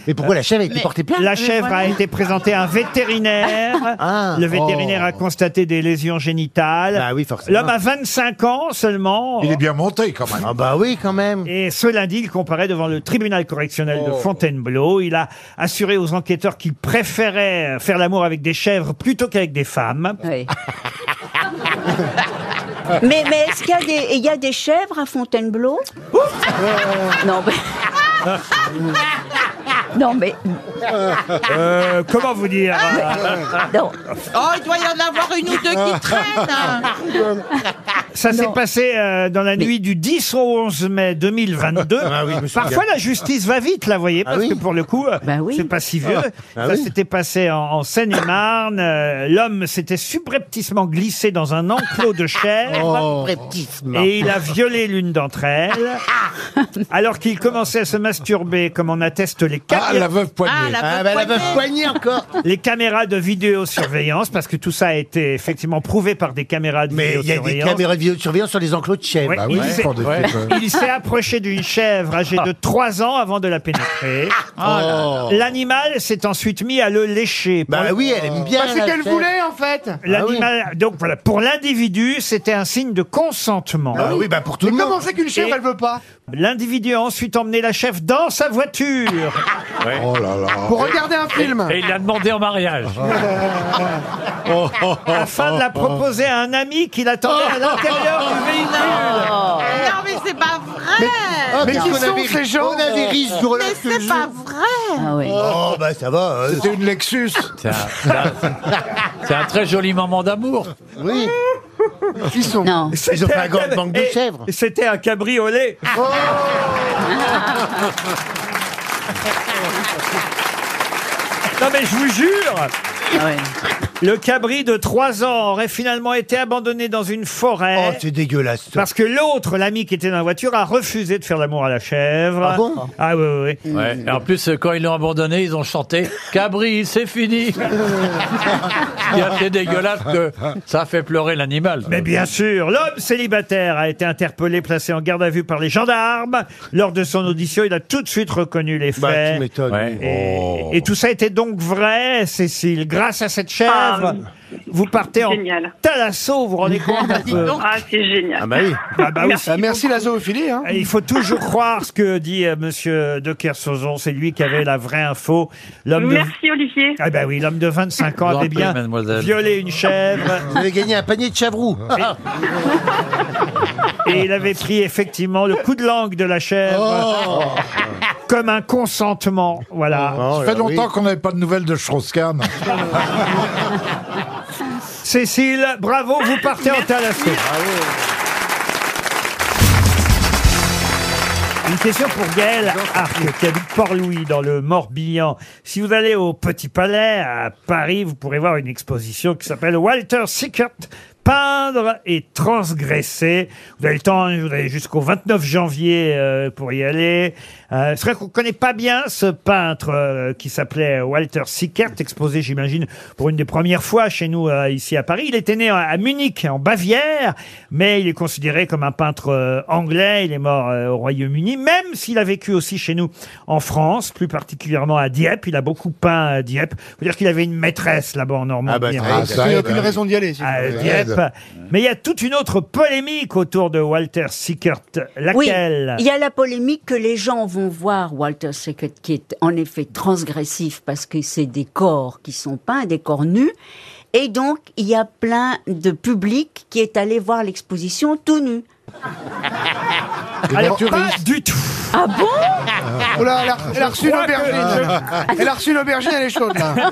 S2: Mais
S4: pourquoi la chèvre a été Mais- portée plainte
S2: La chèvre a
S4: Voilà.
S2: été présentée à un vétérinaire.
S4: Ah. Bah
S2: le vétérinaire a constaté des lésions génitales. L'homme a 25 ans seulement.
S8: Il est bien monté quand même.
S4: Ah bah oui, quand même.
S2: Et ce lundi, il comparait devant le tribunal correctionnel de
S8: Oh.
S2: Fontainebleau. Il a assuré aux enquêteurs qu'il préférait faire l'amour avec des chèvres plutôt qu'avec des femmes.
S7: Mais, mais est-ce qu'il y, a des- il y a des chèvres à Fontainebleau Euh, Non, mais... non, mais...
S2: Euh, comment vous dire hein
S7: Non.
S6: Oh, il doit y en avoir une ou deux qui traînent. hein.
S2: Ah, Ça s'est passé euh, dans la nuit du 10 au 11 mai 2022.
S4: Ah oui, je me souviens. Ah
S2: Parfois, la justice va vite, là, vous voyez, parce
S4: oui.
S2: que pour le coup, euh,
S8: Bah
S2: c'est pas si vieux.
S4: Ah
S2: ça
S4: oui.
S2: s'était passé en, en Seine-et-Marne. Euh, L'homme s'était subrepticement glissé dans un enclos de
S4: Oh.
S2: chèvres.
S4: Subrepticement.
S2: Et il a violé l'une d'entre elles. Alors qu'il commençait à se masturber, comme en attestent les caméras.
S8: la veuve poignée. Ah, la veuve
S4: bah, la veuve poignée encore.
S2: Les caméras de vidéosurveillance, parce que tout ça a été effectivement prouvé par des caméras de
S4: Mais il y a
S2: vidéosurveillance.
S4: des caméras de vidéosurveillance sur les enclos de euh. chèvres.
S2: Ouais, il s'est- il s'est approché d'une chèvre âgée de 3 ans avant de la pénétrer.
S4: Oh.
S2: Oh
S4: là là.
S2: L'animal s'est ensuite mis à le lécher.
S4: Bah
S2: Pour-
S4: oui, elle aime bien.
S10: Bah, c'est
S4: la
S10: qu'elle
S4: chèvre. Bah
S10: voulait, en fait.
S2: Ah L'animal, donc voilà, pour l'individu, c'était un signe de consentement.
S4: Ah oui, bah pour tout
S10: Mais
S4: le monde.
S10: comment c'est qu'une chèvre,
S2: Et-
S10: elle veut pas
S2: L'individu a ensuite emmené la chèvre dans sa voiture.
S8: Oh là là.
S10: Pour regarder un film.
S5: Et il l'a demandé en mariage.
S2: Ah. afin de la proposer à un ami qui l'attendait à l'intérieur du
S6: Non,
S2: véhicule.
S6: Non, mais c'est pas vrai.
S4: Ah,
S10: Mais
S4: qu'est-ce
S10: qui
S4: qu'on
S10: sont
S4: avait-
S10: ces gens Ah
S4: On avait ri sur la
S6: Mais c'est pas vrai.
S4: Oh bah ça va. euh,
S8: C'était une Lexus.
S5: C'est un, c'est un- c'est un très joli moment d'amour.
S4: Oui.
S10: Qui sont
S7: Non.
S4: Ils ont fait un
S2: cab-
S4: gangbang de
S2: et-
S4: chèvres.
S2: et C'était un cabriolet. Non mais je vous jure
S4: Ah
S2: Le cabri de 3 ans aurait finalement été abandonné dans une
S4: Oh,
S2: forêt.
S4: c'est dégueulasse. ça.
S2: parce que l'autre, l'ami qui était dans la voiture, a refusé de faire l'amour à la chèvre.
S4: Ah bon
S2: Ah oui, oui, oui.
S5: Ouais. Et en plus, euh, quand ils l'ont abandonné, ils ont chanté Cabri, c'est fini. Il y a c'est dégueulasse que ça a fait pleurer l'animal. Euh,
S2: Mais bien sûr, l'homme célibataire a été interpellé, placé en garde à vue par les gendarmes. Lors de son audition, il a tout de suite reconnu les
S4: Bah, tu
S2: faits.
S4: m'étonnes.
S5: Ouais.
S2: et, et tout ça était donc vrai, Cécile, grâce à cette chèvre. Vous partez en
S12: Génial.
S2: Thalasso, vous vous rendez compte
S6: bah,
S2: un peu
S12: Ah, c'est génial.
S2: Ah bah oui.
S12: Merci.
S2: la zoophilie. Il faut toujours croire ce que dit euh, Monsieur de Kersauzon. C'est lui qui avait la vraie info. L'homme de...
S12: Merci, Olivier.
S2: Ah bah oui, l'homme de 25 ans
S18: Vous en
S2: avait
S18: prie,
S2: bien
S18: mademoiselle.
S2: violé une chèvre.
S4: Vous avez gagné un panier de chavroux.
S2: Et il avait pris effectivement le coup de langue de la chèvre comme un consentement.
S10: Ah,
S2: Voilà.
S8: Ça fait longtemps qu'on n'avait pas de nouvelles de Strauss-Kahn.
S2: Cécile, bravo, vous partez en Thalasso. Une question pour Gaël Arc, qui habite Port-Louis, dans le Morbihan. Si vous allez au Petit Palais, à Paris, vous pourrez voir une exposition qui s'appelle Walter Sickert, peindre et transgresser. Vous avez le temps, vous avez jusqu'au 29 janvier euh, pour y aller. Euh, c'est vrai qu'on connaît pas bien ce peintre euh, qui s'appelait Walter Sickert, exposé, j'imagine, pour une des premières fois chez nous, euh, ici à Paris. Il était né à- à Munich, en Bavière, mais il est considéré comme un peintre euh, anglais. Il est mort euh, au Royaume-Uni, même s'il a vécu aussi chez nous en France, plus particulièrement à Dieppe. Il a beaucoup peint à Dieppe. Faut dire qu'il avait une maîtresse là-bas en Normandie.
S10: bah, ça
S2: hein.
S10: aide, ça Il y a aide, aucune ouais. raison d'y aller, sinon.
S2: À
S10: Ça
S2: Dieppe.
S10: aide.
S2: Mais il y a toute une autre polémique autour de Walter Sickert. Laquelle
S7: Oui, il y a la polémique que les gens vont voir Walter Sickert, qui est en effet transgressif parce que c'est des corps qui sont peints, des corps nus. Et donc, il y a plein de public qui est allé voir l'exposition tout nu.
S2: Alors, pas du tout.
S7: Ah bon
S10: Oh là, elle a, elle a reçu
S2: Je crois
S10: l'aubergine.
S2: que-
S10: Elle a reçu l'aubergine, elle est chaude là.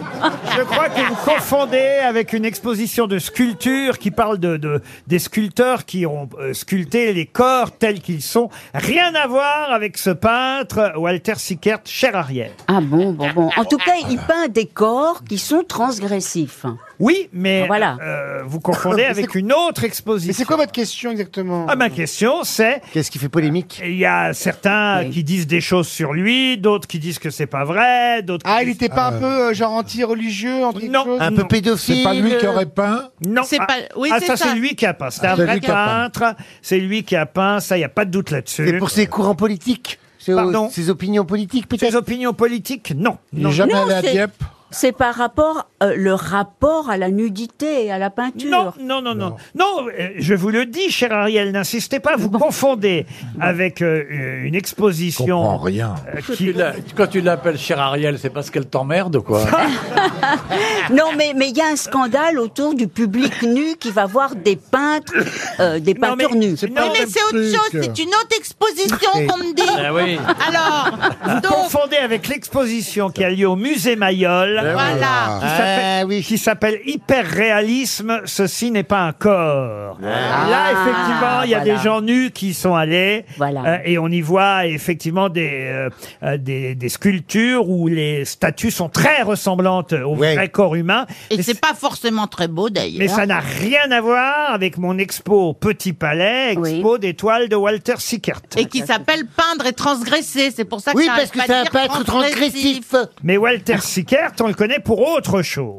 S2: Je crois que vous confondez avec une exposition de sculpture qui parle de, de- des sculpteurs qui ont euh, sculpté les corps tels qu'ils sont. Rien à voir avec ce peintre Walter Sickert, cher arrière.
S7: Ah bon, bon, bon. En tout cas, il peint des corps qui sont transgressifs.
S2: Oui, mais
S7: voilà.
S2: euh, vous confondez avec une autre exposition. Mais c'est quoi votre question exactement Ah, ma question, c'est. Qu'est-ce qui fait polémique Il y a certains qui disent des choses sur lui, d'autres qui disent que c'est pas vrai, d'autres. Ah, il était
S10: Pas un peu euh, genre anti-religieux, anti quelque chose
S2: non.
S8: C'est pas lui qui aurait peint
S2: Non.
S10: euh, C'est
S2: ah,
S10: pas- oui,
S2: ah,
S10: c'est
S2: ça,
S10: ça.
S2: c'est lui qui a peint. C'est
S10: Ah,
S2: un
S10: c'est
S2: vrai
S10: lui qui a peint.
S2: peintre. C'est lui qui a peint. Ça, il n'y a pas de doute là-dessus. C'est pour ses courants politiques. Pardon. Ses opinions politiques, peut-être. Ses opinions politiques, non. non.
S7: Non, c'est- C'est par rapport, euh, le rapport à la nudité et à la peinture.
S2: Non, non, non, non. Non, euh, je vous le dis, cher Ariel, n'insistez pas, vous confondez avec euh, une exposition.
S18: rien. Quand tu l'appelles cher Ariel, c'est parce qu'elle t'emmerde ou quoi
S7: Non, mais mais il y a un scandale autour du public nu qui va voir des peintres, euh, des peintures nues.
S19: Oui, mais c'est autre chose, c'est une autre exposition
S2: Eh.
S19: qu'on me dit.
S2: Ah oui.
S19: Alors,
S2: Vous confondez avec l'exposition qui a lieu au musée Mayol.
S19: Eh oui. Eh Voilà.
S2: Qui s'appelle- Qui s'appelle Hyperréalisme, ceci n'est pas un corps. Là,
S19: Ah.
S2: effectivement, il y a
S20: voilà.
S2: des gens nus qui sont allés. Euh, et on y voit effectivement des, euh, euh, des, des sculptures où les statues sont très ressemblantes au vrai corps humain.
S19: et c'est pas forcément très beau d'ailleurs.
S2: Mais ça n'a rien à voir avec mon expo au Petit Palais, expo des toiles de Walter Sickert.
S19: Et qui s'appelle peindre et transgresser, c'est pour ça que j'arrive pas à dire
S2: Mais Walter Sickert, on le connaît pour autre chose.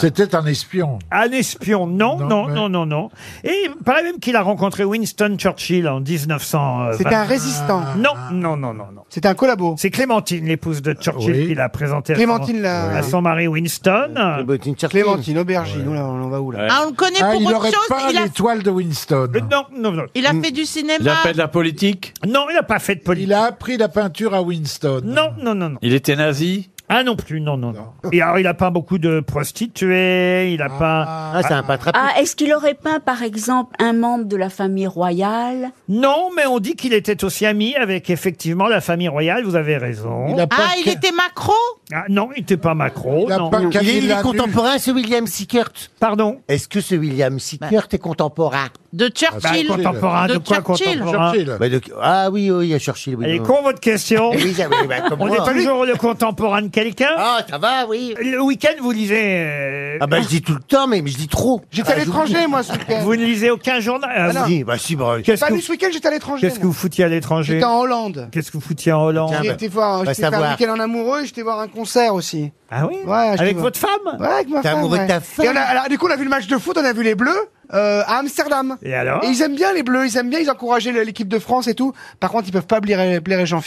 S8: C'était un espion.
S2: Un espion, non, non, non, non, non. Et il me paraît même qu'il a rencontré Winston Churchill en 1900.
S10: C'était un résistant.
S2: Ah. Non, non, non, non, non. C'était un collabo. C'est Clémentine, l'épouse de Churchill,
S10: Oui.
S2: qui l'a présenté à
S10: Clémentine,
S2: son,
S10: la-
S2: à son mari Winston.
S10: Clémentine, aubergine, oula, on en va où là
S19: Ah, on le connaît
S8: Ah,
S19: pour
S8: il
S19: autre
S8: aurait
S19: chose,
S8: peint
S19: il a-
S8: l'étoile de Winston.
S2: Non, non, non.
S19: Il a fait du cinéma.
S18: la politique
S2: Non, il n'a pas fait de politique.
S8: Il a appris la peinture à Winston.
S2: Non, non, non, non.
S18: Il était nazi
S2: Ah non plus, non, non, non. Et alors, il a peint beaucoup de prostituées, il a peint... Ah, c'est un peintre
S7: Ah, est-ce qu'il aurait peint, par exemple, un membre de la famille royale
S2: Non, mais on dit qu'il était aussi ami avec, effectivement, la famille royale, vous avez raison.
S19: Ah, il était Macron
S2: Ah, non, il n'était pas Macron. non.
S4: Il est, il est contemporain, ce William Sickert.
S2: Pardon
S4: Est-ce que ce William Sickert est contemporain
S19: Bah. De
S10: Ah,
S19: Churchill.
S2: Ah,
S4: Bah, contemporain, de De quoi
S19: Churchill.
S4: contemporain
S2: Churchill.
S4: Bah, de- Ah oui, oui, il y a Churchill. Oui,
S2: Elle est
S4: oui.
S2: con, votre question.
S4: Eh oui, ça- oui, bah, comme
S2: on
S4: moi.
S2: est toujours le contemporain de quelqu'un.
S4: Ah, ça va, oui.
S2: Le week-end, vous lisez. euh,
S4: Ah bah je dis tout le temps, mais je dis trop.
S10: J'étais à l'étranger, moi, ce week-end.
S2: Vous ne lisez aucun journal Ah,
S10: non.
S2: vous-
S10: Si,
S4: bah si, bah.
S2: Qu'est-ce
S10: Pas
S2: que,
S10: lui ce week-end, j'étais à l'étranger.
S2: qu'est-ce que vous foutiez à l'étranger
S10: J'étais en Hollande.
S2: Qu'est-ce que vous foutiez en Hollande
S4: bah,
S10: J'ai été voir, j'étais faire un week-end en amoureux et j'étais voir un concert aussi.
S2: ben, Ah oui
S10: Ouais, j'étais
S2: Avec
S10: voir-
S2: votre femme
S10: Ouais, avec ma
S2: T'es
S10: femme.
S2: amoureux de
S10: ouais.
S2: ta femme
S10: Et on a- alors, du coup, on a vu le match de foot, on a vu les Bleus euh, à Amsterdam.
S2: Et alors
S10: ils aiment bien les Bleus, ils aiment bien, ils encourageaient l'équipe de France et tout. Par contre, ils peuvent pas plaire, plaire à jean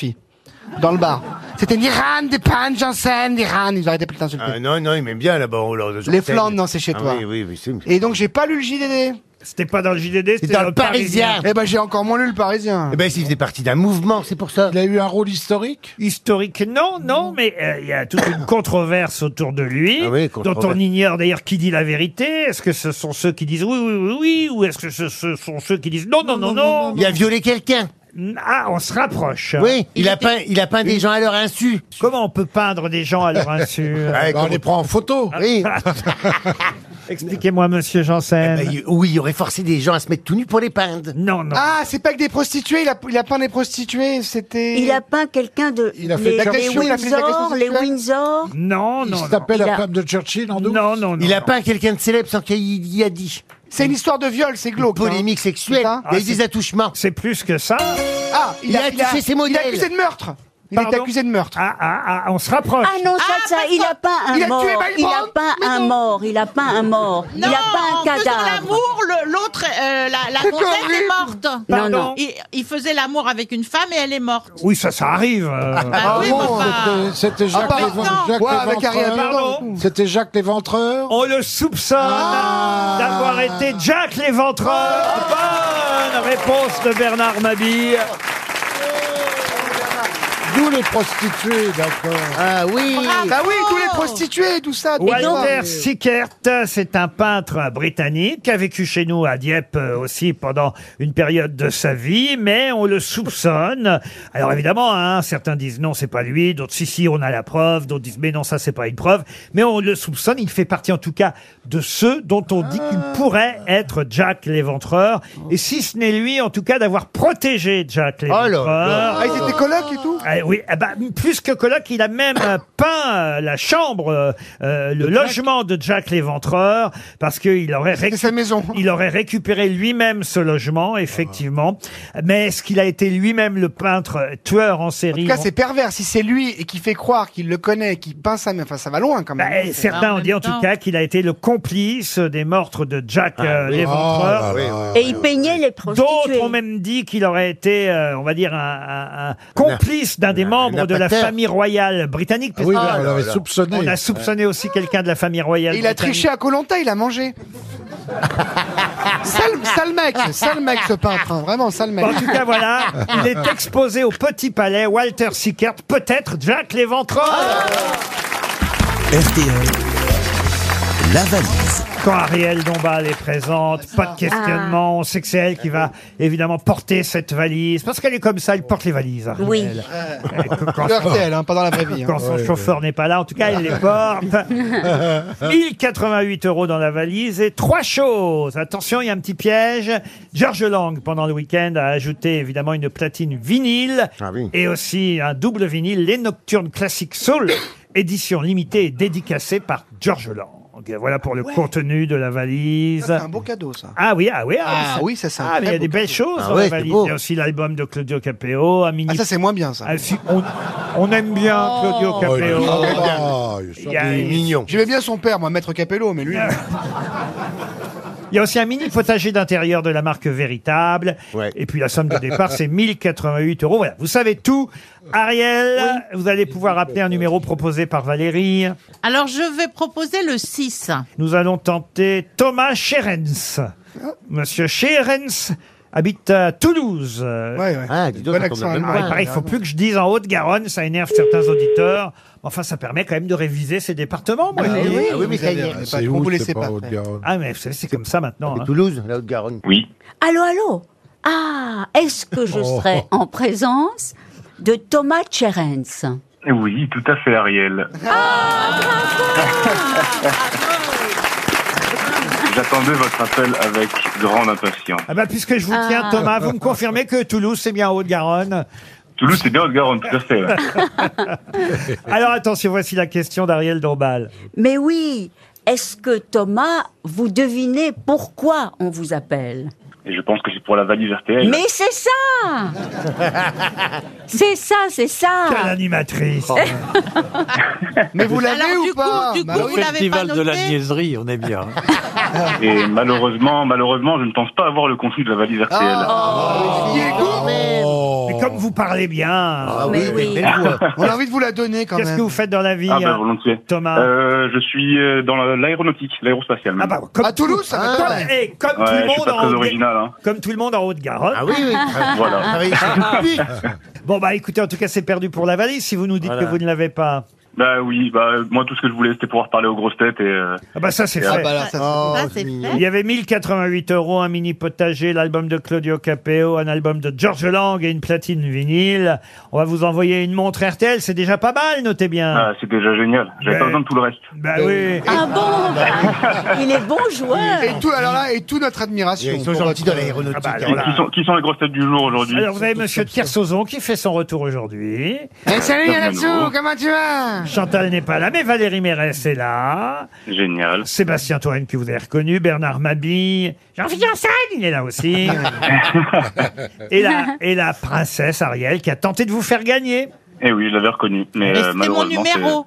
S10: dans le bar. C'était Niran, Depan, Janssen, Niran. Ils arrêtaient plus de t'insulter.
S4: Ah, non, non, il m'aime bien là-bas. on leur-
S10: Les Flandres, non, c'est chez
S4: Ah
S10: toi.
S4: Oui, oui, oui, c'est-
S10: Et donc, j'ai pas lu le JDD.
S2: C'était pas dans le JDD,
S4: c'était dans le Parisien.
S10: Eh ben, j'ai encore moins lu le Parisien.
S4: Eh ben, s'il faisait partie d'un mouvement, c'est pour ça.
S8: Il a eu un rôle historique
S2: Historique, non, non, mais euh, il y a toute une controverse autour de lui,
S4: Ah
S2: dont
S4: controverse.
S2: on ignore d'ailleurs qui dit la vérité. Est-ce que ce sont ceux qui disent oui, oui, oui, oui, ou est-ce que ce, ce sont ceux qui disent non, non, non, non
S4: Il a violé quelqu'un.
S2: Ah, on se rapproche.
S4: Oui, il, a peint, il a peint des gens à leur insu.
S2: Comment on peut peindre des gens à leur insu Ah.
S4: Ouais, quand on les
S8: prend en photo.
S4: Oui.
S2: Expliquez-moi, monsieur Janssen.
S4: oui, Eh ben, il aurait forcé des gens à se mettre tout nus pour les peindre.
S2: Non, non.
S10: Ah, c'est pas que des prostituées. Il a, il a peint des prostituées. C'était.
S7: Il a peint quelqu'un de.
S10: a fait
S7: les,
S10: de
S7: les
S10: l'agression, il a fait de l'agression
S7: Windsor, les
S10: sexuelle
S7: Windsor.
S2: Non,
S7: Il non, se
S8: tapait
S7: non. la Il a-
S8: femme de Churchill en douce
S2: Non, non,
S4: Il a peint quelqu'un de célèbre sans qu'il y a dit.
S10: C'est une histoire de viol, c'est glauque. hein.
S4: Une polémique sexuelle.
S10: Putain.
S4: Il y a eu des attouchements.
S2: Ah, C'est plus que ça.
S10: Ah, il,
S4: Il a touché ses
S10: Il
S4: modèles.
S10: a accusé de meurtre. Il
S2: Pardon
S10: est accusé de meurtre.
S2: Ah, ah, ah, on se rapproche.
S7: Ah non, ça, ça, il a peint un
S10: il a tué
S7: mort.
S10: Malbon,
S7: il a peint un mort. Il a peint un mort.
S19: Non,
S7: il a peint un
S19: en faisant
S7: cadavre.
S19: l'amour, le- l'autre, euh, la, la
S10: C'est
S19: gonzesse
S10: horrible.
S19: est morte.
S7: Pardon.
S2: Non, non.
S19: Il, il faisait l'amour avec une femme et elle est morte.
S2: Oui, ça, ça arrive. euh.
S19: Bah oui, mais enfin,
S8: Ah C'était- C'était
S10: Ah,
S8: Jacques,
S10: pardon.
S8: Léven- Jacques
S10: Ouais, avec Ariel
S8: Léventreur.
S2: Pardon.
S8: C'était Jacques Léventreur.
S2: On le soupçonne
S8: Ah.
S2: d'avoir été Jack l'éventreur.
S8: Ah.
S2: Bonne réponse de Bernard Mabille.
S8: D'où les prostituées, d'accord.
S4: Ah oui.
S10: Bah oui, tous les prostituées, tout ça. tout ça.
S2: Walter Sickert, c'est un peintre britannique qui a vécu chez nous à Dieppe euh, aussi pendant une période de sa vie, mais on le soupçonne. Alors évidemment, hein, certains disent non, c'est pas lui, d'autres si si, on a la preuve, d'autres disent mais non, ça c'est pas une preuve, mais on le soupçonne. Il fait partie en tout cas de ceux dont on dit qu'il pourrait être Jack l'éventreur, et si ce n'est lui, en tout cas d'avoir protégé Jack
S4: là
S2: l'éventreur.
S4: là.
S10: Oh Ah, ils étaient colocs et tout
S2: Ah oui, ah bah, plus que colloque, il a même euh, peint euh, la chambre, euh, euh, le logement de Jack l'Éventreur, parce qu'il aurait, récu-
S10: C'est sa maison.
S2: il aurait récupéré lui-même ce logement, effectivement.
S10: Ah.
S2: Mais est-ce qu'il a été lui-même le peintre euh, tueur en
S10: En
S2: série
S10: tout cas,
S2: On-
S10: c'est pervers. Si c'est lui et qui fait croire qu'il le connaît, qui pince sa main, enfin, ça va loin quand même.
S2: Bah, eh, certains
S19: en
S2: ont dit
S19: même
S2: en tout
S19: temps.
S2: cas qu'il a été le complice des meurtres de Jack euh, l'Éventreur.
S8: Ah, là, là.
S7: Et il peignait les
S2: D'autres
S7: prostituées.
S2: ont même dit qu'il aurait été, euh, on va dire, un, un- un complice d'un des membres de la
S4: appâteur.
S2: famille royale britannique.
S8: Ah
S2: parce
S8: oui,
S2: que-
S8: là, on l'avait
S2: On
S8: soupçonné.
S2: a soupçonné aussi quelqu'un de la famille royale.
S10: Et il a
S2: britannique.
S10: triché à Colanta, il a mangé. sale, sale mec, sale mec ce peintre, hein, vraiment sale mec.
S2: En tout cas, voilà, il est exposé au Petit Palais, Walter Sickert, peut-être Jack Léventreur.
S1: Oh RTL, la valise.
S2: Quand Ariel Dombal est présente, pas de questionnement, on sait que c'est elle qui va évidemment porter cette valise, parce qu'elle est comme ça, elle porte les valises. Ariel.
S7: Oui.
S2: Euh, quand- quand-
S10: Le RTL, hein, pas dans la vraie vie. hein.
S2: Quand son chauffeur n'est pas là, en tout cas, elle les porte. 1088 euros dans la valise et trois choses. Attention, il y a un petit piège. George Lang, pendant le week-end, a ajouté évidemment une platine vinyle
S4: Ah oui.
S2: et aussi un double vinyle, les Nocturnes Classiques Soul, édition limitée et dédicacée par George Lang. Voilà pour le contenu de la valise.
S10: C'est un beau cadeau ça.
S2: Ah oui, ah oui,
S10: Ah
S2: ça-
S10: oui, ça, c'est un
S2: Ah, mais il y a
S10: très
S2: des
S10: beau
S2: belles choses
S4: Ah
S2: dans
S4: ouais,
S2: la
S4: c'est
S2: valise.
S4: beau.
S2: Il y a aussi l'album de Claudio Capéo, un mini.
S10: Ah ça c'est moins bien ça.
S2: Ah, si, on, on aime bien Claudio
S8: Oh, il est
S2: Capéo.
S8: là, Oh, il est
S2: Il y, a, il
S4: Mignon.
S10: J'aimais bien son père, moi, Maître Capello, mais lui.
S2: y a aussi un mini potager d'intérieur de la marque Véritable.
S4: Ouais.
S2: Et puis la somme de départ, c'est 1088 euros. Voilà, vous savez tout. Ariel, vous allez pouvoir appeler un numéro proposé par Valérie.
S19: Alors je vais proposer le 6.
S2: Nous allons tenter Thomas Scherens. Monsieur Scherens habite à Toulouse. Euh,
S10: Ouais, ouais.
S4: Ah, dis donc,
S10: Bon
S4: ça tombe
S10: accent
S4: bien.
S2: Ah, il
S10: allemand.
S2: paraît, il faut plus que je dise en Haute-Garonne, ça énerve certains auditeurs. Enfin, ça permet quand même de réviser ses départements. moi, je dis.
S4: Ah oui, mais ça y est.
S10: pas-
S8: C'est
S10: on
S8: où
S10: vous
S8: C'est
S10: laissait
S8: pas
S10: pas
S8: haute
S10: faire.
S2: Ah, mais vous savez, c'est comme ça maintenant.
S4: C'est
S2: hein.
S4: Toulouse, la Haute-Garonne.
S17: Oui.
S7: Allô, allô Ah, est-ce que je serai en présence de Thomas Cherens
S17: Eh Oui, tout à fait, Ariel.
S7: Ah,
S17: J'attendais votre appel avec grande impatience.
S2: Ah bah, puisque je vous tiens,
S7: Ah.
S2: Thomas, vous me confirmez que Toulouse, c'est bien en Haute-Garonne.
S17: Toulouse, c'est bien Haute-Garonne, tout à fait. là.
S2: Alors, attention, voici la question d'Ariel Dombal.
S7: Mais oui, est-ce que Thomas, vous devinez pourquoi on vous appelle
S17: Et je pense que c'est pour la valise RTL.
S7: Mais c'est ça C'est ça, c'est
S10: Ah.
S2: Quelle
S7: ça
S2: animatrice
S10: Mais vous l'avez
S19: Alors
S10: ou
S19: du
S10: pas
S19: coup, du
S10: Bah
S19: coup,
S10: oui.
S19: vous l'avez pas
S18: Festival de la
S19: noté.
S18: niaiserie, on est bien.
S17: Et
S7: Ah.
S17: malheureusement, malheureusement, je ne pense pas avoir le contenu de la valise RTL.
S10: Il est con.
S4: Oh.
S2: Mais comme vous parlez bien.
S10: Ah oui, oui, belle voix. On a envie de vous la donner quand
S2: Qu'est-ce
S10: même.
S2: que vous faites dans la vie
S17: Ah bah
S2: hein,
S17: volontiers.
S2: Thomas
S17: Euh, je suis euh, dans la- l'aéronautique, l'aérospatiale.
S2: Ah bah, comme
S10: À Toulouse, ça va
S2: comme,
S10: pas, ouais.
S2: eh, comme tout
S17: Ouais,
S2: le
S17: je suis
S2: monde
S17: pas
S2: en
S17: très
S2: Haute-
S17: original. Hein.
S2: Comme tout le monde en Haute-Garonne.
S17: Ah oui, oui. Voilà.
S2: Ah oui. Bon, bah écoutez, en tout cas, c'est perdu pour la valise si vous nous dites
S17: Voilà.
S2: que vous ne l'avez pas.
S17: Bah oui, bah moi tout ce que je voulais c'était pouvoir parler aux grosses têtes et. euh,
S2: Ah bah ça, c'est
S17: et,
S2: fait. Oh,
S17: euh,
S2: Il y avait 1088 euros, un mini potager, l'album de Claudio Capeo, un album de George Lang et une platine vinyle. On va vous envoyer une montre RTL, c'est déjà pas mal, notez bien.
S17: ah, c'est déjà génial. J'avais
S2: Ben-
S17: pas besoin de tout le reste.
S2: Bah oui.
S7: Ah bon Il est bon joueur.
S10: Et tout, alors là, et toute notre admiration.
S4: Ils sont gentils dans l'aéronautique.
S2: Ah bah,
S17: Qui, qui sont, qui sont les grosses têtes du jour aujourd'hui
S2: Alors vous avez Monsieur de Kersauzon qui fait son retour aujourd'hui.
S10: Eh, salut
S17: Fernando.
S10: Yanatsu, comment tu vas
S2: Chantal n'est pas là, mais Valérie Mérès est là.
S17: Génial.
S2: Sébastien Toine que vous avez reconnu, Bernard Mabille, Jean-Philippe Janssen, il est là aussi. et, la, et la princesse Ariel qui a tenté de vous faire gagner.
S17: Eh oui, je l'avais reconnu, mais, euh,
S19: c'était mon
S17: malheureusement c'est-
S19: numéro.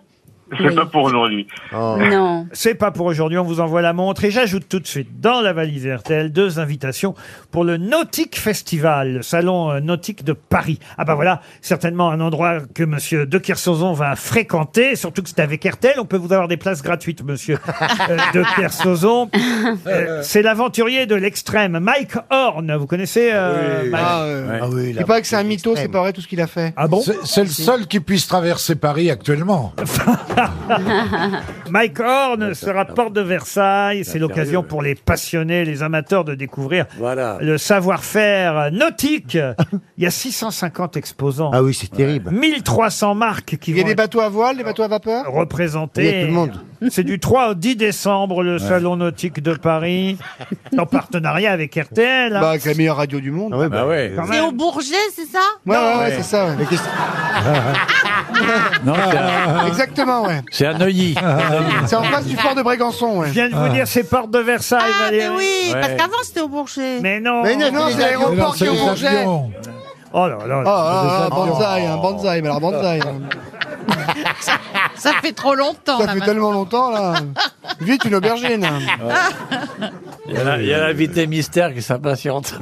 S17: c'est pas pour aujourd'hui.
S7: Non.
S2: C'est pas pour aujourd'hui, on vous envoie la montre. Et j'ajoute tout de suite dans la valise RTL deux invitations pour le Nautique Festival, le salon euh, nautique de Paris. Ah bah voilà, certainement un endroit que monsieur de Kersauzon va fréquenter, surtout que c'est avec RTL, on peut vous avoir des places gratuites, monsieur euh, de Kersauzon. Euh, c'est l'aventurier de l'extrême, Mike Horn. Vous connaissez euh, Mike
S10: Ah, euh,
S8: Ah oui,
S10: Il paraît que c'est un mytho, c'est pas vrai tout ce qu'il a fait.
S2: Ah bon
S8: C'est- C'est le seul qui puisse traverser Paris actuellement.
S10: Ah,
S2: Mike Horn sera porte de Versailles. C'est l'occasion pour les passionnés, les amateurs de découvrir le savoir-faire nautique. Il y a 650 exposants,
S4: Ah oui, c'est terrible.
S2: 1300 marques qui
S10: Il y a
S2: vont
S10: des
S2: être
S10: bateaux à voile, des bateaux à vapeur
S2: représentées.
S4: Il y a tout le monde.
S2: C'est du 3 au 10 décembre, le Salon Nautique de Paris, en partenariat avec RTL. hein.
S10: Bah, avec la meilleure radio du
S4: Ah
S10: monde. Ouais,
S18: Bah ouais.
S2: Quand
S19: C'est
S2: même.
S19: au Bourget, c'est ça
S10: ouais, ouais, c'est ça. ouais.
S18: Non, c'est à-
S4: Ah.
S2: Ah.
S10: Exactement, ouais.
S18: c'est à Neuilly.
S10: C'est en face du fort de Brégançon, ouais. Ah.
S2: Je viens de vous dire, c'est porte de Versailles,
S19: Ah, mais
S2: Valérie.
S19: oui,
S18: Ouais.
S19: parce qu'avant c'était au Bourget.
S2: Mais non.
S10: Mais non, c'est l'aéroport qui est au
S8: les
S10: Bourget. Oh
S8: avions.
S2: Oh là là.
S10: Ah, là là, Banzai, hein, Banzai, mais alors Banzai. hein.
S19: Ça fait trop longtemps. là,
S10: Ça fait
S19: maintenant.
S10: tellement longtemps, là. Vite, une aubergine.
S18: Il y a la- il y a l'invité mystère qui s'impatiente.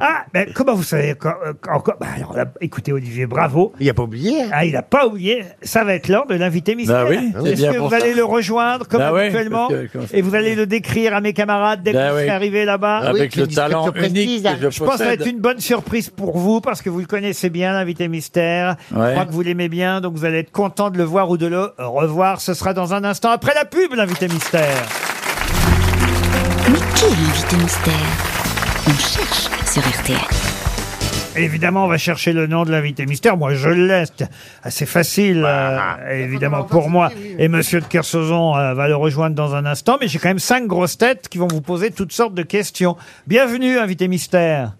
S2: Ah, mais comment vous savez quand- euh, encore bah, alors là, Écoutez, Olivier, bravo.
S4: Il a pas oublié. hein. Ah
S2: Ah, il n'a pas oublié. Ça va être l'heure de l'invité mystère.
S18: Bah oui, c'est
S2: Est-ce
S18: bien
S2: que
S18: pour
S2: vous
S18: ça.
S2: allez le rejoindre comme
S18: Bah ouais,
S2: habituellement
S18: parce que comme ça.
S2: et vous allez le décrire à mes camarades dès que
S18: Bah
S2: vous
S18: oui.
S2: serez arrivé là-bas
S18: Avec
S4: Ah oui,
S18: le
S4: une
S18: talent
S4: description
S18: unique
S4: précise, hein.
S18: que je,
S2: je pense que ça va
S18: possède.
S2: être une bonne surprise pour vous parce que vous le connaissez bien, l'invité mystère. Je
S18: Ouais.
S2: crois que vous l'aimez bien, donc vous allez être content de le voir ou de le revoir. Ce sera dans un instant après la pub, l'invité mystère.
S9: Mais qui est l'invité mystère On cherche sur RTL.
S2: Évidemment, on va chercher le nom de l'invité mystère. Moi, je le laisse. C'est assez facile, euh, évidemment, pour moi. Et Monsieur de Kersauzon euh, va le rejoindre dans un instant. Mais j'ai quand même cinq grosses têtes qui vont vous poser toutes sortes de questions. Bienvenue, invité mystère.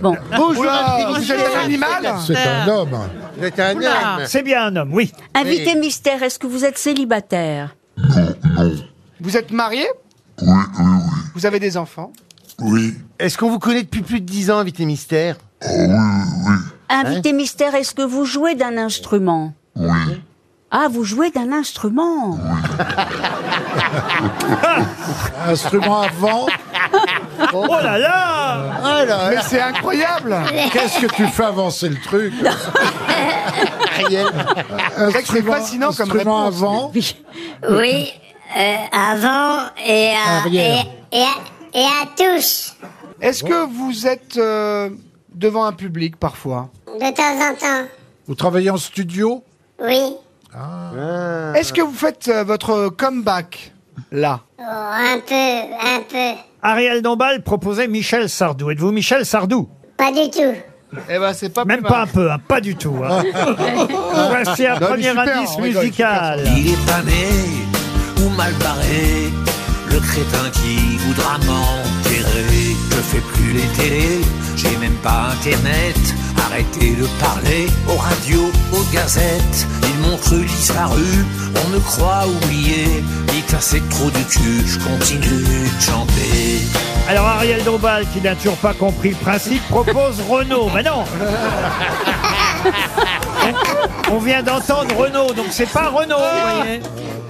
S7: Bon.
S10: Bonjour, vous êtes un animal
S8: C'est un homme.
S4: J'étais un
S19: Oula.
S2: C'est bien un homme, oui.
S7: Invité mystère, est-ce que vous êtes célibataire
S10: Vous êtes marié Vous avez des enfants
S4: Est-ce qu'on vous connaît depuis plus de 10 ans, Invité Mystère
S10: Hein
S7: Invité mystère, est-ce que vous jouez d'un instrument Oui. Ah, vous jouez d'un instrument
S8: Instrument à vent. Oh
S2: Oh là là
S4: Ah là,
S10: Mais c'est incroyable
S8: Qu'est-ce que tu fais avancer le truc
S4: Ariel.
S10: C'est vrai que c'est
S8: Instrument-
S10: fascinant comme
S8: instrument
S10: réponse.
S8: à vent.
S20: Oui, euh, avant et à,
S8: Arrière.
S20: et, et à, et à touche,
S10: Ah, Est-ce que vous êtes euh, devant un public parfois
S20: de temps en temps.
S8: Vous travaillez en studio
S20: Oui,
S10: Est-ce que vous faites euh, votre comeback là
S20: Oh, un peu, un peu.
S2: Ariel Dombal proposait Michel Sardou. Êtes-vous Michel Sardou
S20: Pas du tout.
S10: Eh ben, c'est pas
S2: Même
S10: plus
S2: pas
S10: mal.
S2: un peu, hein, pas du tout. hein. Voici un
S10: Non, mais
S2: premier
S10: super,
S2: indice
S10: on rigole,
S2: musical.
S21: Il est pas né ou mal barré, le crétin qui voudra m'enterrer. Je fais plus les télés, j'ai même pas internet. Arrêtez de parler aux radios, aux gazettes. Ils m'ont cru disparu, on me croit oublié. Ni cassé trop du cul, je continue de chanter.
S2: Alors Ariel Dombal, qui n'a toujours pas compris le principe, propose Renault. Mais non On vient d'entendre Renault, donc c'est pas Renault, vous voyez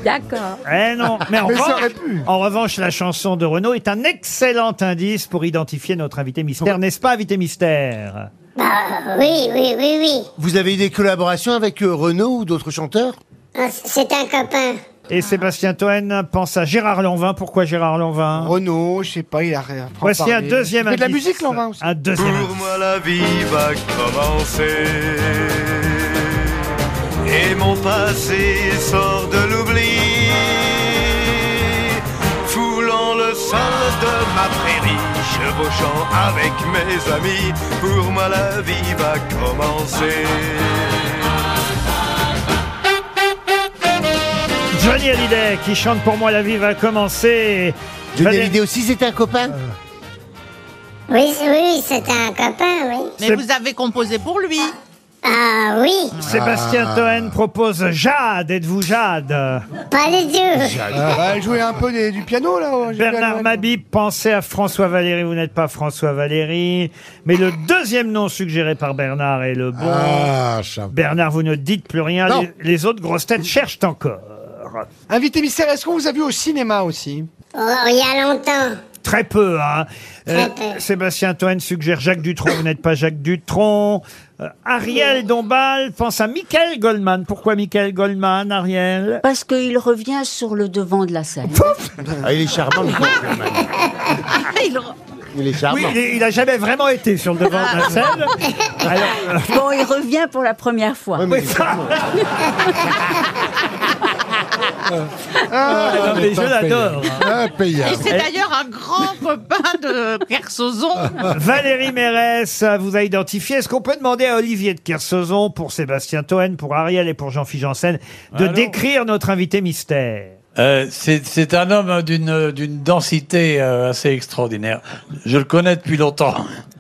S7: D'accord.
S2: Eh non Mais, en,
S10: Mais ça
S2: revanche,
S10: aurait pu.
S2: en revanche, la chanson de Renault est un excellent indice pour identifier notre invité mystère, n'est-ce pas, invité mystère
S22: Bah oui, oui, oui, oui.
S4: Vous avez eu des collaborations avec euh, Renaud ou d'autres chanteurs
S22: Ah, c- C'est un copain.
S2: Et Sébastien Toen pense à Gérard Lanvin. Pourquoi Gérard Lanvin
S10: Renaud, je sais pas, il a rien.
S2: Voici un
S10: parler.
S2: deuxième
S10: Il fait de la
S2: indice.
S10: musique, Lanvin, aussi.
S2: Un deuxième
S10: Pour
S2: indice.
S14: moi la vie va commencer et mon passé sort de l'oubli, foulant le sol de ma prairie, chevauchant avec mes amis. Pour moi la vie va commencer.
S2: Johnny Hallyday qui chante pour moi la vie va commencer. Euh,
S4: Johnny Hallyday aussi, c'est un copain
S22: Oui, c- oui, c'est un copain, oui.
S6: Mais vous avez composé pour lui.
S22: Ah oui.
S10: Ah.
S2: Sébastien Toen propose Jade. Êtes-vous Jade
S22: Pas les deux.
S10: Ah, elle jouait un peu des- du piano, là. oh, j'ai vu à
S2: Bernard
S10: Noël.
S2: Mabie, pensez à François Valéry. Vous n'êtes pas François Valéry. Mais le deuxième nom suggéré par Bernard est le bon.
S8: Ah, ça.
S2: Bernard, vous ne dites plus rien.
S10: Non.
S2: Les, les autres grosses têtes cherchent encore.
S10: Invité mystère, est-ce qu'on vous a vu au cinéma aussi
S22: Oh, il y a longtemps.
S2: Très peu, hein.
S22: Très peu.
S2: Sébastien Toen suggère Jacques Dutronc. Vous n'êtes pas Jacques Dutronc. Euh, Ariel Dombal pense à Michael Goldman. Pourquoi Michael Goldman, Ariel
S7: Parce qu'il revient sur le devant de la scène. Ah,
S4: Ah, il est charmant, Michael Sherman. Il est charmant.
S2: Oui, il, est- il a jamais vraiment été sur le devant de la scène. Alors, euh,
S7: Ah. Bon, il revient pour la première fois.
S2: Ah,
S3: Ah.
S2: non, mais je l'adore.
S6: Et c'est d'ailleurs un grand copain de Kersozon.
S2: Valérie Mérès euh, vous a identifié. Est-ce qu'on peut demander à Olivier de Kersauzon, pour Sébastien Toen, pour Ariel et pour Jean-Philippe Janssen, de
S5: Allô
S2: décrire notre invité mystère
S5: Euh, c'est c'est un homme hein, d'une d'une densité euh, assez extraordinaire. Je le connais depuis longtemps.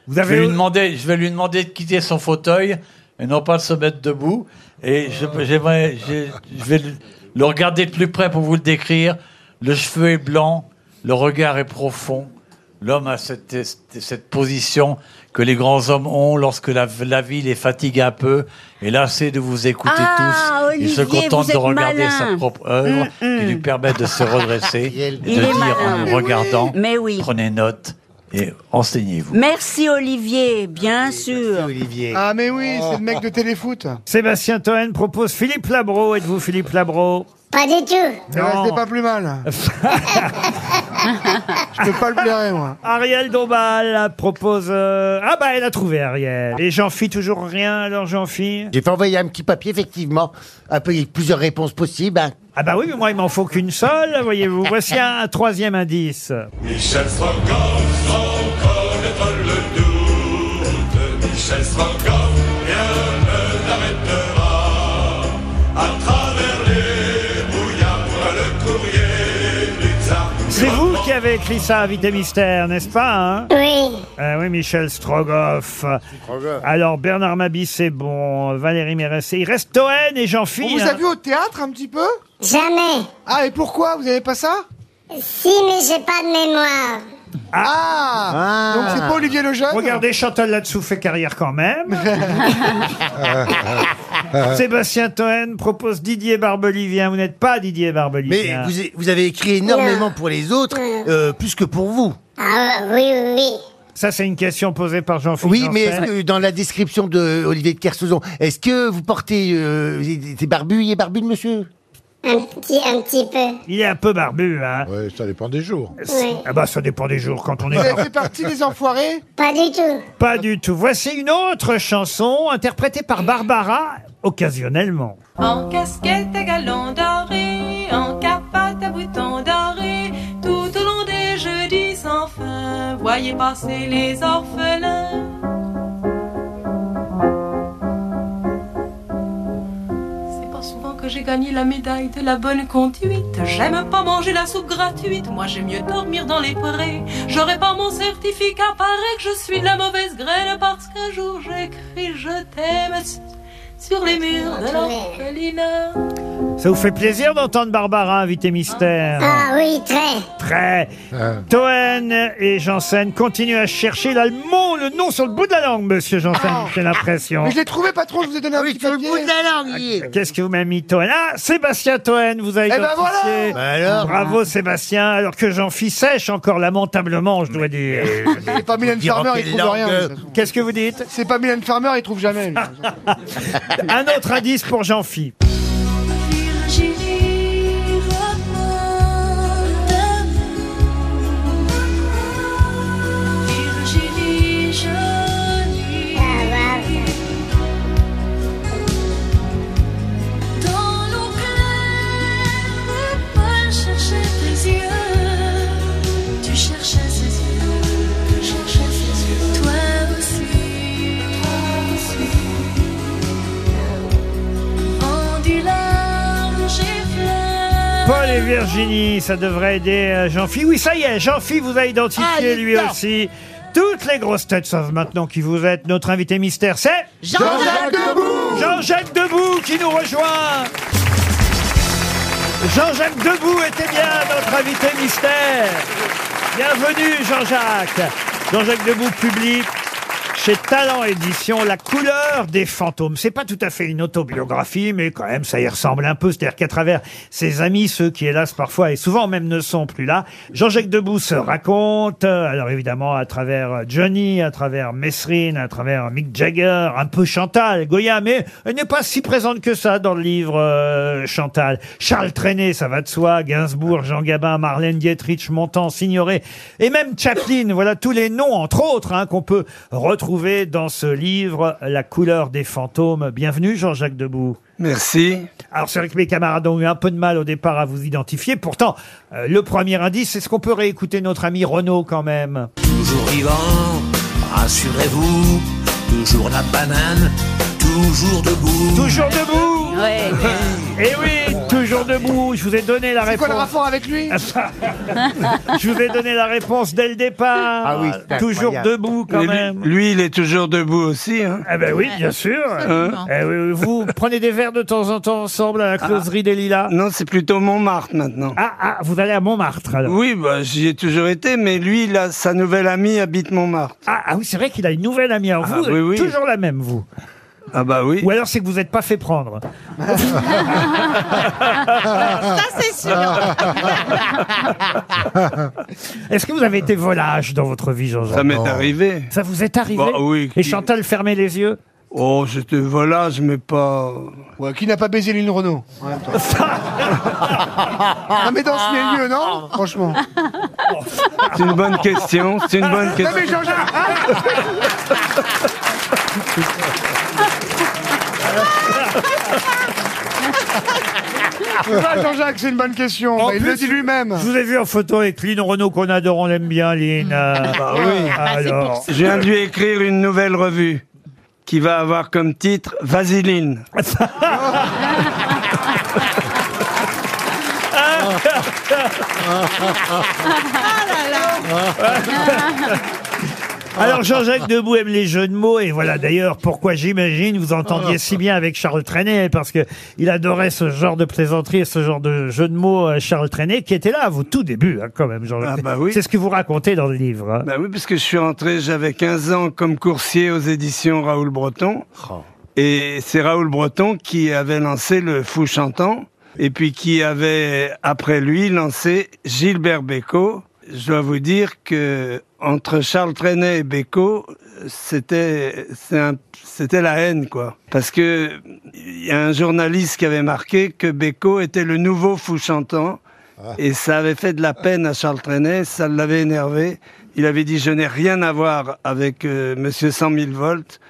S2: Vous avez-
S5: je, vais lui demander, je vais lui demander de quitter son fauteuil et non pas de se mettre debout. Et je, j'aimerais- j'ai- je vais le- le regarder de plus près pour vous le décrire. Le cheveu est blanc, le regard est profond. L'homme a cette, cette position que les grands hommes ont lorsque la, la vie les fatigue un peu. Et lassé de vous écouter
S7: Ah,
S5: tous, il se
S7: Olivier,
S5: contente
S7: vous
S5: de
S7: êtes
S5: regarder
S7: malin.
S5: sa propre œuvre
S7: Mm,
S5: qui euh, lui
S7: mm.
S5: permet de se redresser et de
S7: Il est
S5: dire en
S7: malin.
S5: nous regardant
S7: Mais oui.
S5: prenez note et enseignez-vous.
S7: Merci Olivier, bien sûr.
S10: Ah, mais oui, c'est le mec de téléfoot.
S2: Sébastien Toen propose Philippe Labro. Êtes-vous Philippe Labro
S22: Pas du tout.
S10: Ça
S2: Non.
S10: restait pas plus mal. Je peux pas le blairer, moi.
S2: Ariel Dombal propose... euh, Ah bah, elle a trouvé Ariel. Et jean philippe toujours rien, alors jean philippe
S4: J'ai fait envoyer un petit papier, effectivement, avec plusieurs réponses possibles. hein.
S2: Ah bah oui, mais moi, il m'en faut qu'une seule, voyez-vous. Voici un, un troisième indice.
S3: Michel Strogoff, sans connaître le doute, Michel Strogoff, rien ne l'arrêtera. À travers les brouillards, voilà le courrier du tsar.
S2: C'est vous qui avez écrit ça, Invité Mystère, n'est-ce pas hein
S22: Oui.
S2: Ah oui, Michel Strogoff. Alors, Bernard Mabi, c'est bon. Valérie Mérès, il reste Toen et hein.
S10: On
S2: Jean-Philippe.
S10: vous a vu au théâtre un petit peu
S22: Jamais.
S10: Ah, et pourquoi Vous avez pas ça
S22: Si, mais j'ai pas de mémoire.
S10: ah, Donc c'est pas Olivier Lejeune
S2: Regardez, Chantal là-dessous fait carrière quand même.
S10: Euh.
S2: Sébastien Toen propose Didier Barbelivien. Vous n'êtes pas Didier
S4: Mais
S2: Barbelivien.
S4: vous, vous avez écrit énormément pour les autres, euh, plus que pour vous.
S22: Ah oui, oui, oui.
S2: Ça, c'est une question posée par Jean-Philippe.
S4: Oui, mais est-ce
S2: Janssen.
S4: que dans la description de Olivier de Kersauzon, est-ce que vous portez euh, des barbus Il est barbu, le monsieur
S22: Un petit, un petit peu.
S2: Il est un peu barbu, hein.
S8: Ouais, ça dépend des jours.
S22: Oui.
S2: Ah bah, ça dépend des jours quand on
S10: Vous
S2: est...
S10: avez fait partie des enfoirés
S22: Pas du tout.
S2: Pas du tout. Voici une autre chanson interprétée par Barbara, occasionnellement.
S23: En casquette à galons dorés, en capote à boutons dorés, tout au long des jeudis sans fin, voyez passer les orphelins. C'est pas souvent que j'ai gagné la médaille de la bonne conduite. J'aime pas manger la soupe gratuite, moi j'aime mieux dormir dans les prés. J'aurais pas mon certificat, paraît que je suis de la mauvaise graine parce qu'un jour j'écris je t'aime sur les murs de l'orphelinat.
S2: Ça vous fait plaisir d'entendre Barbara, invité mystère
S22: Ah oui, très.
S2: Très. Toen et Janssen continuent à chercher l'allemand, le le nom sur le bout de la langue, monsieur Janssen, j'ai l'impression.
S10: Ah. Mais je l'ai trouvé, patron, je vous ai donné un petit papier. Ah Oui, le bout de la langue,
S2: Qu'est-ce que vous m'avez mis, Toen Ah, Sébastien Toen, vous avez
S10: Eh ben
S2: identifié.
S10: voilà Bah alors.
S2: Bravo, Sébastien. Alors que j'en fis sèche encore lamentablement, je dois dire.
S10: C'est pas Mylène Farmer, il trouve rien.
S2: Qu'est-ce que vous dites
S10: C'est pas Mylène Farmer, il trouve jamais.
S2: Un autre indice pour jean phi
S23: Virginie remonte. Virginie jolie. Dans l'eau claire, Paul cherchait tes yeux. Tu cherchais ses yeux. Tu cherchais ses yeux. Toi aussi. Toi aussi. Rendu large et fleur.
S2: Paul et Virginie, ça devrait aider euh, Jean-Phi. Oui, ça y est, Jean-Phi vous a identifié
S19: Ah, il est
S2: lui
S19: dedans.
S2: aussi. Toutes les grosses têtes savent maintenant qui vous êtes. Notre invité mystère, c'est
S19: Jean-Jacques Debout
S2: Jean-Jacques Debout qui nous rejoint Jean-Jacques Debout était bien notre invité mystère. Bienvenue Jean-Jacques. Jean-Jacques Debout publie chez Talent Édition La couleur des fantômes. C'est pas tout à fait une autobiographie, mais quand même ça y ressemble un peu. C'est-à-dire qu'à travers ses amis, ceux qui hélas parfois et souvent même ne sont plus là, Jean-Jacques Debout se raconte. euh, Alors évidemment à travers euh, Johnny, à travers Messrine, à travers Mick Jagger, un peu Chantal Goya, mais elle n'est pas si présente que ça dans le livre euh, Chantal. Charles Trenet, ça va de soi, Gainsbourg, Jean Gabin, Marlène Dietrich, Montand, Signoret et même Chaplin. Voilà tous les noms, entre autres, hein, qu'on peut retrouver dans ce livre La couleur des fantômes. Bienvenue Jean-Jacques Debout.
S13: Merci.
S2: Alors c'est vrai que mes camarades ont eu un peu de mal au départ à vous identifier. Pourtant, euh, le premier indice, c'est ce qu'on peut réécouter notre ami Renaud quand même.
S21: Toujours vivant, rassurez-vous, toujours la banane, toujours debout.
S2: Toujours debout Et oui, toujours debout, je vous ai donné la
S10: C'est
S2: réponse. Ah,
S10: quoi le rapport avec lui
S2: Je vous ai donné la réponse dès le départ.
S13: Ah oui, c'est
S2: toujours
S13: incroyable.
S2: debout quand
S13: Et lui-
S2: même.
S13: Lui, il est toujours debout aussi. Hein.
S2: Ah ben oui, bien sûr.
S13: Hein
S2: Eh oui, vous prenez des verres de temps en temps ensemble à la closerie des Lilas
S13: Ah. Non, c'est plutôt Montmartre maintenant.
S2: Ah, ah, vous allez à Montmartre alors
S13: Oui, bah, j'y ai toujours été, mais lui, il a- sa nouvelle amie habite Montmartre.
S2: Ah, ah oui, c'est vrai qu'il a une nouvelle amie. Alors,
S13: Ah,
S2: vous,
S13: oui, oui.
S2: toujours la même, vous.
S13: Ah bah oui.
S2: Ou alors c'est que vous n'êtes pas fait prendre.
S19: Ça, c'est sûr.
S2: Est-ce que vous avez été volage dans votre vie, Jean-Jean
S13: Ça m'est arrivé.
S2: Ça vous est arrivé
S13: Bah oui,
S2: Et
S13: qui-
S2: Chantal fermait les yeux
S13: Oh, c'était volage, mais pas...
S10: Ouais, qui n'a pas baisé Lynn Renault en même temps Ah, mais dans ce milieu, non Franchement.
S13: C'est une bonne question, c'est une bonne
S10: Non, mais
S13: question.
S10: Jean-Jacques Ah, Jean-Jacques, c'est une bonne question.
S2: En
S10: Bah, il le
S2: plus,
S10: dit lui-même.
S2: Je vous ai vu en photo avec Lynn Renault qu'on adore, on l'aime bien, Lynn.
S13: Ah,
S2: Euh,
S13: bah
S2: alors.
S13: J'ai dû écrire une nouvelle revue qui va avoir comme titre Vaseline.
S2: Alors Jean-Jacques Debout aime les jeux de mots et voilà d'ailleurs pourquoi j'imagine vous entendiez
S13: Ah.
S2: si bien avec Charles Trenet parce que il adorait ce genre de plaisanterie et ce genre de jeu de mots euh, Charles Trenet qui était là à vos tout débuts hein, quand même Jean-Jacques.
S13: Ah bah oui.
S2: C'est ce que vous racontez dans le livre. hein.
S13: Bah oui, parce que je suis rentré, j'avais 15 ans comme coursier aux éditions Raoul Breton. Et c'est Raoul Breton qui avait lancé le Fou Chantant, et puis qui avait, après lui, lancé Gilbert Bécaud. Je dois vous dire que entre Charles Trenet et Bécaud, c'était c'est un- c'était la haine quoi, parce que il y a un journaliste qui avait marqué que Bécaud était le nouveau Fou Chantant. Et ça avait fait de la peine à Charles Trenet, ça l'avait énervé. Il avait dit Je n'ai rien à voir avec euh, Monsieur 100 000 volts.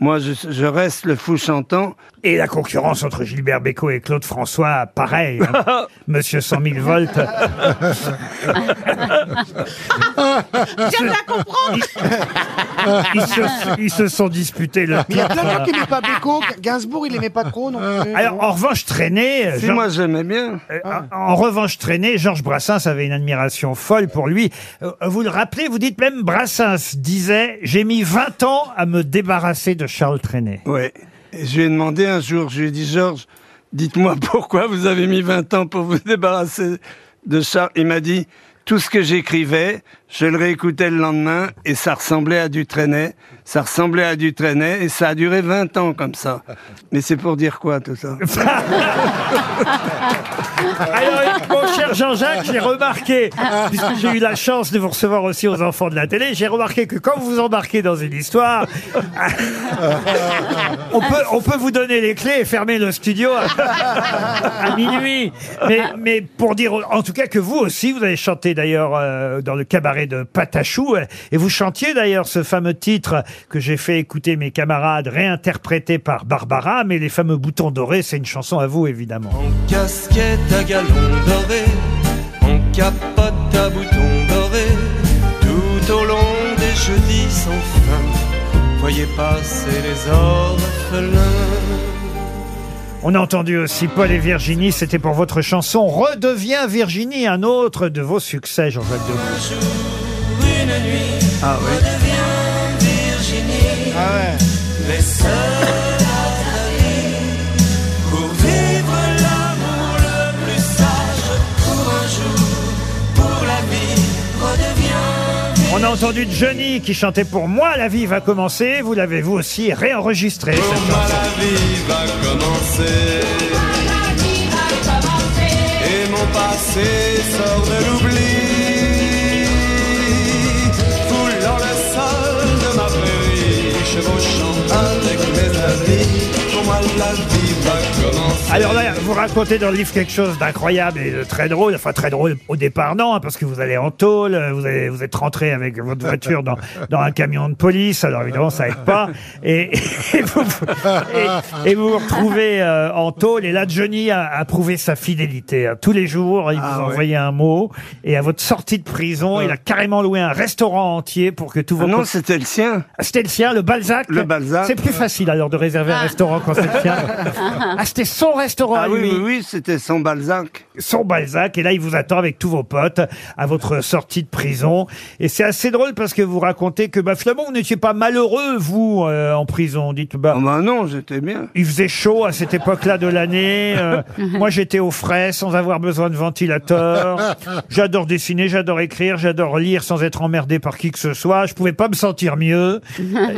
S13: Moi, je, je reste le fou chantant.
S2: Et la concurrence entre Gilbert Bécaud et Claude François, pareil. hein. Monsieur 100 000 volts.
S19: Je viens de la comprendre.
S2: Ils se, ils se sont disputés le
S10: Mais il y a
S2: titre.
S10: plein de gens qui n'aiment pas Beko. Gainsbourg, il n'aimait pas trop. Non plus.
S2: Alors, en revanche, traîner.
S13: Si moi, j'aimais bien.
S2: Euh, En revanche, traîner, Georges Brassens avait une admiration folle pour lui. Euh, Vous le rappelez, vous dites même Brassens disait J'ai mis 20 ans à me débarrasser de Charles Trenet.
S13: Ouais. Et je lui ai demandé un jour, je lui ai dit Georges, dites-moi pourquoi vous avez mis 20 ans pour vous débarrasser de Charles. Il m'a dit tout ce que j'écrivais, je le réécoutais le lendemain et ça ressemblait à du traînet, ça ressemblait à du traînet et ça a duré 20 ans comme ça. Mais c'est pour dire quoi tout ça
S2: Alors, mon cher Jean-Jacques, j'ai remarqué, puisque j'ai eu la chance de vous recevoir aussi aux enfants de la télé, j'ai remarqué que quand vous vous embarquez dans une histoire, on, peut, on peut vous donner les clés et fermer le studio à, à minuit. Mais, mais pour dire, en tout cas, que vous aussi, vous avez chanté d'ailleurs euh, dans le cabaret de Patachou, euh, et vous chantiez d'ailleurs ce fameux titre que j'ai fait écouter mes camarades, réinterprété par Barbara, mais les fameux boutons dorés, c'est une chanson à vous, évidemment.
S14: Casquette à galon doré, en capote à boutons dorés, tout au long des jeudis sans fin, voyez passer les orphelins.
S2: On a entendu aussi Paul et Virginie, c'était pour votre chanson Redeviens Virginie, un autre de vos succès, Jean-Jacques Debout.
S14: Une nuit,
S2: Ah oui.
S14: redevient Virginie. Les seuls amis pour vivre l'amour le plus sage pour un jour, pour la vie, redevient
S2: On a entendu Johnny qui chantait Pour moi, la vie va commencer. Vous l'avez vous aussi réenregistré. cette
S14: Pour moi
S2: chanson.
S14: la vie va commencer Et mon passé sort de l'oubli Foulant le sol de ma prairie Chevauchant avec mes amis Pour moi la vie va commencer
S2: Alors là, vous racontez dans le livre quelque chose d'incroyable et de très drôle. Enfin, très drôle au départ, non, hein, parce que vous allez en tôle, euh, vous, allez- vous êtes rentré avec votre voiture dans, dans un camion de police. Alors évidemment, ça aide pas. Et, et vous, et- et vous vous retrouvez euh, en tôle. Et là, Johnny a, a prouvé sa fidélité. hein. Tous les jours,
S13: Ah
S2: il vous envoyait un mot. Et à votre sortie de prison, il a carrément loué un restaurant entier pour que tous vos...
S13: Euh. Ah non,
S2: co-
S13: c'était le sien.
S2: Ah, C'était le sien, le Balzac.
S13: Le Balzac.
S2: C'est plus facile alors de réserver un restaurant quand c'est le sien. Ah, c'était son restaurant
S13: Ah
S2: à
S13: oui,
S2: lui.
S13: oui, oui, c'était son Balzac.
S2: Son Balzac, et là il vous attend avec tous vos potes à votre sortie de prison. Et c'est assez drôle parce que vous racontez que bah, finalement vous n'étiez pas malheureux, vous, euh, en prison. Dites, bah,
S13: Ah non, j'étais bien.
S2: Il faisait chaud à cette époque-là de l'année. euh, moi j'étais au frais sans avoir besoin de ventilateur. J'adore dessiner, j'adore écrire, j'adore lire sans être emmerdé par qui que ce soit. Je pouvais pas me sentir mieux.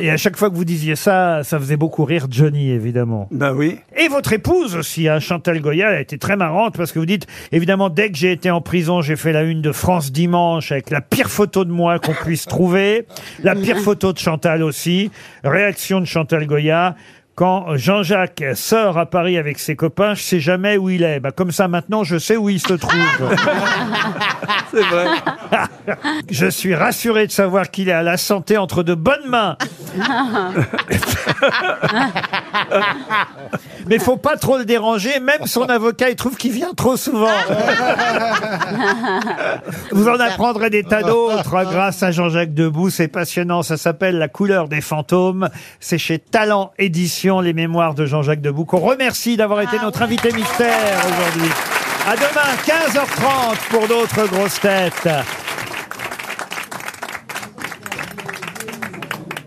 S2: Et à chaque fois que vous disiez ça, ça faisait beaucoup rire Johnny, évidemment.
S13: Bah oui.
S2: Et votre épouse aussi, hein, Chantal Goya, elle a été très marrante parce que vous dites, évidemment, dès que j'ai été en prison, j'ai fait la une de France Dimanche avec la pire photo de moi qu'on puisse trouver, la pire photo de Chantal aussi. Réaction de Chantal Goya. Quand Jean-Jacques sort à Paris avec ses copains, je sais jamais où il est. Bah, comme ça, maintenant, je sais où il se trouve.
S13: C'est vrai.
S2: je suis rassuré de savoir qu'il est à la santé entre de bonnes mains. Mais faut pas trop le déranger. Même son avocat, il trouve qu'il vient trop souvent. Vous en apprendrez des tas d'autres hein, grâce à Jean-Jacques Debout. C'est passionnant. Ça s'appelle La couleur des fantômes. C'est chez Talent Édition, les mémoires de Jean-Jacques Debout, qu'on remercie d'avoir été notre invité mystère aujourd'hui. À demain, 15h30 pour d'autres grosses têtes.